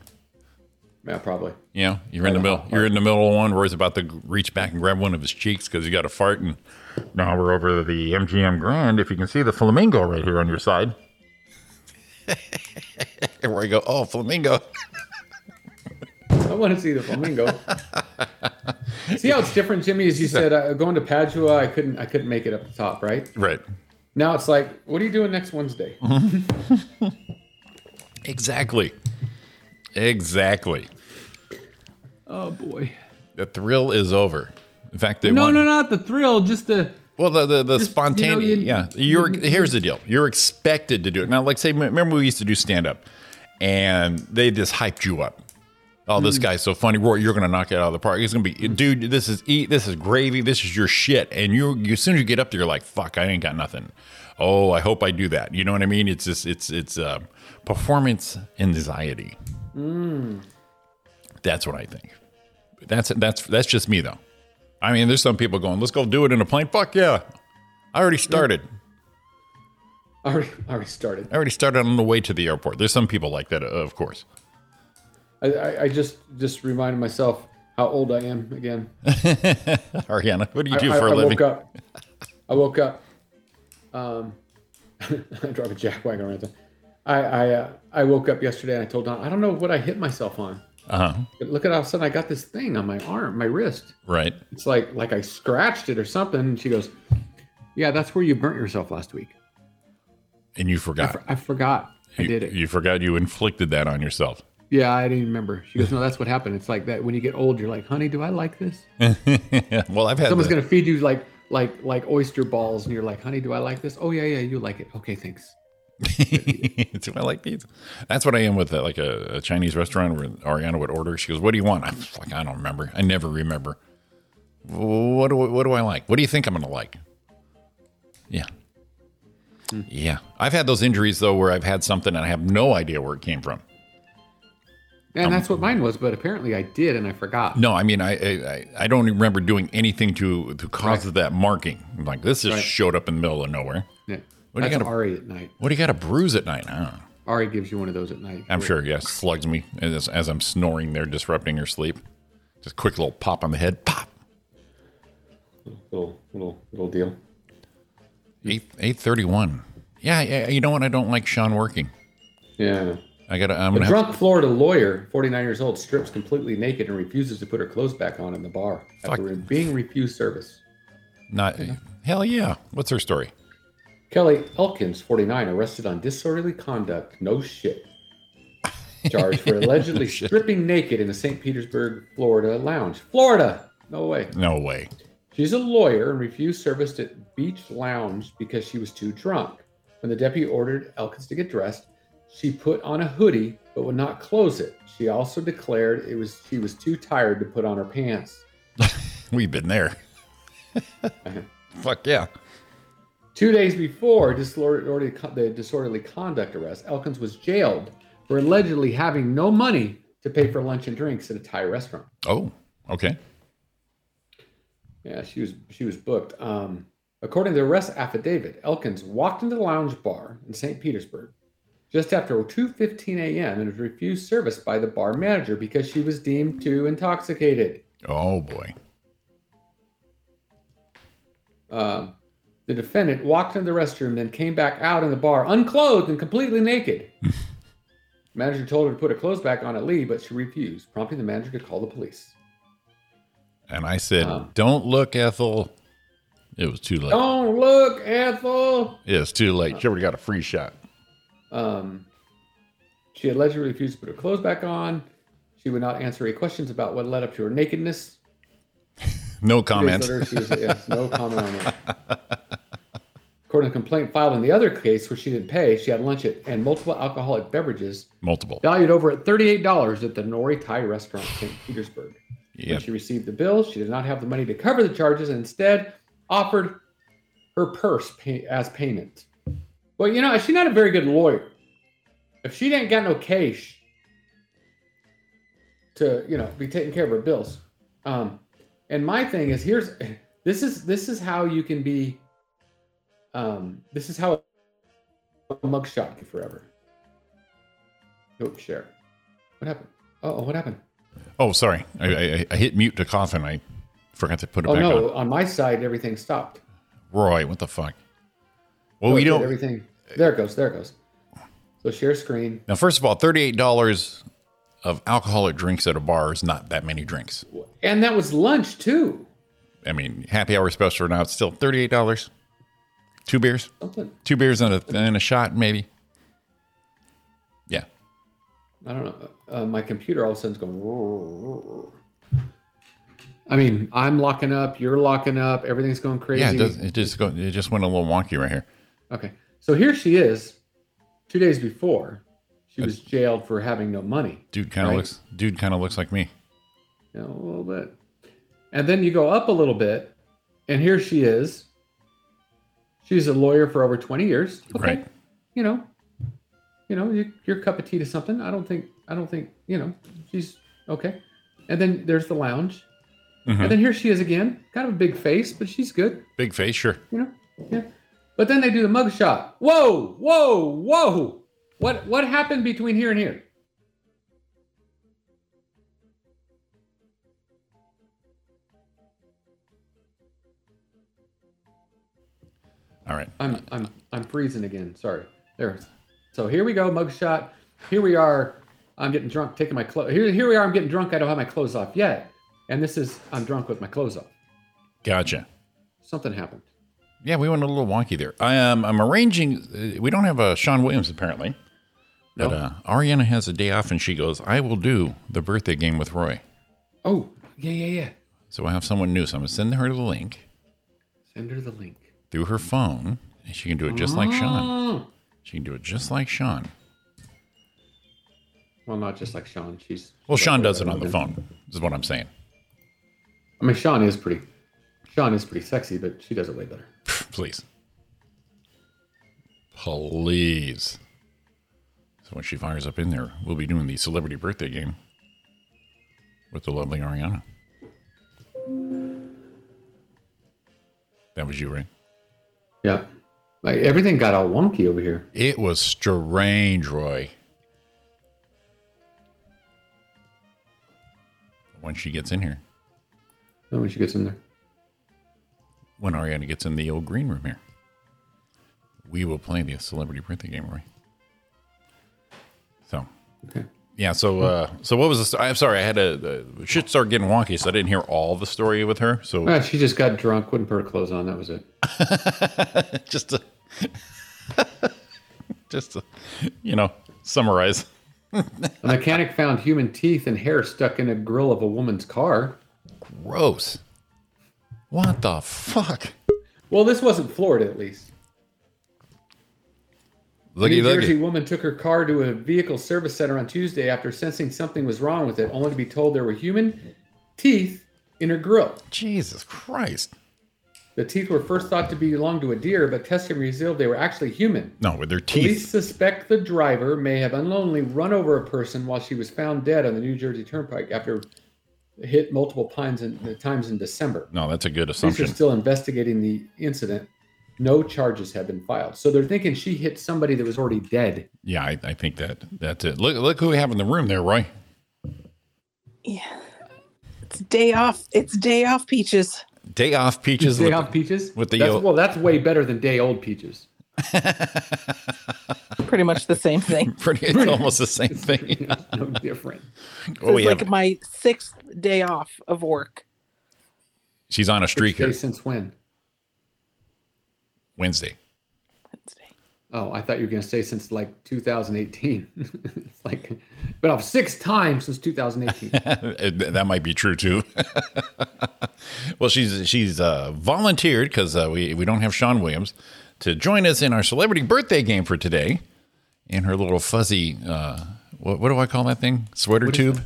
[SPEAKER 6] Yeah, probably.
[SPEAKER 7] You know, you're in the middle. You're in the middle of one. Roy's about to reach back and grab one of his cheeks because he got a fart. And now we're over the MGM Grand. If you can see the flamingo right here on your side. and Roy go, oh flamingo.
[SPEAKER 6] I want to see the flamingo. see how it's different, Jimmy? As you said, uh, going to Padua, I couldn't I couldn't make it up the top, right?
[SPEAKER 7] Right.
[SPEAKER 6] Now it's like, what are you doing next Wednesday?
[SPEAKER 7] Exactly. Exactly.
[SPEAKER 6] Oh boy.
[SPEAKER 7] The thrill is over. In fact, they
[SPEAKER 6] No,
[SPEAKER 7] want,
[SPEAKER 6] no, not the thrill, just the
[SPEAKER 7] Well, the the, the
[SPEAKER 6] you know,
[SPEAKER 7] spontaneity.
[SPEAKER 6] you-
[SPEAKER 7] yeah, you're here's the deal. You're expected to do it now. Like say, remember we used to do stand up, and they just hyped you up. Oh,
[SPEAKER 6] Hmm.
[SPEAKER 7] this guy's so funny, Roy. You're gonna knock it out of the park. It's gonna be, dude. This is eat. This is gravy. This is your shit. And you, you as soon as you get up there, you're like, fuck, I ain't got nothing. Oh, I hope I do that. You know what I mean? It's just, it's, it's uh, performance anxiety.
[SPEAKER 6] Hmm.
[SPEAKER 7] That's what I think. That's that's that's just me though. I mean, there's some people going, let's go do it in a plane. Fuck yeah. I already started.
[SPEAKER 6] I already I already started.
[SPEAKER 7] I already started on the way to the airport. There's some people like that, uh, of course.
[SPEAKER 6] I, I, I just just reminded myself how old I am again.
[SPEAKER 7] Ariana, what do you
[SPEAKER 6] I,
[SPEAKER 7] do
[SPEAKER 6] I-
[SPEAKER 7] for a
[SPEAKER 6] I
[SPEAKER 7] living?
[SPEAKER 6] woke up. I woke up. Um, I drive a jack wagon or anything. I I, uh, I woke up yesterday and I told Don I don't know what I hit myself on.
[SPEAKER 7] Uh huh.
[SPEAKER 6] But look at all of a sudden I got this thing on my arm, my wrist.
[SPEAKER 7] Right.
[SPEAKER 6] It's like like I scratched it or something. And she goes, "Yeah, that's where you burnt yourself last week.
[SPEAKER 7] And you
[SPEAKER 6] I,
[SPEAKER 7] forgot.
[SPEAKER 6] for, I forgot I
[SPEAKER 7] You-
[SPEAKER 6] did it.
[SPEAKER 7] You forgot you inflicted that on yourself.
[SPEAKER 6] yeah, I didn't remember." She goes, "No, that's what happened. It's like that when you get old, you're like, honey, do I like this?
[SPEAKER 7] well, I've had
[SPEAKER 6] Someone's
[SPEAKER 7] the-
[SPEAKER 6] gonna feed you like." Like like oyster balls, and you're like, honey, do I like this? Oh yeah, yeah, you like it. Okay, thanks.
[SPEAKER 7] do I like these? That's what I am with uh, like a, a Chinese restaurant where Ariana would order. She goes, "What do you want?" I'm just like, "I don't remember. I never remember. What do what do I like? What do you think I'm gonna like?" Yeah, yeah. I've had those injuries though, where I've had something and I have no idea where it came from.
[SPEAKER 6] And that's what mine was, but apparently I did and I forgot.
[SPEAKER 7] Um, No, I mean, I I, I- I don't remember doing anything to to cause that marking. I'm like, this just
[SPEAKER 6] Right.
[SPEAKER 7] showed up in the middle of nowhere.
[SPEAKER 6] Yeah.
[SPEAKER 7] What do you
[SPEAKER 6] that's
[SPEAKER 7] gotta-
[SPEAKER 6] Ari at night.
[SPEAKER 7] What do you got a bruise at night? I don't know.
[SPEAKER 6] Ari gives you one of those at night.
[SPEAKER 7] I'm sure, yeah, slugs me as, as I'm snoring there, disrupting your sleep. Just quick little pop on the head, pop.
[SPEAKER 6] Little little little deal.
[SPEAKER 7] Eight eight thirty one. Yeah, yeah, you know what? I don't like Sean working.
[SPEAKER 6] Yeah.
[SPEAKER 7] I gotta. I'm
[SPEAKER 6] A
[SPEAKER 7] gonna. Have,
[SPEAKER 6] drunk Florida lawyer, 49 years old, strips completely naked and refuses to put her clothes back on in the bar after
[SPEAKER 7] Fuck.
[SPEAKER 6] being refused service.
[SPEAKER 7] not. Hell yeah. What's her story?
[SPEAKER 6] Kelly Elkins, 49, arrested on disorderly conduct, no shit, charge for allegedly stripping naked in a St. Petersburg, Florida lounge. Florida! No way.
[SPEAKER 7] No way.
[SPEAKER 6] She's a lawyer and refused service at Beach Lounge because she was too drunk. When the deputy ordered Elkins to get dressed, she put on a hoodie but would not close it. She also declared it was she was too tired to put on her pants.
[SPEAKER 7] We've been there. Fuck yeah.
[SPEAKER 6] Two days before disorderly, the disorderly conduct arrest, Elkins was jailed for allegedly having no money to pay for lunch and drinks at a Thai restaurant.
[SPEAKER 7] Oh, okay.
[SPEAKER 6] Yeah, she was she was booked. Um, according to the arrest affidavit, Elkins walked into the lounge bar in St. Petersburg just after 2:15 a.m. and was refused service by the bar manager because she was deemed too intoxicated.
[SPEAKER 7] Oh boy.
[SPEAKER 6] Um, the defendant walked into the restroom, then came back out in the bar unclothed and completely naked. manager told her to put her clothes back on and leave, but she refused, prompting the manager to call the police.
[SPEAKER 7] And I said,
[SPEAKER 6] Um.
[SPEAKER 7] "Don't look, Ethel." It was too late.
[SPEAKER 6] Don't look, Ethel.
[SPEAKER 7] It was too late. Oh. She already got a free shot.
[SPEAKER 6] Um, she allegedly refused to put her clothes back on. She would not answer any questions about what led up to her nakedness.
[SPEAKER 7] No
[SPEAKER 6] Two days
[SPEAKER 7] comments.
[SPEAKER 6] later, she was- yes, no comment on it. According to the complaint filed in the other case where she didn't pay, she had lunch at, and multiple alcoholic beverages
[SPEAKER 7] Multiple.
[SPEAKER 6] valued over at $38 at the Nori Thai restaurant in St. Petersburg. When
[SPEAKER 7] Yep.
[SPEAKER 6] she received the bill, she did not have the money to cover the charges and instead offered her purse pay- as payment. Well, you know, she's not a very good lawyer. If she didn't got no cash to, you know, be taking care of her bills. Um, and my thing is here's this is this is how you can be um this is how a mugshot you forever. Nope, Oh, share. What happened? Oh, what happened?
[SPEAKER 7] Oh, sorry. I, I, I hit mute to cough and I forgot to put it
[SPEAKER 6] Oh
[SPEAKER 7] back
[SPEAKER 6] no,
[SPEAKER 7] on.
[SPEAKER 6] on my side everything stopped.
[SPEAKER 7] Roy, what the fuck? Well,
[SPEAKER 6] Oh,
[SPEAKER 7] we
[SPEAKER 6] it did
[SPEAKER 7] don't.
[SPEAKER 6] everything. There it goes. There it goes. So share screen.
[SPEAKER 7] Now, first of all, $38 of alcoholic drinks at a bar is not that many drinks.
[SPEAKER 6] And that was lunch too.
[SPEAKER 7] I mean, happy hour special or not, it's still $38. Two beers,
[SPEAKER 6] Something.
[SPEAKER 7] two beers and a, and a shot, maybe. Yeah.
[SPEAKER 6] I don't know. Uh, my computer all of a sudden's going. I mean, I'm locking up. You're locking up. Everything's going crazy.
[SPEAKER 7] Yeah, it, does, it just go, it just went a little wonky right here.
[SPEAKER 6] Okay. So here she is. Two days before, she was jailed for having no money.
[SPEAKER 7] Dude kind of
[SPEAKER 6] Right.
[SPEAKER 7] looks dude kind of looks like me.
[SPEAKER 6] you know, a little bit. And then you go up a little bit, and here she is. She's a lawyer for over 20 years.
[SPEAKER 7] Right.
[SPEAKER 6] You know, you know, your, your cup of tea to something. I don't think, I don't think, you know, she's okay. And then there's the lounge.
[SPEAKER 7] Mhm.
[SPEAKER 6] And then here she is again, kind of a big face, but she's good,
[SPEAKER 7] Big face, sure.
[SPEAKER 6] you know? Yeah. But then they do the mugshot. Whoa, whoa, whoa. What what happened between here and here?
[SPEAKER 7] All right.
[SPEAKER 6] I'm I'm I'm freezing again. Sorry. There. So here we go, mugshot. Here we are. I'm getting drunk, taking my clothes. Here, here we are. I'm getting drunk. I don't have my clothes off yet. And this is I'm drunk with my clothes off.
[SPEAKER 7] Gotcha.
[SPEAKER 6] Something happened.
[SPEAKER 7] Yeah, we went a little wonky there. I am. I'm arranging. uh, We don't have a Sean Williams apparently,
[SPEAKER 6] No.
[SPEAKER 7] but uh, Ariana has a day off, and she goes, "I will do the birthday game with Roy."
[SPEAKER 6] Oh yeah yeah yeah.
[SPEAKER 7] So I have someone new. So I'm gonna send her the link
[SPEAKER 6] Send her the link.
[SPEAKER 7] through her phone, and she can do it just like Sean.
[SPEAKER 6] Oh.
[SPEAKER 7] She can do it just like Sean.
[SPEAKER 6] Well, not just like Sean. She's
[SPEAKER 7] Well, Sean does it on the phone. Is what I'm saying.
[SPEAKER 6] I mean, Sean is pretty. Sean is pretty sexy, but she does it way better.
[SPEAKER 7] Please, please. So when she fires up in there, we'll be doing the celebrity birthday game with the lovely Ariana. That was you, right?
[SPEAKER 6] Yeah. Like everything got all wonky over here.
[SPEAKER 7] It was strange, Roy. When she gets in here,
[SPEAKER 6] Then when she gets in there.
[SPEAKER 7] when Ariana gets in the old green room here, we will play the celebrity birthday game, Roy. So,
[SPEAKER 6] Okay.
[SPEAKER 7] yeah. So, uh, so what was the? sto- I'm sorry, I had a the shit started getting wonky, so I didn't hear all the story with her. So,
[SPEAKER 6] Ah, she just got drunk, wouldn't put her clothes on. That was it.
[SPEAKER 7] just to, just to, you know, summarize.
[SPEAKER 6] A mechanic found human teeth and hair stuck in a grill of a woman's car.
[SPEAKER 7] Gross. What the fuck?
[SPEAKER 6] Well, this wasn't Florida, at least. A
[SPEAKER 7] Looky,
[SPEAKER 6] New Jersey
[SPEAKER 7] looky.
[SPEAKER 6] woman took her car to a vehicle service center on Tuesday after sensing something was wrong with it, only to be told there were human teeth in her grill.
[SPEAKER 7] Jesus Christ.
[SPEAKER 6] The teeth were first thought to belong to a deer, but testing revealed they were actually human.
[SPEAKER 7] No, with their
[SPEAKER 6] Police
[SPEAKER 7] teeth.
[SPEAKER 6] suspect the driver may have unknowingly run over a person while she was found dead on the New Jersey Turnpike after hit multiple times in, times in December.
[SPEAKER 7] No, that's a good
[SPEAKER 6] Police are
[SPEAKER 7] assumption.
[SPEAKER 6] still investigating the incident. No charges have been filed. So they're thinking she hit somebody that was already dead.
[SPEAKER 7] Yeah, I, I think that that's it. Look, look who we have in the room there, Roy.
[SPEAKER 5] Yeah. It's day off. It's day off peaches.
[SPEAKER 7] Day off peaches.
[SPEAKER 6] Day
[SPEAKER 7] with-
[SPEAKER 6] off peaches?
[SPEAKER 7] with the
[SPEAKER 6] that's,
[SPEAKER 7] yellow-
[SPEAKER 6] well, that's way better than day old peaches.
[SPEAKER 5] Pretty much the same thing.
[SPEAKER 7] Pretty, it's almost the same thing.
[SPEAKER 6] no different.
[SPEAKER 7] Oh,
[SPEAKER 5] it's
[SPEAKER 7] we
[SPEAKER 5] like
[SPEAKER 7] have,
[SPEAKER 5] my sixth day off of work.
[SPEAKER 7] she's on a streak
[SPEAKER 6] Okay,
[SPEAKER 7] here.
[SPEAKER 6] since when?
[SPEAKER 7] Wednesday.
[SPEAKER 5] Wednesday.
[SPEAKER 6] Oh, I thought you were going to say since like 2018. it's like been off six times since 2018.
[SPEAKER 7] that might be true too. well, she's she's uh, volunteered because uh, we we don't have Sean Williams, to join us in our celebrity birthday game for today in her little fuzzy, uh, what, what do I call that thing? Sweater tube?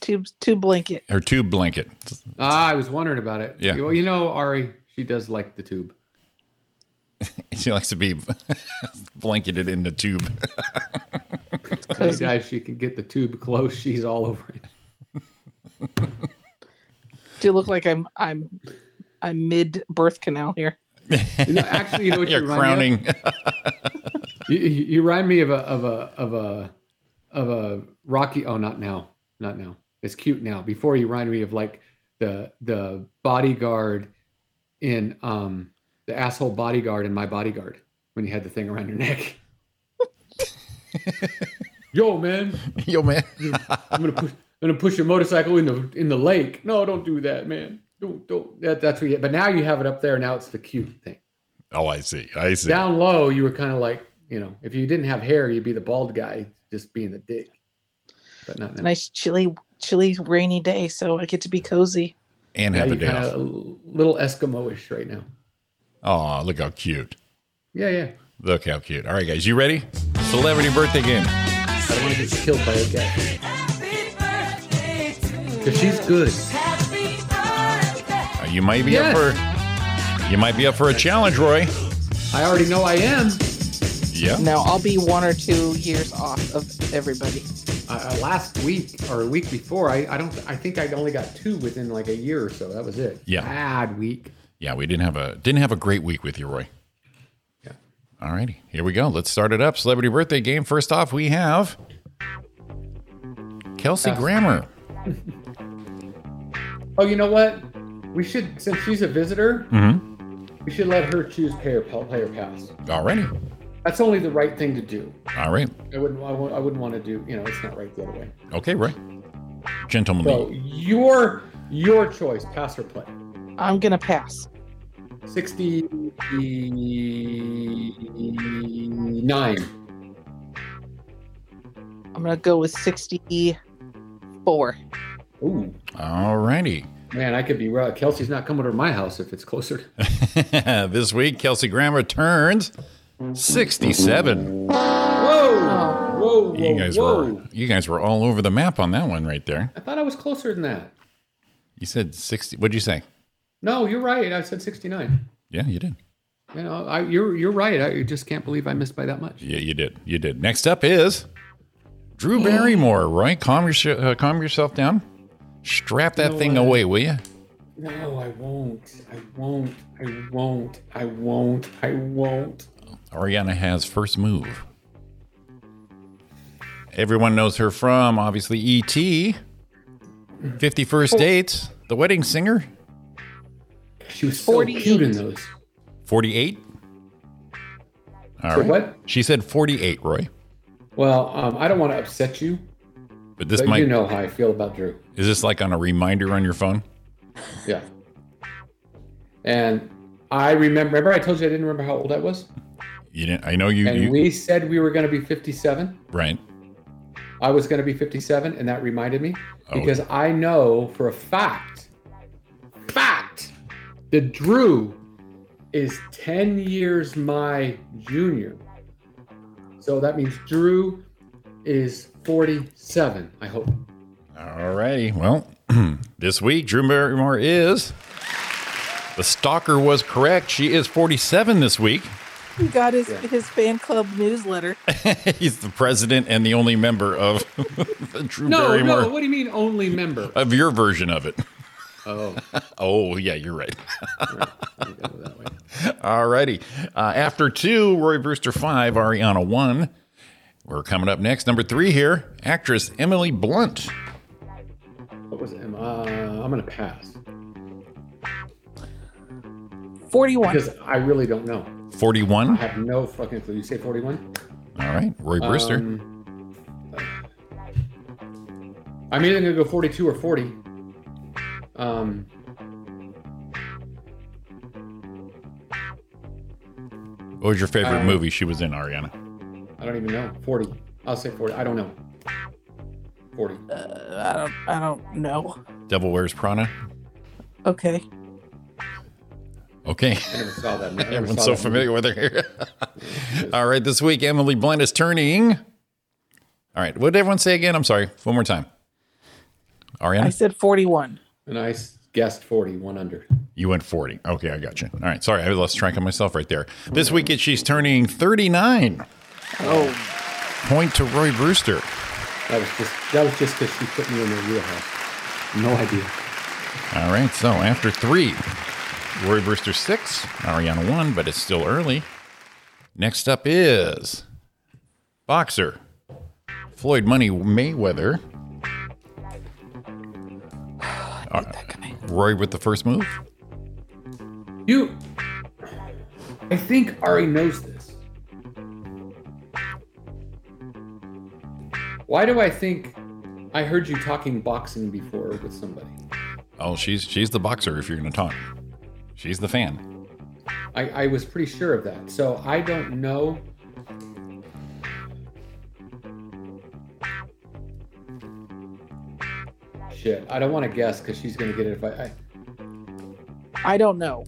[SPEAKER 5] Tube tube blanket.
[SPEAKER 7] Her tube blanket.
[SPEAKER 6] Ah, I was wondering about it.
[SPEAKER 7] Yeah.
[SPEAKER 6] Well, you know, Ari, she does like the tube.
[SPEAKER 7] She likes to be blanketed in the tube.
[SPEAKER 5] Cozy.
[SPEAKER 6] If she can get the tube close, she's all over it.
[SPEAKER 5] Do you look like I'm I'm I'm mid birth canal here?
[SPEAKER 6] You know, actually, you know what you
[SPEAKER 7] You're
[SPEAKER 6] remind me of?
[SPEAKER 7] crowning.
[SPEAKER 6] You, you you remind me of a of a of a of a Rocky. Oh, not now, not now. It's cute now. Before you remind me of like the the bodyguard in um the asshole bodyguard in my bodyguard when you had the thing around your neck. Yo, man,
[SPEAKER 7] Yo, man.
[SPEAKER 6] I'm gonna push. I'm gonna push your motorcycle in the in the lake. No, don't do that, man. Don't don't. That, that's what. You, but now you have it up there. Now it's the cute thing.
[SPEAKER 7] Oh, I see. I see.
[SPEAKER 6] Down low, you were kind of like, you know, if you didn't have hair, you'd be the bald guy, just being the dick. But not now.
[SPEAKER 5] Nice chilly chilly rainy day, so I get to be cozy.
[SPEAKER 7] and
[SPEAKER 6] Now
[SPEAKER 7] have a
[SPEAKER 6] you
[SPEAKER 7] day
[SPEAKER 6] kind of
[SPEAKER 7] off.
[SPEAKER 6] little Eskimo-ish right now.
[SPEAKER 7] Oh, look how cute.
[SPEAKER 6] Yeah, yeah.
[SPEAKER 7] Look how cute. All right, guys, you ready? Celebrity birthday game. Uh,
[SPEAKER 6] I don't want to get killed by a cat because she's good.
[SPEAKER 7] Uh, You might be
[SPEAKER 6] Yes.
[SPEAKER 7] up for you might be up for a challenge, Roy.
[SPEAKER 6] I already know I am.
[SPEAKER 7] Yeah.
[SPEAKER 5] Now I'll be one or two years off of everybody.
[SPEAKER 6] Uh, last week or a week before, I, I don't. I think I only got two within like a year or so. That was it.
[SPEAKER 7] Yeah.
[SPEAKER 6] Bad week.
[SPEAKER 7] Yeah, we didn't have a didn't have a great week with you, Roy.
[SPEAKER 6] Yeah.
[SPEAKER 7] All righty, here we go. Let's start it up. Celebrity birthday game. First off, we have
[SPEAKER 6] Uh,
[SPEAKER 7] Kelsey Grammer.
[SPEAKER 6] Oh, you know what? We should, since she's a visitor,
[SPEAKER 7] Mm-hmm.
[SPEAKER 6] we should let her choose player player pass.
[SPEAKER 7] Already.
[SPEAKER 6] That's only the right thing to do.
[SPEAKER 7] All right.
[SPEAKER 6] I wouldn't. I wouldn't, I wouldn't want to do. You know, it's not right the other way.
[SPEAKER 7] Okay, Roy. Gentlemanly.
[SPEAKER 6] So your your choice, pass or play.
[SPEAKER 5] I'm gonna pass.
[SPEAKER 6] Sixty-nine.
[SPEAKER 5] I'm gonna go with sixty four.
[SPEAKER 6] Ooh,
[SPEAKER 7] All righty.
[SPEAKER 6] man, I could be right. Kelsey's not coming to my house if it's closer.
[SPEAKER 7] this week, Kelsey Grammer turns 67.
[SPEAKER 6] Whoa! Whoa! Whoa!
[SPEAKER 7] You guys
[SPEAKER 6] whoa.
[SPEAKER 7] were you guys were all over the map on that one right there.
[SPEAKER 6] I thought I was closer than that.
[SPEAKER 7] You said 60. What'd you say?
[SPEAKER 6] No, you're right. I said sixty-nine.
[SPEAKER 7] Yeah, you did.
[SPEAKER 6] You know, I, you're you're right. I just can't believe I missed by that much.
[SPEAKER 7] Yeah, you did. You did. Next up is
[SPEAKER 6] Hmm.
[SPEAKER 7] Drew Barrymore. Right, calm your uh, calm yourself down. Strap that
[SPEAKER 6] No
[SPEAKER 7] thing
[SPEAKER 6] way.
[SPEAKER 7] away, will you?
[SPEAKER 6] No, I won't. I won't. I won't. I won't. I won't.
[SPEAKER 7] Ariana has first move. Everyone knows her from obviously E E.T.,
[SPEAKER 6] Oh.
[SPEAKER 7] 51st Dates, The Wedding Singer,
[SPEAKER 6] She was so
[SPEAKER 5] 48.
[SPEAKER 6] cute in those.
[SPEAKER 7] 48. All
[SPEAKER 6] So
[SPEAKER 7] right.
[SPEAKER 6] what?
[SPEAKER 7] She said 48, Roy.
[SPEAKER 6] Well, um, I don't want to upset you,
[SPEAKER 7] But this
[SPEAKER 6] but
[SPEAKER 7] might
[SPEAKER 6] you know how I feel about Drew.
[SPEAKER 7] is this like on a reminder on your phone?
[SPEAKER 6] Yeah. And I remember. Remember, I told you I didn't remember how old I was,
[SPEAKER 7] You didn't I know you,
[SPEAKER 6] and
[SPEAKER 7] you
[SPEAKER 6] we said we were going to be 57.
[SPEAKER 7] right.
[SPEAKER 6] I was going to be 57, and that reminded me
[SPEAKER 7] Oh.
[SPEAKER 6] because I know for a fact, fact, that Drew is 10 years my junior. So that means Drew is 47. I hope.
[SPEAKER 7] All righty. Well, this week, Drew Barrymore is. The stalker was correct. She is 47 this week.
[SPEAKER 5] He got his his fan club newsletter.
[SPEAKER 7] He's the president and the only member of the Drew
[SPEAKER 6] No,
[SPEAKER 7] Barrymore Uh,
[SPEAKER 6] no. What do you mean, only member?
[SPEAKER 7] of your version of it.
[SPEAKER 6] Oh,
[SPEAKER 7] Oh, yeah, you're right.
[SPEAKER 6] I go that way.
[SPEAKER 7] All righty. Uh, after two, Roy Brewster five, Ariana one. We're coming up next. Number three here, actress Emily Blunt.
[SPEAKER 6] What was it? Um, Uh, I'm going to pass
[SPEAKER 5] Forty one.
[SPEAKER 6] because I really don't know.
[SPEAKER 7] 41.
[SPEAKER 6] I have no fucking clue. You say 41?
[SPEAKER 7] All right, Roy Brewster.
[SPEAKER 6] Um, I'm either gonna go 42 or 40. Um,
[SPEAKER 7] what was your favorite
[SPEAKER 6] uh,
[SPEAKER 7] movie she was in, Ariana?
[SPEAKER 6] I don't even know. 40. I'll say 40. I don't know. 40.
[SPEAKER 5] I don't I don't know.
[SPEAKER 7] Devil Wears Prada?
[SPEAKER 5] Okay.
[SPEAKER 7] Okay.
[SPEAKER 6] I never saw that. I never
[SPEAKER 7] Everyone's
[SPEAKER 6] saw that
[SPEAKER 7] so
[SPEAKER 6] movie.
[SPEAKER 7] familiar with her here. All right, this week Emily Blunt is turning. All right, what did everyone say again? I'm sorry, one more time.
[SPEAKER 5] I
[SPEAKER 7] Ariana,
[SPEAKER 5] said 41.
[SPEAKER 6] And I s- guessed 40, one under.
[SPEAKER 7] you went 40. Okay, I got you. All right, sorry, I lost track of myself right there. This week she's turning 39.
[SPEAKER 5] Oh,
[SPEAKER 7] Point to Roy Brewster.
[SPEAKER 6] That was just that was just because she put me in the wheelhouse. No idea.
[SPEAKER 7] All right, so after three, Roy Brewster six, Ariana one, but it's still early. Next up is boxer Floyd Money Mayweather. All right,
[SPEAKER 5] that guy.
[SPEAKER 7] Roy with the first move.
[SPEAKER 6] You. I think Ari knows this. Why do I think I heard you talking boxing before with somebody?
[SPEAKER 7] Oh, she's she's the boxer. If you're going to talk, she's the fan.
[SPEAKER 6] I, I was pretty sure of that. So I don't know. Shit, I don't want to guess because she's gonna get it if I. I
[SPEAKER 5] I don't know.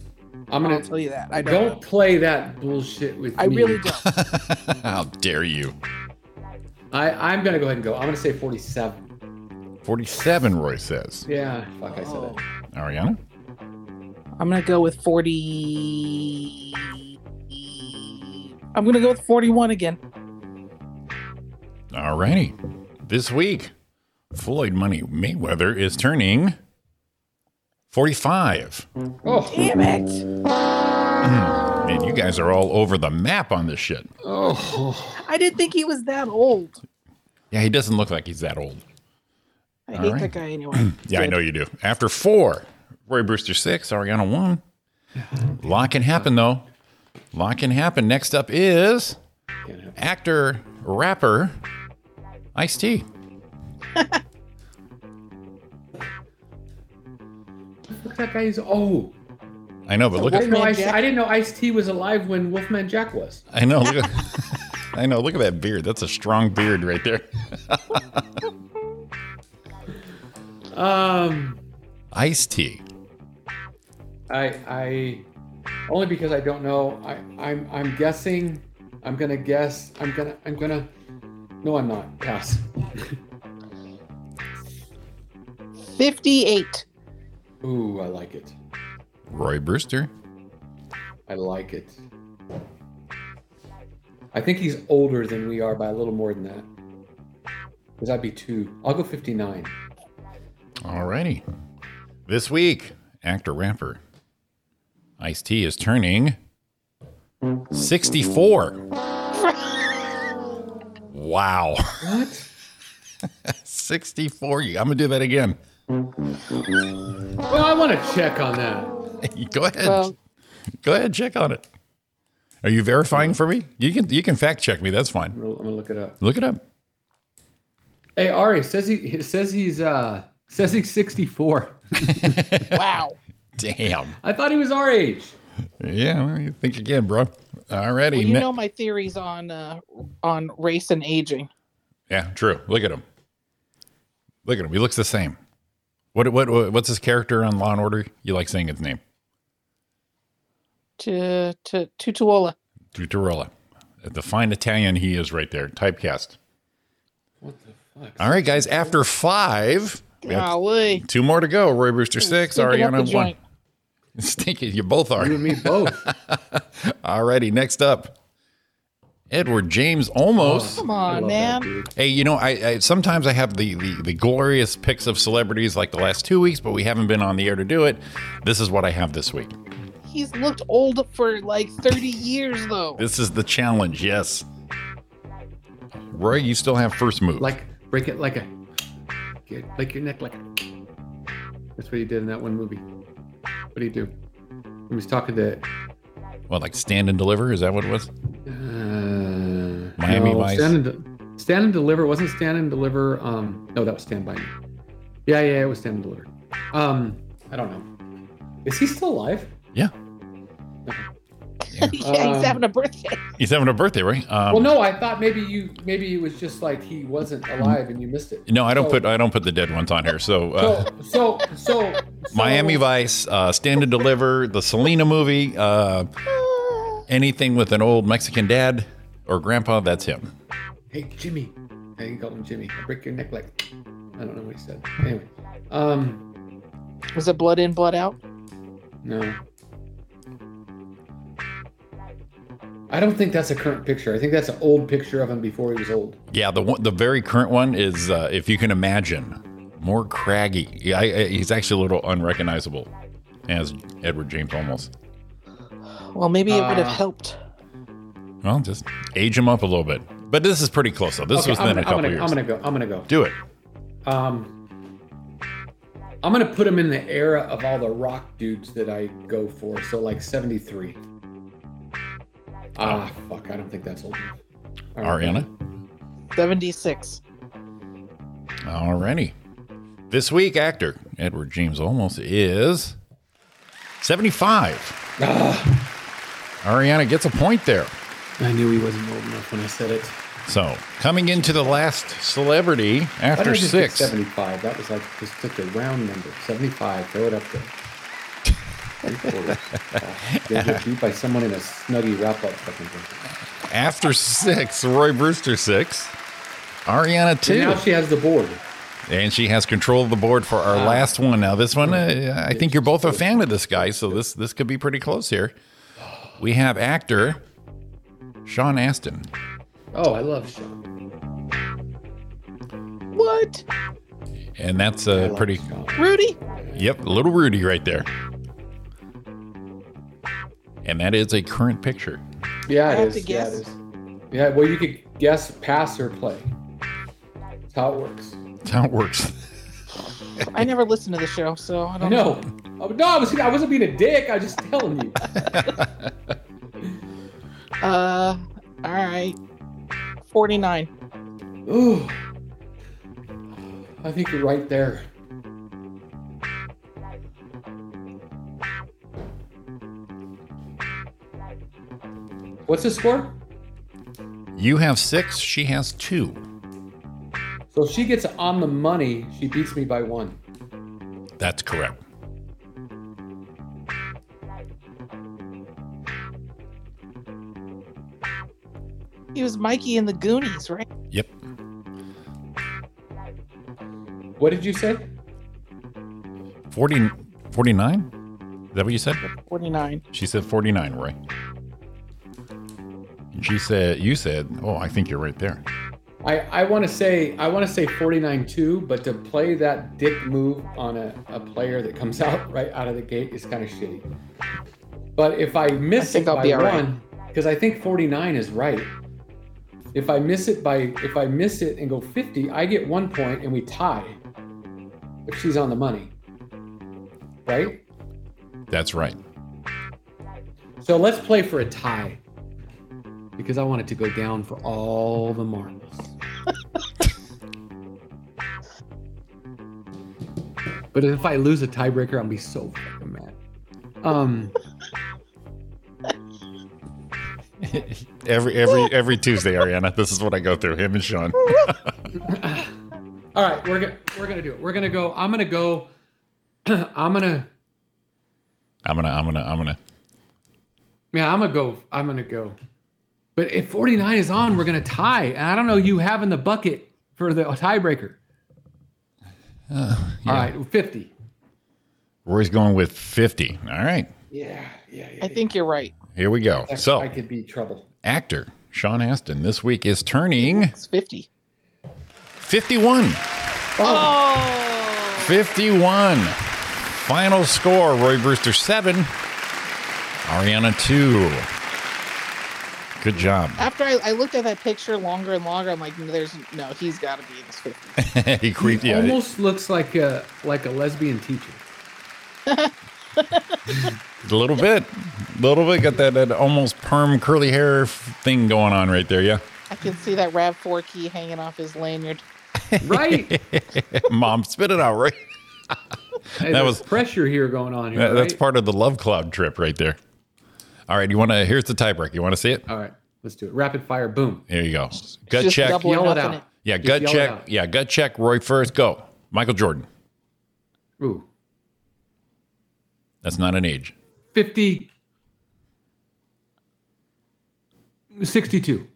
[SPEAKER 6] I'm
[SPEAKER 5] I'll
[SPEAKER 6] gonna
[SPEAKER 5] tell you that. I don't.
[SPEAKER 6] Don't
[SPEAKER 5] know.
[SPEAKER 6] play that bullshit with
[SPEAKER 5] I
[SPEAKER 6] me.
[SPEAKER 5] really don't.
[SPEAKER 7] How dare you?
[SPEAKER 6] I, I'm gonna go ahead and go. I'm gonna say 47.
[SPEAKER 7] Forty-seven. Roy says.
[SPEAKER 6] Yeah. Fuck, I said
[SPEAKER 5] Oh.
[SPEAKER 6] it.
[SPEAKER 7] Ariana.
[SPEAKER 5] I'm gonna go with 40. I'm gonna go with 41 again.
[SPEAKER 7] All righty. This week, Floyd Money Mayweather is turning 45.
[SPEAKER 6] Oh,
[SPEAKER 5] Damn it!
[SPEAKER 7] Man, you guys are all over the map on this shit.
[SPEAKER 6] oh,
[SPEAKER 5] I didn't think he was that old.
[SPEAKER 7] Yeah, he doesn't look like he's that old.
[SPEAKER 5] I
[SPEAKER 7] All
[SPEAKER 5] hate
[SPEAKER 7] right.
[SPEAKER 5] that guy anyway.
[SPEAKER 7] Yeah, I know you do. After four, Roy Brewster six, Ariana one. Lot can happen though. Lot can happen. Next up is
[SPEAKER 6] Can't happen.
[SPEAKER 7] actor, rapper, Ice T.
[SPEAKER 6] look that guy's. Oh,
[SPEAKER 7] I know, but look
[SPEAKER 6] I
[SPEAKER 7] at
[SPEAKER 6] didn't know
[SPEAKER 5] Wolfman
[SPEAKER 6] Ice,
[SPEAKER 5] Jack?
[SPEAKER 6] I didn't know Ice T was alive when Wolfman Jack was.
[SPEAKER 7] I know. Look at, I know. Look at that beard. That's a strong beard right there.
[SPEAKER 6] Um,
[SPEAKER 7] Ice T.
[SPEAKER 6] I, I, only because I don't know. I, I'm, I'm guessing. I'm gonna guess. I'm gonna, I'm gonna. No, I'm not. Pass.
[SPEAKER 5] 58.
[SPEAKER 6] Ooh, I like it.
[SPEAKER 7] Roy Brewster.
[SPEAKER 6] I like it. I think he's older than we are by a little more than that. Because I'd be two. I'll go 59.
[SPEAKER 7] Alrighty. This week, actor rapper Ice T is turning 64. wow.
[SPEAKER 6] What?
[SPEAKER 7] 64. You- I'm going to do that again.
[SPEAKER 6] Well, I want to check on that.
[SPEAKER 7] Go ahead.
[SPEAKER 5] Well-
[SPEAKER 7] Go ahead, check on it. Are you verifying for me? You can you can fact check me. That's
[SPEAKER 6] I'm
[SPEAKER 7] fine.
[SPEAKER 6] gonna, I'm gonna look it up.
[SPEAKER 7] Look it up.
[SPEAKER 6] Hey, Ari it says he it says he's uh says he's 64.
[SPEAKER 5] Wow.
[SPEAKER 7] Damn.
[SPEAKER 6] I thought he was our age.
[SPEAKER 7] Yeah, well, you think again, bro. Alrighty.
[SPEAKER 5] Well, you
[SPEAKER 7] ne-
[SPEAKER 5] know my theories on uh, on race and aging.
[SPEAKER 7] Yeah, true. Look at him. Look at him. He looks the same. What what, what what's his character on Law and Order? You like saying his name?
[SPEAKER 5] To to Tutuola.
[SPEAKER 7] Tutorella. The fine Italian he is right there. Typecast.
[SPEAKER 6] What the fuck?
[SPEAKER 7] All right, guys. After five, we have
[SPEAKER 5] Golly.
[SPEAKER 7] two more to go. Roy Brewster six,
[SPEAKER 5] Stinking up
[SPEAKER 7] Ariana
[SPEAKER 5] the
[SPEAKER 7] one.
[SPEAKER 5] joint.
[SPEAKER 7] Stinky, you both are.
[SPEAKER 6] You and me both.
[SPEAKER 7] All righty, next up. Edward James almost.
[SPEAKER 5] Come
[SPEAKER 6] I
[SPEAKER 5] on,
[SPEAKER 6] love that
[SPEAKER 5] man.
[SPEAKER 6] dude.
[SPEAKER 7] Hey, you know, I, I sometimes I have the, the the glorious picks of celebrities like the last two weeks, but we haven't been on the air to do it. This is what I have this week.
[SPEAKER 5] He's looked old for like 30 years though.
[SPEAKER 7] This is the challenge, yes. Roy, you still have first move.
[SPEAKER 6] Like break it like a get like your neck like a That's what he did in that one movie. What did he do? He was talking to
[SPEAKER 7] well, like stand and deliver, is that what it was?
[SPEAKER 6] Uh,
[SPEAKER 7] Miami
[SPEAKER 6] no,
[SPEAKER 7] Vice.
[SPEAKER 6] Stand and, De- stand and deliver wasn't stand and deliver. Um, no, that was stand by me. Yeah, yeah, it was stand and deliver. Um, I don't know. Is he still alive?
[SPEAKER 7] Yeah.
[SPEAKER 5] yeah,
[SPEAKER 7] uh,
[SPEAKER 5] he's
[SPEAKER 6] Um,
[SPEAKER 5] having a birthday.
[SPEAKER 7] He's having a birthday, right? Um,
[SPEAKER 6] Well, no, I thought maybe you maybe it was just like he wasn't alive and you missed it.
[SPEAKER 7] no, I don't
[SPEAKER 6] So-
[SPEAKER 7] put I don't put the dead ones on here. So, uh,
[SPEAKER 6] So so so, so
[SPEAKER 7] Miami Vice, uh, Stand and Deliver, the Selena movie, uh, anything with an old Mexican dad or grandpa, that's him.
[SPEAKER 6] Hey Jimmy, I can call him Jimmy. I break your neck like I don't know what he said. Anyway, um,
[SPEAKER 5] Was it blood in, blood out?
[SPEAKER 6] no. I don't think that's a current picture. I think that's an old picture of him before he was old.
[SPEAKER 7] Yeah, the one, the very current one is uh, if you can imagine, more craggy. Yeah, I, I, he's actually a little unrecognizable as Edward James almost.
[SPEAKER 5] Well, maybe it would have
[SPEAKER 6] Uh,
[SPEAKER 5] helped.
[SPEAKER 7] Well, just age him up a little bit. But this is pretty close though. This
[SPEAKER 6] Okay,
[SPEAKER 7] was
[SPEAKER 6] I'm
[SPEAKER 7] within
[SPEAKER 6] gonna,
[SPEAKER 7] a couple
[SPEAKER 6] I'm gonna,
[SPEAKER 7] years.
[SPEAKER 6] I'm gonna go. I'm gonna go.
[SPEAKER 7] Do it.
[SPEAKER 6] Um, I'm gonna put him in the era of all the rock dudes that I go for. So like '73. Ah, fuck! I don't think that's old. enough. All right.
[SPEAKER 7] Ariana.
[SPEAKER 5] 76.
[SPEAKER 7] Alrighty. This week, actor Edward James Olmos is 75.
[SPEAKER 6] Ah,
[SPEAKER 7] Ariana gets a point there.
[SPEAKER 6] I knew he wasn't old enough when I said it.
[SPEAKER 7] So, coming into the last celebrity
[SPEAKER 6] Why did
[SPEAKER 7] after
[SPEAKER 6] I just pick
[SPEAKER 7] six.
[SPEAKER 6] 75. That was like just took a round number. 75. Throw it up there. Three quarters. Ah, They get beat by someone in a snuggy wrap up fucking thing.
[SPEAKER 7] After six, Roy Brewster six. Ariana two.
[SPEAKER 6] And now she has the board.
[SPEAKER 7] And she has control of the board for our last one. Now, this one, uh, I think you're both a fan of this guy, so this this could be pretty close here. We have actor Sean Astin.
[SPEAKER 6] Oh, I love Sean.
[SPEAKER 5] What?
[SPEAKER 7] And that's a Uh, pretty,
[SPEAKER 5] Rudy?
[SPEAKER 7] yep, little Rudy right there. And that is a current picture.
[SPEAKER 6] Yeah, it
[SPEAKER 5] have
[SPEAKER 6] is.
[SPEAKER 5] to
[SPEAKER 6] Yeah,
[SPEAKER 5] guess?
[SPEAKER 6] it is. Yeah, well, you could guess pass or play. That's how it works.
[SPEAKER 7] That's how it works.
[SPEAKER 5] I never listened to the show, so I don't know.
[SPEAKER 6] No. Oh, no, I, was, I wasn't being a dick. I was just telling you.
[SPEAKER 5] Uh, all right. 49.
[SPEAKER 6] Ooh. I think you're right there. What's the score?
[SPEAKER 7] You have six, she has two.
[SPEAKER 6] So if she gets on the money, she beats me by one.
[SPEAKER 7] That's correct.
[SPEAKER 5] He was Mikey in the Goonies, right?
[SPEAKER 7] Yep.
[SPEAKER 6] What did you say?
[SPEAKER 7] 40, 49? Is that what you said?
[SPEAKER 5] 49.
[SPEAKER 7] She said 49, Roy. She said, you said, oh, I think you're right there.
[SPEAKER 6] I, I want to say I want to say 49-2, but to play that dick move on a, a player that comes out right out of the gate is kind of shitty. But if I miss
[SPEAKER 5] I think
[SPEAKER 6] it
[SPEAKER 5] I'll
[SPEAKER 6] by
[SPEAKER 5] be all right.
[SPEAKER 6] one, because I think 49 is right. If I miss it by if I miss it and go 50, I get one point and we tie. If she's on the money, right?
[SPEAKER 7] That's right.
[SPEAKER 6] So let's play for a tie, because I want it to go down for all the marbles. but if I lose a tiebreaker, I'll be so fucking mad. Um,
[SPEAKER 7] Every every every Tuesday, Ariana. This is what I go through. Him and Sean.
[SPEAKER 6] all right, we're gonna we're gonna do it. We're gonna go. I'm gonna go. I'm gonna.
[SPEAKER 7] I'm gonna I'm gonna I'm gonna.
[SPEAKER 6] Yeah, I'm gonna go. I'm gonna go. But if 49 is on, we're gonna tie. And I don't know you having the bucket for the tiebreaker. All right, 50.
[SPEAKER 7] Roy's going with 50. All right,
[SPEAKER 6] Yeah, yeah, yeah.
[SPEAKER 5] I think you're right.
[SPEAKER 7] here we go.
[SPEAKER 6] I
[SPEAKER 7] So
[SPEAKER 6] could be trouble.
[SPEAKER 7] actor Sean Astin this week is turning
[SPEAKER 5] It's 50.
[SPEAKER 7] 51.
[SPEAKER 5] Oh!
[SPEAKER 7] 51. Final score: Roy Brewster seven, Ariana two. Good job.
[SPEAKER 5] After I, I looked at that picture longer and longer, I'm like, there's no, he's got to be in his 50s.
[SPEAKER 7] he creeped you. out.
[SPEAKER 6] Almost looks like a like a lesbian teacher.
[SPEAKER 7] A little bit, little bit. Got that, that almost perm curly hair f- thing going on right there. Yeah,
[SPEAKER 5] I can see that RAV4 key hanging off his lanyard.
[SPEAKER 6] Right?
[SPEAKER 7] mom, spit it out, right?
[SPEAKER 6] that
[SPEAKER 7] was-
[SPEAKER 6] was pressure here going on here.
[SPEAKER 7] That- That's
[SPEAKER 6] right?
[SPEAKER 7] part of the love cloud trip right there. All right, you want to? Here's the tiebreak. You want to see it?
[SPEAKER 6] All right, let's do it. Rapid fire, boom.
[SPEAKER 7] Here you go. Gut
[SPEAKER 8] Just
[SPEAKER 7] check.
[SPEAKER 8] double or
[SPEAKER 6] Yell it
[SPEAKER 8] nothing.
[SPEAKER 6] out.
[SPEAKER 7] Yeah,
[SPEAKER 6] Just
[SPEAKER 7] gut
[SPEAKER 6] yell it
[SPEAKER 7] check.
[SPEAKER 6] out.
[SPEAKER 7] Yeah, gut check. Roy first. Go. Michael Jordan.
[SPEAKER 6] Ooh,
[SPEAKER 7] That's not an age.
[SPEAKER 6] 50, 62.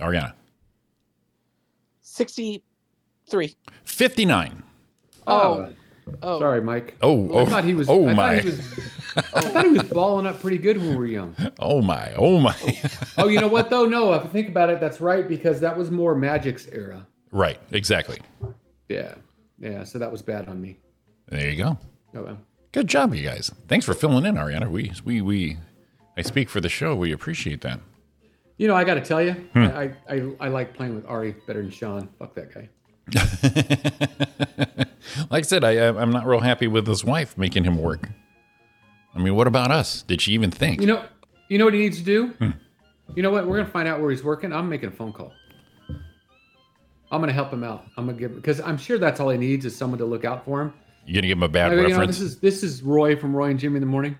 [SPEAKER 7] Ariana.
[SPEAKER 8] 63.
[SPEAKER 7] 59.
[SPEAKER 8] Oh,
[SPEAKER 6] Oh, sorry, Mike.
[SPEAKER 7] Oh, oh,
[SPEAKER 6] I thought he was. I
[SPEAKER 7] oh
[SPEAKER 6] thought
[SPEAKER 7] my.
[SPEAKER 6] he was- I thought he was balling up pretty good when we were young.
[SPEAKER 7] Oh my. Oh my.
[SPEAKER 6] Oh, you know what though? No, if I think about it, that's right because that was more Magic's era.
[SPEAKER 7] right. Exactly.
[SPEAKER 6] Yeah, yeah. So that was bad on me.
[SPEAKER 7] There you go.
[SPEAKER 6] Oh well.
[SPEAKER 7] Good job, you guys. Thanks for filling in, Ariana. We we we. I speak for the show. We appreciate that.
[SPEAKER 6] You know, I got to tell you,
[SPEAKER 7] Hmm.
[SPEAKER 6] I, I, I I like playing with Ari better than Sean. Fuck that guy.
[SPEAKER 7] like I said, I I- I'm not real happy with his wife making him work. I mean, what about us? Did she even think?
[SPEAKER 6] You know, you know what he needs to do.
[SPEAKER 7] Hmm.
[SPEAKER 6] You know what? We're gonna find out where he's working. I'm making a phone call. I'm gonna help him out. I'm gonna give because I'm sure that's all he needs is someone to look out for him.
[SPEAKER 7] You're gonna give him a bad
[SPEAKER 6] I mean, you know,
[SPEAKER 7] reference.
[SPEAKER 6] this is this is Roy from Roy and Jimmy in the morning.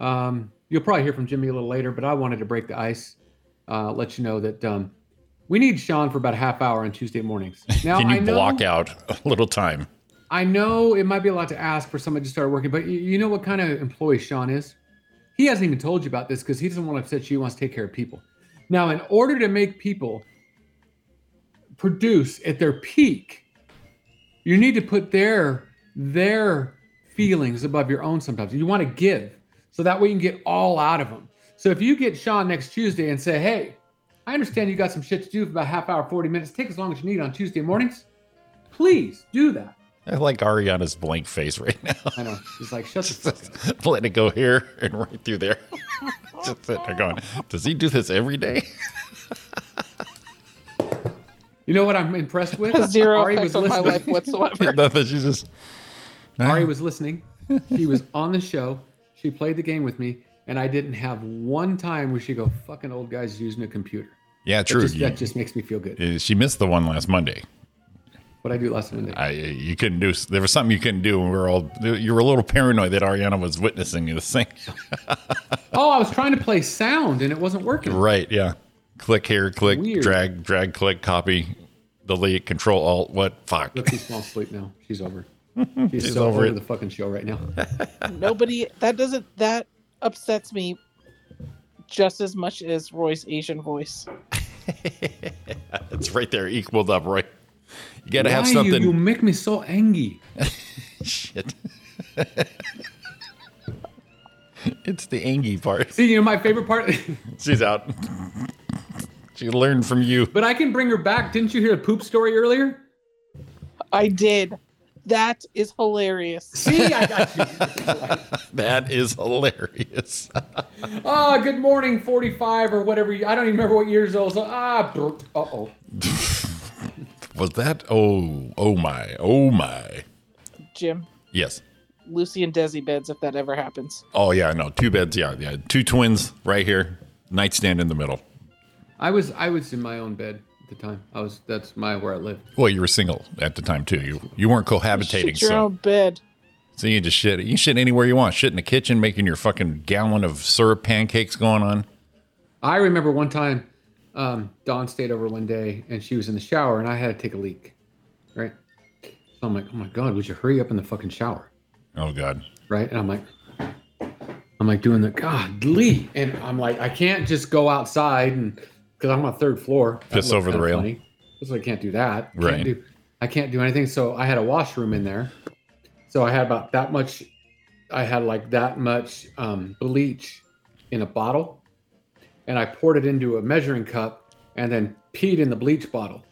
[SPEAKER 6] Um, you'll probably hear from Jimmy a little later, but I wanted to break the ice, uh, let you know that um, we need Sean for about a half hour on Tuesday mornings. Now
[SPEAKER 7] Can you
[SPEAKER 6] I know,
[SPEAKER 7] block out a little time?
[SPEAKER 6] I know it might be a lot to ask for somebody to start working, but you, you know what kind of employee Sean is? He hasn't even told you about this because he doesn't want to upset you. He wants to take care of people. Now, in order to make people produce at their peak, you need to put their their feelings above your own sometimes. You want to give. So that way you can get all out of them. So if you get Sean next Tuesday and say, hey, I understand you got some shit to do for about half hour, 40 minutes. Take as long as you need on Tuesday mornings. Please do that.
[SPEAKER 7] I like Ariana's blank face right now.
[SPEAKER 6] I know. He's like, shut the fuck up.
[SPEAKER 7] Let it go here and right through there. Just sitting there going, does he do this every day?
[SPEAKER 6] You know what I'm impressed with?
[SPEAKER 8] zero
[SPEAKER 6] Ari was
[SPEAKER 8] effect on my
[SPEAKER 6] listening.
[SPEAKER 8] life whatsoever.
[SPEAKER 7] Nothing. She's just.
[SPEAKER 6] Ari was listening. She was on the show. She played the game with me, and I didn't have one time where she go, "Fucking old guys using a computer."
[SPEAKER 7] Yeah,
[SPEAKER 6] That
[SPEAKER 7] true.
[SPEAKER 6] just,
[SPEAKER 7] You-
[SPEAKER 6] that just makes me feel good.
[SPEAKER 7] uh, she missed the one last Monday.
[SPEAKER 6] What I do last Monday.
[SPEAKER 7] I, you couldn't do. There was something you couldn't do, and we were all. You were a little paranoid that Ariana was witnessing this thing.
[SPEAKER 6] Oh, I was trying to play sound, and it wasn't working.
[SPEAKER 7] right? Yeah. Click here. Click.
[SPEAKER 6] Weird.
[SPEAKER 7] Drag. Drag. Click. Copy. Delete. Control. Alt. What? Fuck.
[SPEAKER 6] Look, she's falling asleep now. She's over. She's, so
[SPEAKER 7] over
[SPEAKER 6] over,
[SPEAKER 7] it.
[SPEAKER 6] the fucking show right now.
[SPEAKER 8] Nobody, that doesn't, that upsets me just as much as Roy's Asian voice.
[SPEAKER 7] It's right there, equaled up. Right. You gotta have
[SPEAKER 6] Why
[SPEAKER 7] something.
[SPEAKER 6] You, you make me so angry.
[SPEAKER 7] Shit. it's the angy part.
[SPEAKER 6] See, you know my favorite part.
[SPEAKER 7] She's out. she learned from you.
[SPEAKER 6] but I can bring her back. Didn't you hear a poop story earlier?
[SPEAKER 8] I did. That is hilarious.
[SPEAKER 6] See, I got you.
[SPEAKER 7] That is hilarious.
[SPEAKER 6] Ah, good morning, 45 or whatever. you- I don't even remember what years old. So, ah, uh oh.
[SPEAKER 7] Was that? Oh, oh my, oh my.
[SPEAKER 8] Jim,
[SPEAKER 7] Yes.
[SPEAKER 8] Lucy and Desi beds if that ever happens.
[SPEAKER 7] Oh yeah, no, two beds. Yeah, yeah, two twins right here. Nightstand in the middle.
[SPEAKER 6] I was I was in my own bed at the time. I was that's my where I lived.
[SPEAKER 7] Well, you were single at the time too. You you weren't cohabitating,
[SPEAKER 8] Shit your
[SPEAKER 7] so
[SPEAKER 8] own bed.
[SPEAKER 7] so you just shit. You shit anywhere you want. Shit in the kitchen, making your fucking gallon of syrup pancakes going on.
[SPEAKER 6] I remember one time um, Dawn stayed over one day and she was in the shower and I had to take a leak. Right? So I'm like, oh my god, would you hurry up in the fucking shower?
[SPEAKER 7] Oh god.
[SPEAKER 6] Right? And I'm like, I'm like doing the God Lee. And I'm like, I can't just go outside and because I'm on third floor. That
[SPEAKER 7] Piss
[SPEAKER 6] looks
[SPEAKER 7] over the
[SPEAKER 6] kinda
[SPEAKER 7] rail.
[SPEAKER 6] funny. So I can't do that. Can't
[SPEAKER 7] Right.
[SPEAKER 6] do- I can't do anything. So I had a washroom in there. So I had about that much. I had like that much um, bleach in a bottle, and I poured it into a measuring cup, and then peed in the bleach bottle.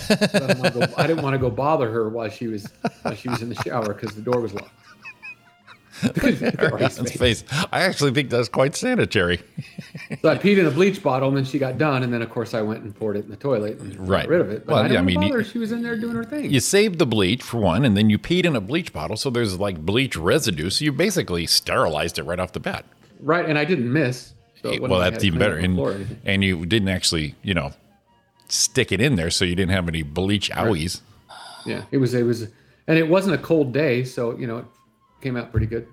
[SPEAKER 6] So I didn't wanna go- I didn't want to go bother her while she was while she was in the shower because the door was locked. Ari's
[SPEAKER 7] That's
[SPEAKER 6] face.
[SPEAKER 7] face. I actually think that's quite sanitary.
[SPEAKER 6] So I peed in a bleach bottle, and then she got done, and then of course I went and poured it in the toilet and
[SPEAKER 7] Right.
[SPEAKER 6] got rid of it. But
[SPEAKER 7] Well,
[SPEAKER 6] I, didn't
[SPEAKER 7] yeah, I
[SPEAKER 6] wanna
[SPEAKER 7] mean, you-
[SPEAKER 6] bother her. she was in there doing her thing.
[SPEAKER 7] You saved the bleach for one, and then you peed in a bleach bottle, so there's like bleach residue. So you basically sterilized it right off the bat.
[SPEAKER 6] right, and I didn't miss. So it went
[SPEAKER 7] well,
[SPEAKER 6] on my
[SPEAKER 7] that's
[SPEAKER 6] head,
[SPEAKER 7] even
[SPEAKER 6] cleaned
[SPEAKER 7] better.
[SPEAKER 6] up the floor and
[SPEAKER 7] And,
[SPEAKER 6] everything.
[SPEAKER 7] and you didn't actually, you know, stick it in there, so you didn't have any bleach owies.
[SPEAKER 6] yeah, it was it was, and it wasn't a cold day, so you know it came out pretty good.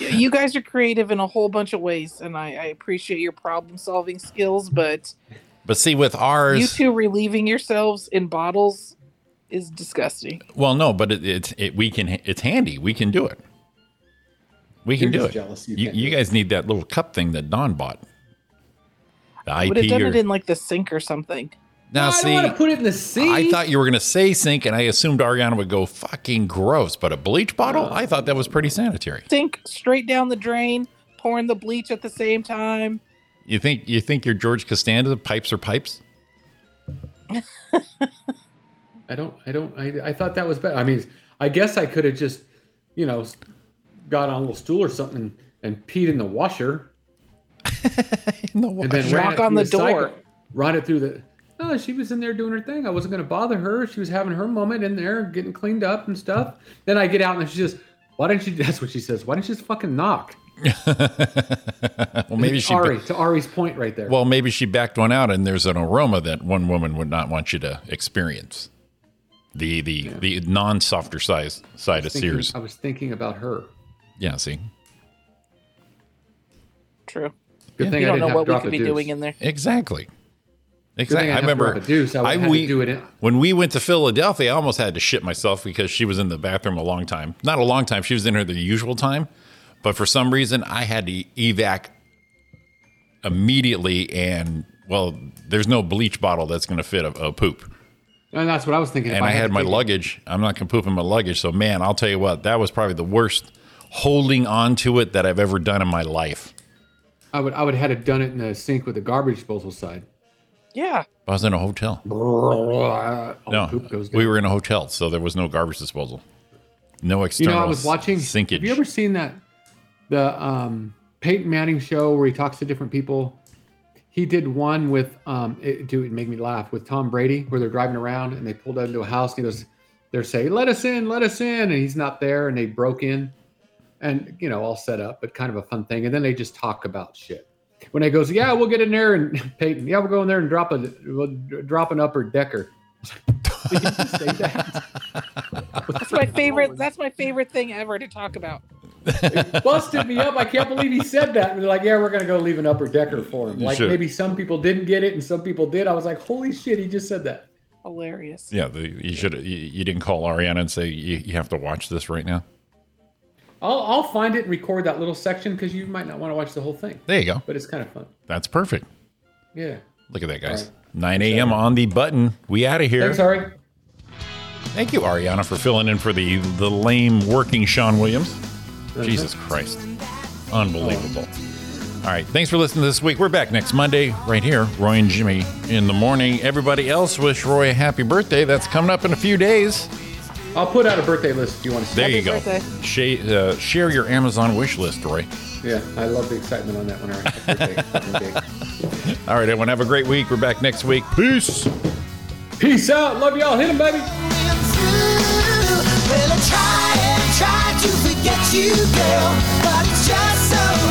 [SPEAKER 8] you guys are creative in a whole bunch of ways, and I, I appreciate your problem solving skills, but
[SPEAKER 7] But see, with
[SPEAKER 8] you
[SPEAKER 7] ours,
[SPEAKER 8] two relieving yourselves in bottles is disgusting.
[SPEAKER 7] well, no, but it, it, it we can it's handy. We can do it. We
[SPEAKER 6] You're
[SPEAKER 7] can do
[SPEAKER 6] just
[SPEAKER 7] it.
[SPEAKER 6] jealous you
[SPEAKER 7] You,
[SPEAKER 6] can't
[SPEAKER 7] you
[SPEAKER 6] do
[SPEAKER 7] guys need that little cup thing that Don bought. The
[SPEAKER 8] Would have
[SPEAKER 7] IP
[SPEAKER 8] done
[SPEAKER 7] or
[SPEAKER 8] it in like the sink or something.
[SPEAKER 6] I
[SPEAKER 7] now
[SPEAKER 6] don't
[SPEAKER 7] see.
[SPEAKER 6] want to put it in the sea.
[SPEAKER 7] I thought you were going to say sink, and I assumed Ariana would go fucking gross. But a bleach bottle, I thought that was pretty sanitary.
[SPEAKER 8] Sink straight down the drain, pouring the bleach at the same time.
[SPEAKER 7] You think you think your George Costanza pipes are pipes?
[SPEAKER 6] I don't. I don't. I, I thought that was better. I mean, I guess I could have just, you know, s- got on a little stool or something and peed in the washer
[SPEAKER 7] In the
[SPEAKER 6] and then
[SPEAKER 7] water.
[SPEAKER 6] ran
[SPEAKER 8] Knock
[SPEAKER 6] it
[SPEAKER 8] on
[SPEAKER 6] through
[SPEAKER 8] the door.
[SPEAKER 6] cycle- Ran it through the. No, she was in there doing her thing. I wasn't going to bother her. She was having her moment in there, getting cleaned up and stuff. Then I get out and she just, why didn't you? That's what she says. Why didn't you just fucking knock?
[SPEAKER 7] well, maybe she.
[SPEAKER 6] Ari, to Ari's point right there.
[SPEAKER 7] Well, maybe she backed one out, and there's an aroma that one woman would not want you to experience. The the the non softer size side of
[SPEAKER 6] Thinking-
[SPEAKER 7] Sears.
[SPEAKER 6] I was thinking about her.
[SPEAKER 7] Yeah, see,
[SPEAKER 8] True.
[SPEAKER 6] Good thing
[SPEAKER 8] You
[SPEAKER 6] I
[SPEAKER 8] don't
[SPEAKER 6] didn't
[SPEAKER 8] know
[SPEAKER 6] have
[SPEAKER 8] what
[SPEAKER 6] to
[SPEAKER 8] we
[SPEAKER 6] drop
[SPEAKER 8] could
[SPEAKER 6] a
[SPEAKER 8] be
[SPEAKER 6] deuce.
[SPEAKER 8] doing in there.
[SPEAKER 7] exactly,
[SPEAKER 6] Good
[SPEAKER 7] exactly.
[SPEAKER 6] thing
[SPEAKER 7] I,
[SPEAKER 6] didn't have to
[SPEAKER 7] remember
[SPEAKER 6] drop a deuce. I, would
[SPEAKER 7] I-
[SPEAKER 6] have had
[SPEAKER 7] we-
[SPEAKER 6] to do it. In,
[SPEAKER 7] when we went to Philadelphia. I almost had to shit myself because she was in the bathroom a long time. Not a long time. She was in her the usual time, but for some reason I had to evac immediately. And well, there's no bleach bottle that's going to fit a, a poop.
[SPEAKER 6] and that's what I was thinking. If
[SPEAKER 7] and I
[SPEAKER 6] to
[SPEAKER 7] had my
[SPEAKER 6] take-
[SPEAKER 7] luggage. I'm not gonna poop in my luggage. So man, I'll tell you what, that was probably the worst holding on to it that I've ever done in my life.
[SPEAKER 6] I would I would have had done it in the sink with the garbage disposal side.
[SPEAKER 8] Yeah.
[SPEAKER 7] I was in a hotel.
[SPEAKER 6] Oh,
[SPEAKER 7] no,
[SPEAKER 6] poop goes down.
[SPEAKER 7] we were in a hotel, so there was no garbage disposal, no
[SPEAKER 6] you
[SPEAKER 7] external.
[SPEAKER 6] know, I was watching.
[SPEAKER 7] sinkage.
[SPEAKER 6] Have you ever seen that the um, Peyton Manning show where he talks to different people? He did one with um, it, dude, it made me laugh with Tom Brady where they're driving around and they pulled up into a house and he goes, they're saying, "Let us in, let us in," and he's not there, and they broke in, and you know, all set up, but kind of a fun thing. And then they just talk about shit. When they goes, "Yeah, we'll get in there," and Peyton, "Yeah, we'll go in there and drop a we'll drop an upper decker." Did you say that?
[SPEAKER 8] That's my favorite that's my favorite thing ever to talk about.
[SPEAKER 6] busted me up. I can't believe he said that. And they're like, yeah, we're gonna go leave an upper decker for him.
[SPEAKER 7] You
[SPEAKER 6] Like
[SPEAKER 7] should.
[SPEAKER 6] maybe some people didn't get it and some people did. I was like, holy shit, he just said that.
[SPEAKER 8] Hilarious.
[SPEAKER 7] yeah, the, you should. You, you didn't call Ariana and say you, you have to watch this right now.
[SPEAKER 6] I'll I'll find it and record that little section because you might not want to watch the whole thing,
[SPEAKER 7] There you go.
[SPEAKER 6] but it's kind of fun.
[SPEAKER 7] That's perfect.
[SPEAKER 6] Yeah.
[SPEAKER 7] Look at that, guys.
[SPEAKER 6] All
[SPEAKER 7] 9 a.m. on the button. We out of here.
[SPEAKER 6] Thanks, Ari.
[SPEAKER 7] Thank you, Ariana, for filling in for the the lame working Sean Williams. Jesus Christ. Unbelievable. All right. Thanks for listening this week. We're back next Monday right here, Roy and Jimmy in the morning. Everybody else wish Roy a happy birthday. That's coming up in a few days.
[SPEAKER 6] I'll put out a birthday list if you want to see.
[SPEAKER 7] There
[SPEAKER 6] it.
[SPEAKER 7] you go.
[SPEAKER 8] birthday.
[SPEAKER 7] Sha- uh, share your Amazon wish list, Roy.
[SPEAKER 6] Yeah, I love the excitement on that one, Ari. Birthday, fucking big.
[SPEAKER 7] All right, everyone. Have a great week. We're back next week. Peace.
[SPEAKER 6] Peace out. Love y'all. Hit him, baby.
[SPEAKER 3] Well, I try and try to forget you, girl, but it's just so